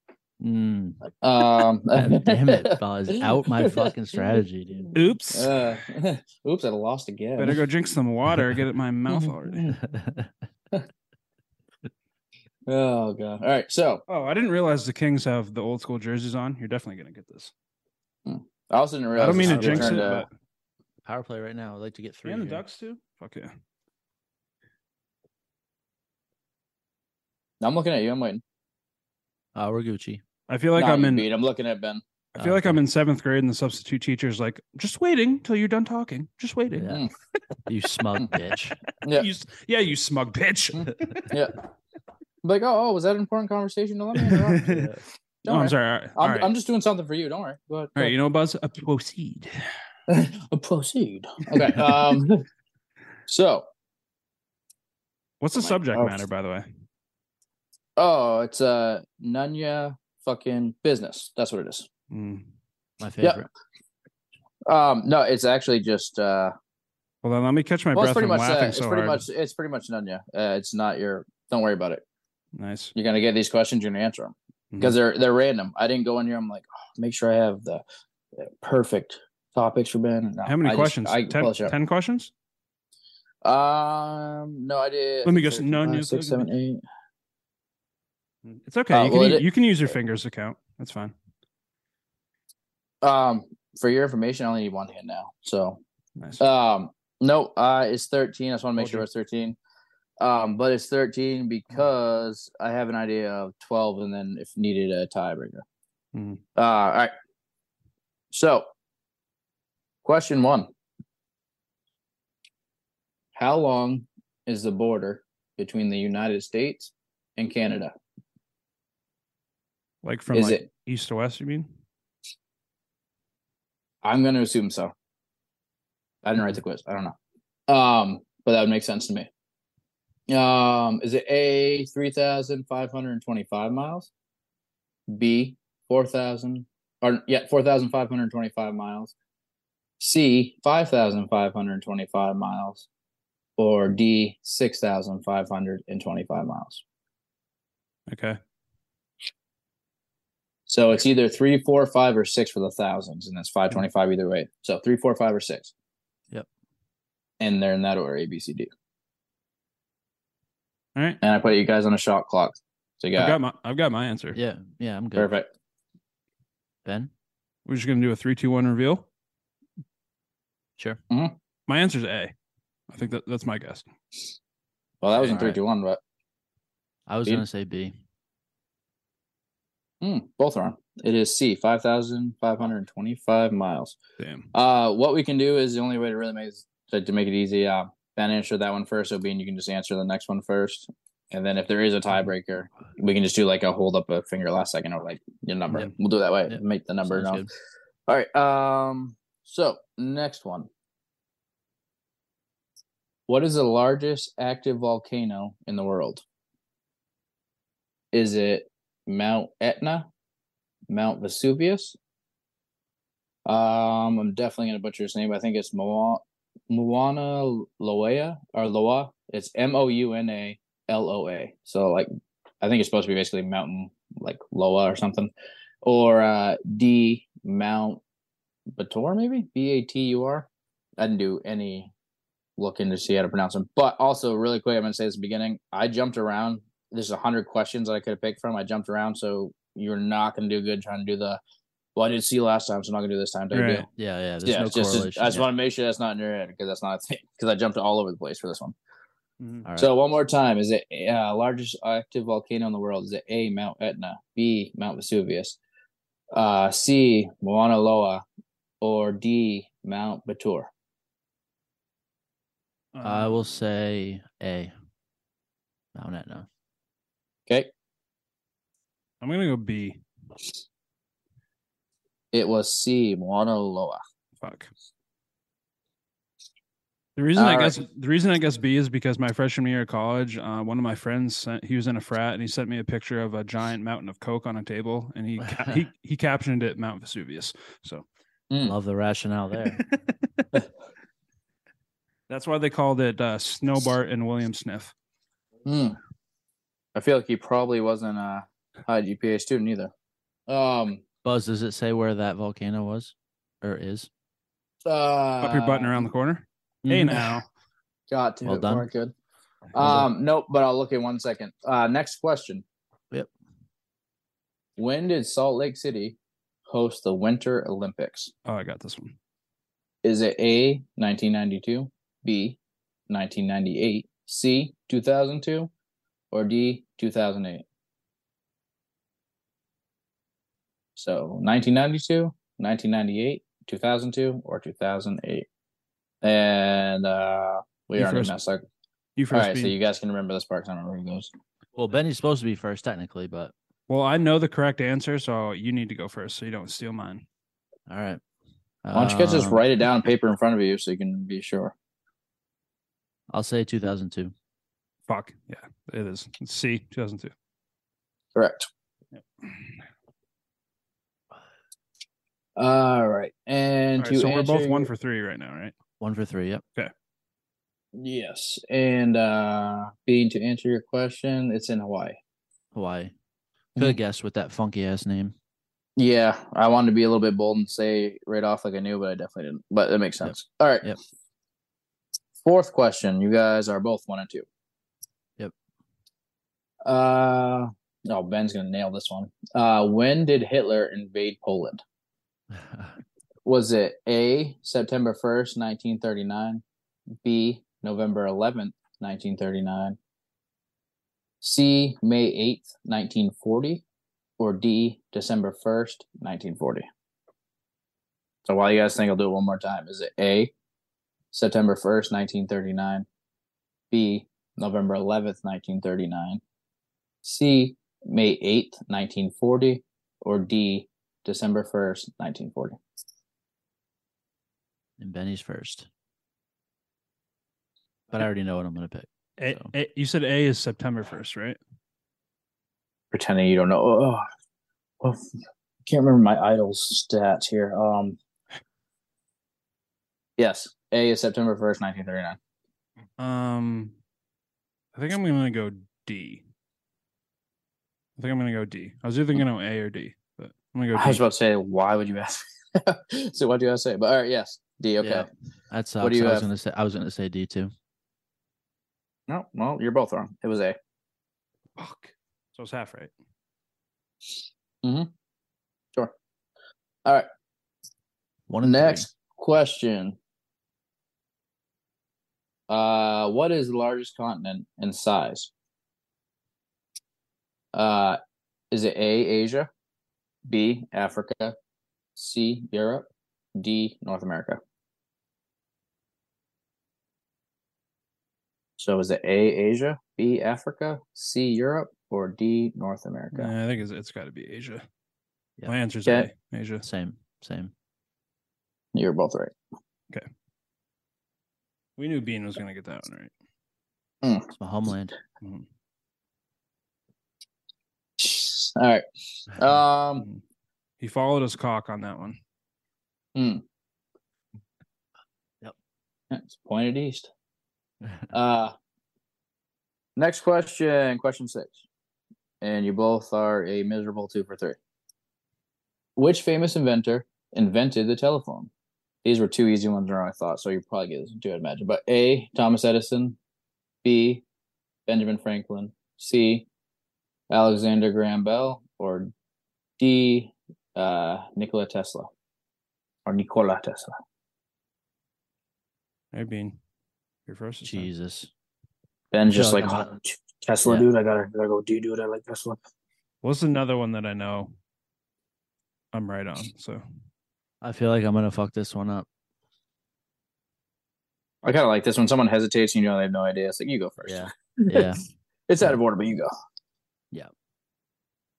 S4: Mm.
S3: Um,
S4: God damn it, Buzz. Out my fucking strategy, dude.
S2: Oops.
S3: Uh, oops, I lost again.
S2: Better go drink some water. Get it in my mouth already.
S3: Oh god. All right. So
S2: Oh, I didn't realize the Kings have the old school jerseys on. You're definitely gonna get this.
S3: I also didn't realize.
S2: I don't mean
S3: this
S2: to
S3: was
S4: not
S3: gonna
S2: jinx it,
S3: turn
S2: but
S4: Power play right now. I'd like to get three.
S2: and the
S4: here.
S2: Ducks too. Fuck yeah.
S3: I'm looking at you. I'm waiting.
S4: Uh, we're Gucci.
S2: I feel like
S3: Nah,
S2: I'm
S3: you
S2: in.
S3: beat. I'm looking at Ben.
S2: I feel like I'm in seventh grade, and the substitute teacher's like, "Just waiting till you're done talking. Just waiting."
S4: Yeah.
S3: Mm.
S4: You smug bitch.
S3: Yeah.
S2: You s- yeah, you smug bitch.
S3: I'm like, oh, oh, was that an important conversation? No, let me interrupt.
S2: Yeah. No,
S3: Don't
S2: I'm
S3: worry.
S2: sorry. All right.
S3: I'm,
S2: All right.
S3: I'm just doing something for you. Don't worry. Go ahead.
S2: All right, you know, Buzz, uh, proceed.
S3: Proceed. Okay. Um. so,
S2: What's the
S3: Oh my
S2: subject
S3: God.
S2: matter, by the way?
S3: oh, it's uh Nanya fucking business. That's what it is.
S2: Mm.
S4: My
S3: Yep.
S4: favorite.
S3: Um, no, it's actually just uh,
S2: Hold on, let me catch my
S3: well,
S2: breath
S3: it's pretty
S2: from
S3: much that.
S2: laughing
S3: It's
S2: so
S3: pretty
S2: hard.
S3: much it's pretty much Nunya. Uh, it's not your. Don't worry about it.
S2: Nice.
S3: You're gonna get these questions. You're gonna answer them
S2: Mm-hmm.
S3: because they're they're random. I didn't go in here. I'm like, oh, make sure I have the, the perfect topics for Ben. No,
S2: How many
S3: I just-
S2: questions?
S3: I
S2: Ten ten
S3: publish it.
S2: 10 questions?
S3: Um, no, I did.
S2: Let me guess.
S3: Thirteen,
S2: No,
S3: five,
S2: no,
S3: six,
S2: no.
S3: seven, eight.
S2: It's okay.
S3: Uh,
S2: you, can,
S3: well,
S2: u-
S3: it-
S2: you can use your fingers to count. That's fine.
S3: Um, for your information, I only need one hand now. So,
S2: Nice.
S3: um, no, uh, it's thirteen. I just want to make
S2: Told
S3: sure
S2: you.
S3: it's thirteen. Um, but it's thirteen because I have an idea of twelve, and then if needed, a tiebreaker.
S2: Mhm.
S3: Uh, all right. So, question one: How long is the border between the United States and Canada?
S2: like from
S3: is
S2: like
S3: it?
S2: east to west, you mean?
S3: I'm going to assume so. I didn't write the quiz. I don't know. Um, but that would make sense to me. Um, is it A, 3,525 miles? B, 4,000, or yeah, 4,525 miles. C, 5,525 miles. Or D, 6,525 miles.
S2: Okay.
S3: So it's either three, four, five, or six for the thousands, and that's five twenty-five either way. So three, four, five, or six.
S4: Yep.
S3: And they're in that order, A, B, C, D.
S2: All right.
S3: And I put you guys on a shot clock. So you
S2: I've got
S3: got,
S2: my I've got my answer.
S4: Yeah. Yeah. I'm good.
S3: perfect.
S4: Ben?
S2: We're just gonna do a three, two, one reveal.
S4: Sure.
S3: Mm-hmm.
S2: My answer's A. I think that, that's my guess.
S3: Well, that was in
S4: All
S3: three,
S4: right.
S3: two, one, but
S4: I was
S3: Dude.
S4: going to say B.
S3: hmm, both are on. It is C, five thousand five hundred twenty-five miles.
S2: Damn.
S3: Uh, what we can do is the only way to really make to, to make it easy. Uh, ben answered that one first, so Bean, you can just answer the next one first, and then if there is a tiebreaker, we can just do like a hold up a finger last second or like your number.
S4: Yep.
S3: We'll do it that way.
S4: Yep.
S3: Make the number
S4: Sounds
S3: known.
S4: good.
S3: All right. Um. So next one. What is the largest active volcano in the world? Is it Mount Etna, Mount Vesuvius? Um, I'm definitely gonna butcher his name. but I think it's Moa, Moana Loa or Loa. It's M O U N A L O A. So like, I think it's supposed to be basically Mountain like Loa or something, or uh, D Mount Bator, maybe B A T U R. I didn't do any looking to see how to pronounce them. But also, really quick, I'm going to say this at the beginning. I jumped around. There's a hundred questions that I could have picked from. I jumped around, so you're not going to do good trying to do the. Well, I did see last time, so I'm not going to do this time. Type
S2: Right.
S3: deal.
S4: Yeah. Yeah. There's
S3: Yeah,
S4: no
S3: it's just, I
S4: correlation.
S3: just
S4: yeah.
S3: want to make sure that's not in your head because that's not a thing. Because I jumped all over the place for this one.
S4: All right.
S3: So one more time, is it uh, largest active volcano in the world? Is it A Mount Etna, B Mount Vesuvius, uh, C Mauna Loa, or D Mount Batur?
S2: Uh,
S4: I will say A. Mount Etna.
S3: Okay,
S2: I'm gonna go B.
S3: it was C Mauna Loa.
S2: Fuck. The reason I
S3: All right.
S2: guess the reason I guess B is because my freshman year of college, uh, one of my friends sent he was in a frat and he sent me a picture of a giant mountain of coke on a table and he ca- he he captioned it Mount Vesuvius. So
S3: Hmm.
S4: Love the rationale there.
S2: that's why they called it uh, Snowbart and William Sniff.
S3: Hmm. I feel like he probably wasn't a high GPA student either. Um,
S4: Buzz, does it say where that volcano was or is?
S3: uh, mm-hmm.
S2: Up your button around the corner. Hey now.
S3: Got to
S4: Well
S3: it.
S4: done.
S3: Weren't good.
S4: Well done.
S3: Um, nope, but I'll look in one second. Uh, next question.
S4: Yep.
S3: When did Salt Lake City host the Winter Olympics?
S2: Oh, I got this one.
S3: Is it A, 1992, B, 1998, C, 2002, or D, 2008? So 1992, 1998, 2002, or 2008. And uh, we
S2: You
S3: already
S2: first.
S3: messed up.
S2: You
S3: All
S2: first.
S3: right, so
S2: Bean.
S3: you guys can remember this part 'cause I don't remember those.
S4: well, Benny's supposed to be first technically, but
S2: Well, I know the correct answer, so you need to go first so you don't steal mine.
S4: all right.
S3: Why don't you guys just
S4: Um,
S3: write it down on paper in front of you so you can be sure?
S4: I'll say 2002.
S2: Fuck. Yeah, it is. It's C, 2002.
S3: Correct. All right,
S2: All
S3: and
S2: right,
S3: to
S2: so we're
S3: answer
S2: both one
S3: your-
S2: for three right now, right?
S4: One for three. Yep.
S3: yes, and uh being to answer your question, it's in Hawaii.
S4: Hawaii.
S3: Mm-hmm.
S4: Could have guessed with that funky ass name.
S3: Yeah, I wanted to be a little bit bold and say right off like I knew, but I definitely didn't. But that makes
S4: Yep.
S3: sense. All right.
S4: Yep.
S3: Fourth question. You guys are both one and two.
S4: Yep.
S3: Uh oh, Ben's gonna nail this one. Uh when did Hitler invade Poland? Was it A September first, nineteen thirty nine? B November eleventh, nineteen thirty nine. C May eighth, nineteen forty, or D December first, nineteen forty. So while you guys think, I'll do it one more time. Is it A September first, nineteen thirty nine? B November eleventh, nineteen thirty nine. C May eighth, nineteen forty, or D December first, nineteen forty.
S4: and Benny's first. But I already know what I'm gonna pick.
S2: A,
S4: So-
S2: A- you said A is September first, right?
S3: pretending you don't know. Oh, oh, I can't remember my idol's stats here. Um, yes, A is September first, nineteen thirty nine.
S2: Um, I think I'm gonna go D. I think I'm gonna go D. I was either gonna go A or D, but I'm gonna go.
S3: I was
S2: D.
S3: about to say, why would you ask? so what do you guys say? But all right, yes, D. Okay.
S4: Yeah. That sucks.
S3: do you
S4: I
S3: have?
S4: was gonna say I was gonna say D two.
S3: No, well, you're both wrong. It was A.
S2: Fuck. So it's half right.
S4: One and three.
S3: Next question. Uh, what is the largest continent in size? Uh, is it A, Asia, B, Africa, C, Europe, D, North America? So is it A, Asia, B, Africa, C, Europe, or D, North America?
S2: Yeah, I think it's, it's got to be Asia.
S4: Yeah.
S2: My answer's
S3: Okay.
S2: A. Asia.
S4: Same. Same.
S3: You're both right.
S2: We knew Bean was gonna get that one right.
S4: It's my homeland.
S3: All right. Um,
S2: Mhm. He followed his cock on that one.
S3: It's pointed east. Uh next question, question six. And you both are a miserable two for three. Which famous inventor invented the telephone? These were two easy ones in a row, I thought, so you probably get this two, I'd imagine. But A, Thomas Edison, B, Benjamin Franklin, C, Alexander Graham Bell, or D, uh, Nikola Tesla. Or Nikola Tesla.
S2: Hey Bean, you're first. this time.
S4: Jesus.
S3: Ben's
S4: feel
S3: just
S4: like
S3: like,
S4: I'm
S3: "Oh, T- Tesla,
S4: Yeah.
S3: dude. I gotta, gotta go. Do you do it? I like Tesla.
S2: What's another one that I know? I'm right on. So
S4: I feel like I'm gonna fuck this one up.
S3: I kind of like this when someone hesitates and you know they have no idea. It's like you go first.
S4: Yeah. Yeah.
S3: it's out of order, but you go.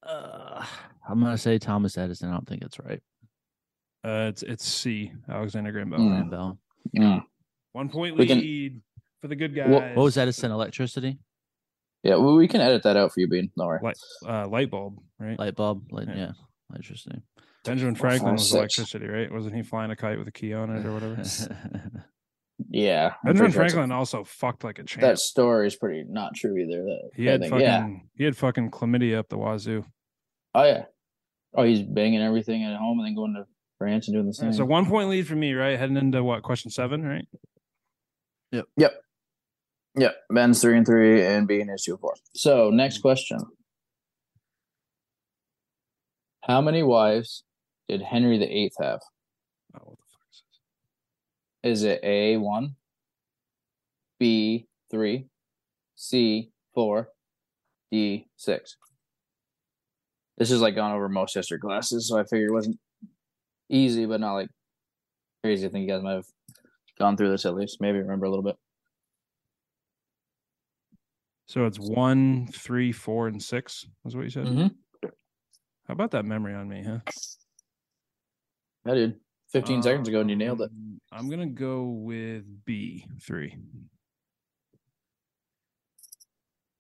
S4: uh, I'm gonna say Thomas Edison. I don't think it's right.
S2: uh, it's it's C. Alexander Graham Bell.
S3: Mm.
S4: Graham Bell.
S2: One point
S3: We can-
S2: lead for the good guys.
S3: Wha-
S4: What was Edison? Electricity?
S3: Yeah, well, we can edit that out for you, Bean. Don't worry.
S2: Light, uh, light bulb, right?
S4: Light bulb. Light,
S2: Yeah.
S4: yeah. Electricity.
S2: Benjamin
S3: Four,
S2: Franklin
S3: five,
S2: was
S3: six.
S2: electricity, right? Wasn't he flying a kite with a key on it or whatever?
S3: Yeah, I'm
S2: Benjamin
S3: pretty sure it's-
S2: Franklin also fucked like a champ.
S3: That story is pretty not true either. That
S2: he
S3: that
S2: had
S3: thing.
S2: fucking
S3: yeah.
S2: he had fucking chlamydia up the wazoo.
S3: Oh yeah. Oh, he's banging everything at home and then going to France and doing the same.
S2: So one point lead for me, right? Heading into what question seven, right?
S3: Yep, Ben's three and three, and Bean is two and four. So next question: How many wives did Henry the Eighth have?
S2: Oh, what the fuck is this?
S3: Is it A one, B three, C four, D six? This is like gone over most history classes, so I figure it wasn't easy, but not like crazy. I think you guys might have gone through this at least, maybe remember a little bit.
S2: So it's one, three, four, and six. Is what you said.
S3: Mhm.
S2: How about that memory on me, huh?
S3: I did. Fifteen seconds ago, and you nailed it.
S2: Um, I'm gonna go with B three.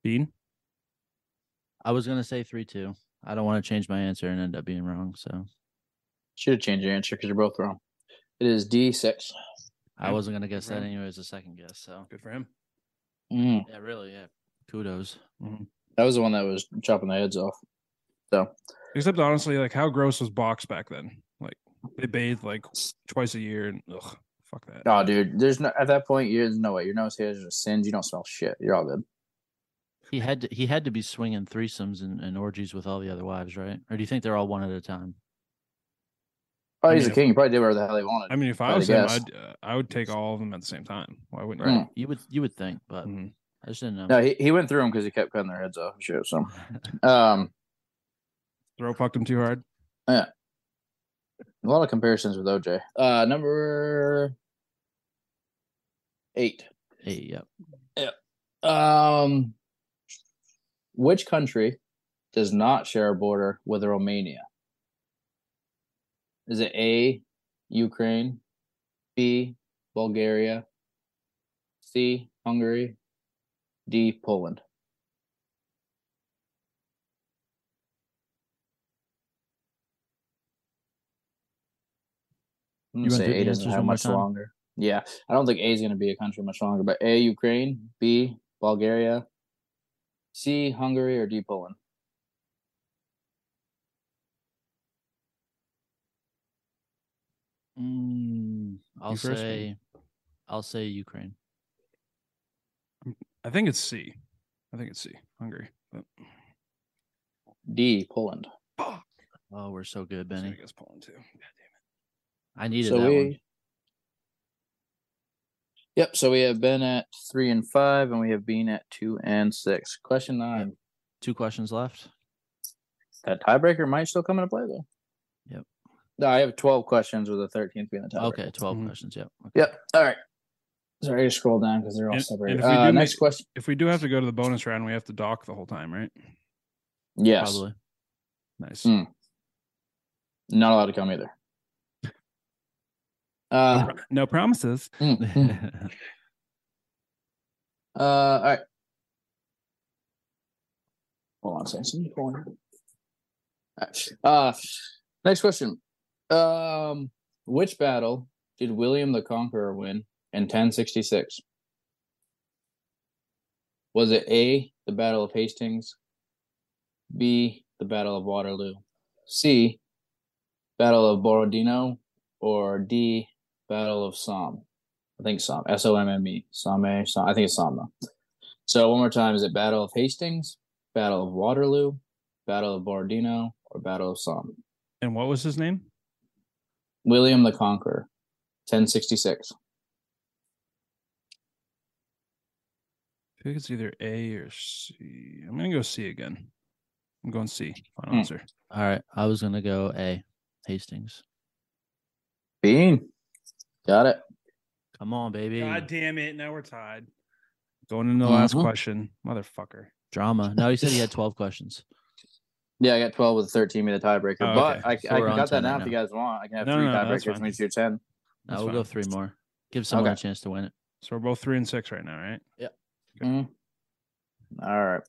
S2: Bean.
S4: I was gonna say three two. I don't want to change my answer and end up being wrong. So
S3: Should have changed your answer because you're both wrong. It is D six.
S4: I
S2: Yeah.
S4: wasn't gonna guess that
S2: Right.
S4: anyway as a second guess. So
S2: Good for him.
S3: Mm.
S4: yeah, really, yeah. Kudos.
S3: That was the one that was chopping the heads off.
S2: Except honestly, like how gross was box back then? Like they bathed like twice a year and ugh, fuck that.
S3: Oh, dude, there's no at that point. You're, there's no way your nose hairs are singed. You don't smell shit. You're all good.
S4: He had to, he had to be swinging threesomes and, and orgies with all the other wives, right? Or do you think they're all one at a time?
S3: Oh, he's
S2: Yeah.
S3: a king. He probably did whatever the hell he wanted.
S2: I mean, if I
S3: I'd
S2: was him,
S3: guess. Hmm.
S2: I'd, uh, I would take all of them at the same time. Why wouldn't
S3: Right.
S2: you?
S4: Right. You would you would think, but
S2: Mhm.
S4: I just didn't know.
S3: no, he, he went through them because he kept cutting their heads off. and Shit. So, um,
S2: Throw fucked him too hard.
S3: a lot of comparisons with OJ. Uh, number eight.
S4: hey, yep.
S3: Um, which country does not share a border with Romania? Is it A, Ukraine, B, Bulgaria, C, Hungary, D, Poland? I'm
S4: You
S3: gonna
S4: went through
S3: say
S4: the
S3: A doesn't
S4: answers
S3: have
S4: one more
S3: much
S4: time?
S3: longer. Yeah, I don't think A is going to be a country much longer. But A, Ukraine, B, Bulgaria, C, Hungary, or D, Poland.
S4: Mm, I'll
S2: first, Pete.
S4: say I'll say Ukraine.
S2: I think it's C. I think it's C. Hungry. Oh, But
S3: D, Poland.
S2: fuck.
S4: Oh, we're so good,
S2: I
S4: Benny.
S2: guess Poland too. God damn
S4: I needed
S3: so
S4: that
S3: we,
S4: one.
S3: Yep. So we have been at three and five, and we have been at two and six. Question nine.
S4: Two questions left.
S3: That tiebreaker might still come into play though.
S4: Yep.
S3: No, I have twelve questions with the thirteenth being the tiebreaker.
S4: Okay, 12
S2: Mhm.
S4: questions. Yep. Okay.
S3: Mm-hmm. Yep. All right. Sorry, I just scroll down because they're all
S2: And- and
S3: separated.
S2: if we
S3: Uh,
S2: do
S3: next
S2: make-
S3: question.
S2: it. If we do have to go to the bonus round, we have to dock the whole time, right?
S3: Yes.
S4: Probably.
S2: Nice.
S3: Mm. Not allowed to come either.
S2: No
S3: Uh,
S2: pro- no promises.
S3: mm, mm. Uh, all right. Hold on a second. Somebody's calling. All right. Uh, next question. Um, which battle did William the Conqueror win in 1066? Was it A, the Battle of Hastings, B, the Battle of Waterloo, C, Battle of Borodino, or D, Battle of Somme? I think Somme. S O M M E. Somme. Somme. I think it's Somme. though. So one more time: is it Battle of Hastings, Battle of Waterloo, Battle of Borodino, or Battle of Somme?
S2: And what was his name?
S3: William the Conqueror, ten sixty six.
S2: I think it's either A or C. I'm gonna go C again. I'm going C. Final
S3: Mm.
S2: answer.
S4: All right. I was gonna go A. Hastings.
S3: Bean, got it.
S4: Come on, baby.
S2: damn it! Now we're tied. Going into the last
S3: Mhm.
S2: question, motherfucker.
S4: Drama. No, he said he had 12 questions.
S3: Yeah, I got twelve with thirteen being the tiebreaker,
S2: Oh,
S3: but
S2: okay.
S3: I,
S4: So
S3: I
S4: we're on
S3: got that
S4: 10 right
S3: now if you
S4: now.
S3: guys want. I can have
S2: No,
S3: three
S2: no, no, that's
S3: tiebreakers,
S2: fine.
S3: which means you're ten.
S4: No,
S2: That's
S4: we'll go
S2: fine.
S4: three more. Give someone
S3: Okay.
S4: a chance to win it.
S2: So we're both three and six right now, right?
S3: Mhm. Mm-hmm. All right.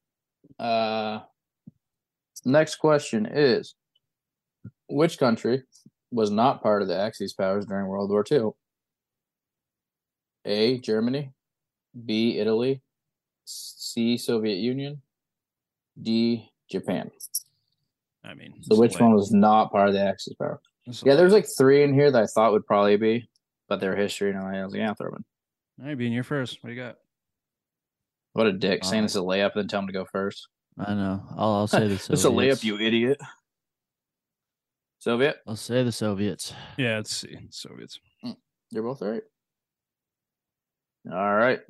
S3: Uh, next question is Which country was not part of the Axis powers during World War II? A. Germany. B. Italy. C. Soviet Union. D. Japan.
S2: I mean,
S3: So, which one was not part of the Axis power? Yeah,
S2: there's.
S3: there's like three in here that I thought would probably be, but their history and all that. I was like, yeah, throw 'em in.
S2: All right, being you're first. What do you got?
S3: What a dick saying
S4: Wow.
S3: this is a layup and then tell him to go first.
S4: I know. I'll, I'll say the Soviets.
S3: It's a layup, you idiot. Soviet,
S4: I'll say the Soviets.
S2: Yeah, let's see. Soviets.
S3: you're both right. All right.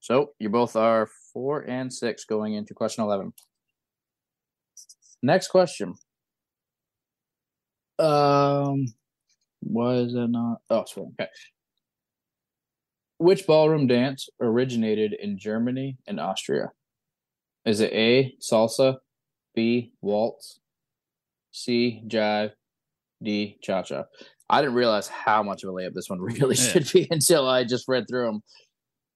S3: So you both are four and six going into question 11. Next question. Um, why is that not? Oh, sorry. Okay. Which ballroom dance originated in Germany and Austria? Is it A, salsa, B, waltz, C, jive, D, cha cha? I didn't realize how much of a layup this one really
S2: Yeah.
S3: should be until I just read through them.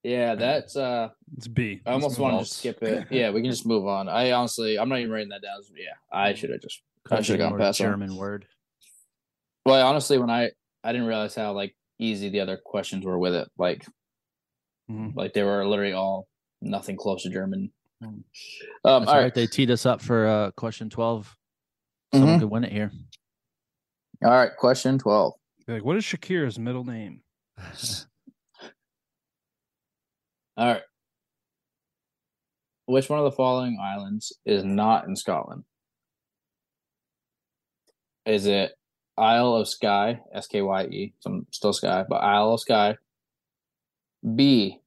S3: Yeah, that's uh
S2: It's B.
S3: I
S2: Let's
S3: almost
S2: move
S3: wanted
S2: on.
S3: to skip it. Yeah, we can just move on. I honestly, I'm not even writing that down. Yeah, I should have just I should've gone
S4: or
S3: past that.
S4: German word.
S3: Well, honestly, when I I didn't realize how like easy the other questions were with it. Like
S2: Mhm.
S3: like they were literally all nothing close to German. Um,
S4: That's
S3: all
S4: all
S3: right.
S4: right. They teed us up for uh, question 12. Someone
S3: Mhm.
S4: could win it here.
S3: All right. Question twelve.
S2: Like, what is Shakira's middle name?
S3: All right. Which one of the following islands is not in Scotland? Is it Isle of Skye, S K Y E? So I'm still Skye, but Isle of Skye. B,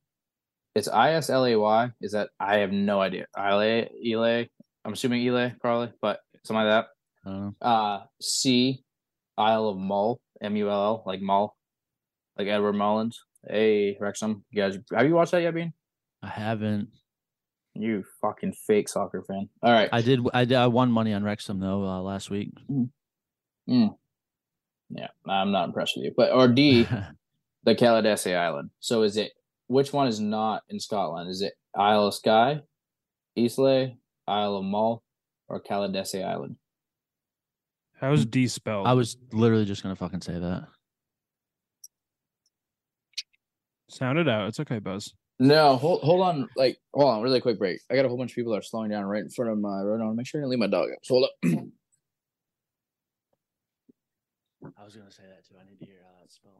S3: it's I S L A Y. Is that I have no idea. Isle, Ile. I'm assuming Ile, probably, but something like
S4: I don't know.
S3: that. Uh, C, Isle of Mull, M U L L, like Mull, like Edward Mullins. Hey, Wrexham, you guys, have you watched that yet, Bean?
S4: I haven't.
S3: You fucking fake soccer fan. All right.
S4: I did. I, did- I won money on Wrexham though uh, last week.
S3: yeah, I'm not impressed with you. But or D, the Caladesi Island. So is it which one is not in Scotland? Is it Isle of Skye, Islay, Isle of Mull, or Caladesi Island?
S2: How's
S3: Hmm.
S2: D spelled?
S4: I was literally just gonna fucking say that.
S2: Sound it out. It's okay, Buzz.
S3: No, hold hold on, like hold on, really quick break. I got a whole bunch of people that are slowing down right in front of my road. I want to make sure I didn't leave my dog up. So hold up.
S4: I was gonna say that too. I need to hear how that's spelled.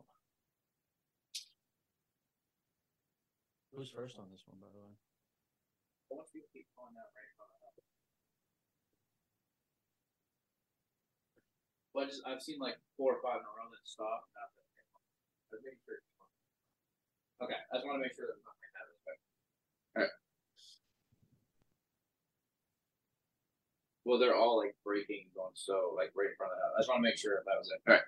S4: Who's first on this one, by the way?
S3: Well, I just, I've seen like four or five in a row that stop. not that they want. I was making sure it's one. Okay, I just want to make sure that I'm not right All right. Well, they're all like breaking, going so like right in front of the house. I just want to make sure if that was it. All right.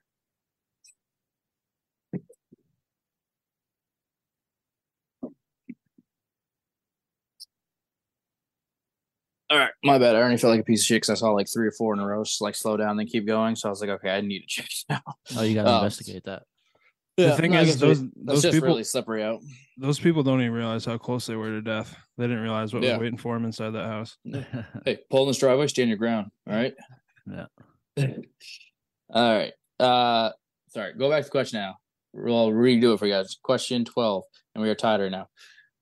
S3: All right, my bad. I already felt like a piece of shit because I saw like three or four in a row, just like slow down, then keep going. So I was like, okay, I need to check now.
S4: Oh, you gotta
S3: Um,
S4: investigate that.
S2: The thing
S3: I
S2: is,
S3: guess we-
S2: those-
S3: that's
S2: those
S3: just
S2: people-
S3: really slippery out.
S2: Those people don't even realize how close they were to death. They didn't realize what
S3: Yeah.
S2: was waiting for them inside that house.
S3: Hey, pull in this driveway, stand your ground. All right.
S4: Yeah.
S3: all right. Uh, sorry. Go back to the question now. We'll redo it for you guys. Question twelve, and we are tied right now.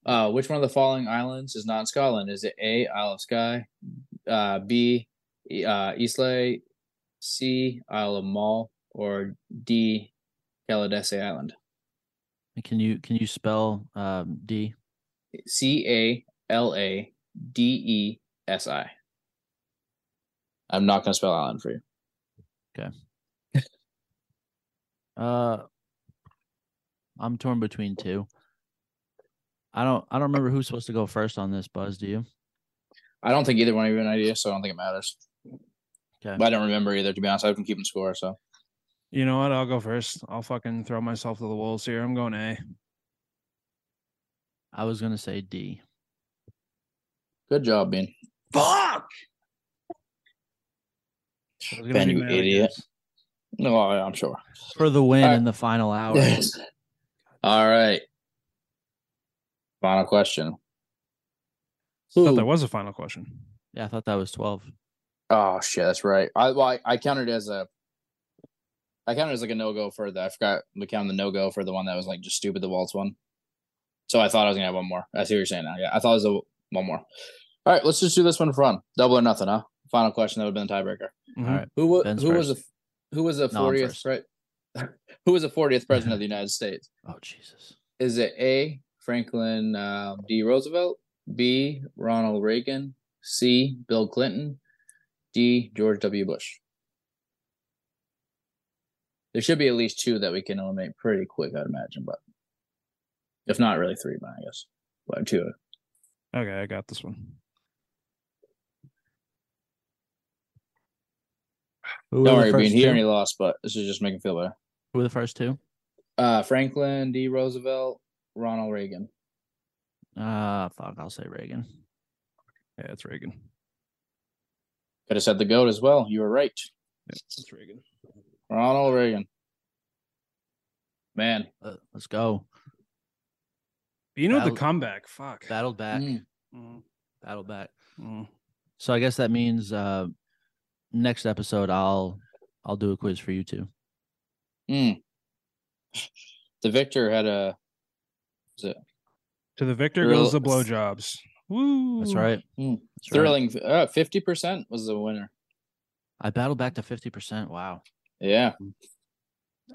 S3: Uh, which one of the following islands is not in Scotland? Is it A. Isle of Skye, uh, B. E- Uh, Islay, C. Isle of Mull, or D. Caladesi Island?
S4: can you can you spell um, D?
S3: C A L A D E S I. I'm not gonna spell island for you.
S4: Uh, I'm torn between two. I don't I don't remember who's supposed to go first on this, Buzz. Do you?
S3: I don't think either one of you have an idea, so I don't think it matters.
S4: Okay.
S3: But I don't remember either, to be honest. I've been keeping score, so
S2: You know what? I'll go first. I'll fucking throw myself to the wolves here. I'm going A.
S4: I was gonna say D.
S3: good job, Bean.
S4: Fuck.
S2: I was gonna
S3: Ben,
S2: be
S3: you
S2: mad, I
S3: idiot.
S2: guess.
S3: No, I- I'm sure.
S4: For the win
S3: All right.
S4: in the final hour.
S3: Yes. All right. Final question.
S2: I thought
S3: Who-
S2: that was a final question.
S4: Yeah, I thought that was twelve.
S3: Oh shit, that's right. I well, I, I counted as a I counted as like a no go for the I forgot to count the no go for the one that was like just stupid the waltz one. So I thought I was gonna have one more. I see what you're saying now. Yeah, I thought it was a, one more. All right, let's just do this one for fun. Double or nothing, huh? Final question that would have been a tiebreaker.
S2: Mhm.
S4: All right.
S3: Who was
S4: Ben's
S3: who was the who was the
S4: No, I'm
S3: fortieth
S4: first.
S3: who was the fortieth president of the United States?
S4: Oh Jesus.
S3: Is it A. Franklin um, D. Roosevelt, B. Ronald Reagan, C. Bill Clinton, D. George W. Bush? There should be at least two that we can eliminate pretty quick, I'd imagine, but if not, really three, but I guess. But two.
S2: Okay, I got this one.
S4: Who
S3: Don't
S4: were the
S3: worry, being
S4: first
S3: here
S4: two?
S3: and he lost, but this is just making feel better.
S4: Who were the first two?
S3: Uh, Franklin D. Roosevelt, Ronald Reagan.
S4: Ah, fuck. I'll say Reagan.
S2: Yeah, it's Reagan.
S3: Could have said the GOAT as well. You were right.
S2: Yeah, it's Reagan.
S3: Ronald Reagan. Man.
S4: Uh, let's go.
S2: You know the
S4: Battle-
S2: comeback. Fuck.
S4: Battled back.
S3: Mm.
S2: Mm,
S4: Battled back.
S2: mm.
S4: So I guess that means uh, next episode I'll I'll do a quiz for you two.
S3: Mm. The victor had a
S2: To the victor
S3: Real-
S2: goes the blowjobs. Woo.
S4: That's right.
S3: Mm.
S4: That's right.
S3: thrilling uh, fifty percent was the winner.
S4: I battled back to fifty percent. Wow.
S3: Yeah,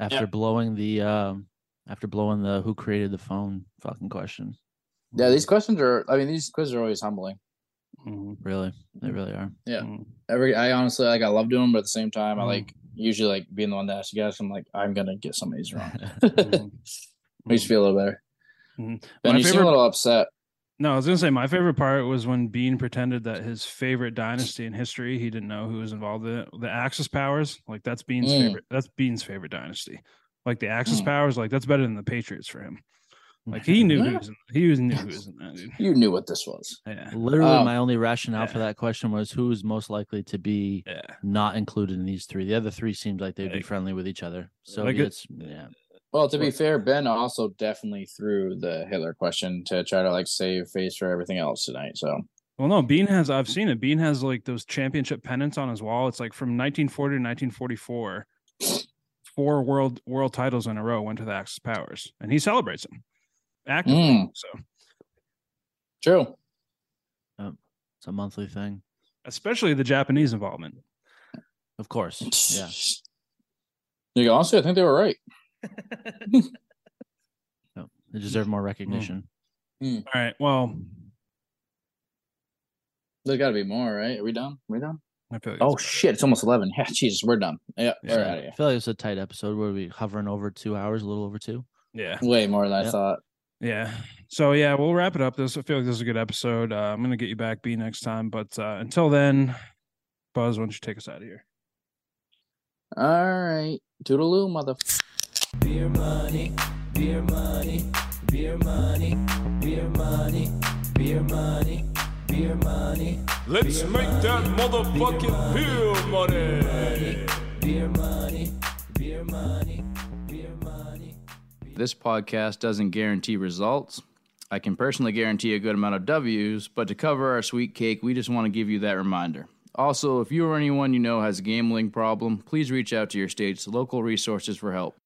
S4: After blowing the um after blowing the who created the phone fucking question.
S3: yeah. These questions are. I mean, these quizzes are always humbling.
S2: Mhm.
S4: Really. They really are.
S3: Yeah.
S2: Mhm.
S3: Every I honestly like I love doing them, but at the same time, I like usually like being the one that asks you guys. I'm like I'm gonna get some of these wrong.
S2: Mhm.
S3: Makes me feel a little better.
S2: Mhm.
S3: Ben,
S2: My
S3: you seem a
S2: favorite-
S3: little upset.
S2: No, I was gonna say my favorite part was when Bean pretended that his favorite dynasty in history, he didn't know who was involved in it. The Axis powers, like that's Bean's
S3: Mm.
S2: favorite. That's Bean's favorite dynasty. Like the Axis
S3: Mm.
S2: powers, like that's better than the Patriots for him. Like
S4: uh,
S2: he knew who was in, he was knew who was in that dude.
S3: You knew what this was.
S2: Yeah,
S4: Literally
S3: Um,
S4: my only rationale for
S2: yeah.
S4: that question was who's most likely to be
S2: yeah.
S4: not included in these three. The other three seemed like they'd be
S2: Like-
S4: friendly with each other. So
S2: like it-
S4: it's yeah.
S3: Well, to be fair, Ben also definitely threw the Hitler question to try to like save face for everything else tonight. So
S2: Well, no, Bean has. I've seen it. Bean has like those championship pennants on his wall. It's like from 1940 to 1944. Four world world titles in a row went to the Axis powers, and he celebrates them actively.
S3: Mm.
S2: So
S3: true.
S4: It's a monthly thing.
S2: especially the Japanese involvement.
S4: Of course. Yeah.
S3: You go, honestly, I think they were right.
S4: No, they deserve
S2: Mm.
S4: more recognition.
S2: All right. Well,
S3: There's got to be more, right? Are we done? Are we done?
S2: I feel like
S3: Oh
S2: that's
S3: shit! It's almost eleven. Yeah, Jesus, we're done. Yeah,
S2: Yeah.
S3: we're out of
S4: I feel like it's a tight episode. Were we hovering over two hours, a little over two?
S2: about it.
S3: here. Way more than I
S4: Yeah.
S3: thought.
S2: Yeah. Yeah. So yeah, we'll wrap it up. This I feel like this is a good episode. Uh, I'm gonna get you back, B, next time. But uh, until then, Buzz, why don't you take us out of here?
S3: All right, toodaloo, mother.
S1: Beer money, beer money, beer money, beer money, beer money, beer money,
S5: Let's make that motherfucking beer money.
S1: beer money, beer money, beer money.
S3: This podcast doesn't guarantee results. I can personally guarantee a good amount of W's, but to cover our sweet cake, we just want to give you that reminder. Also, if you or anyone you know has a gambling problem, please reach out to your state's local resources for help.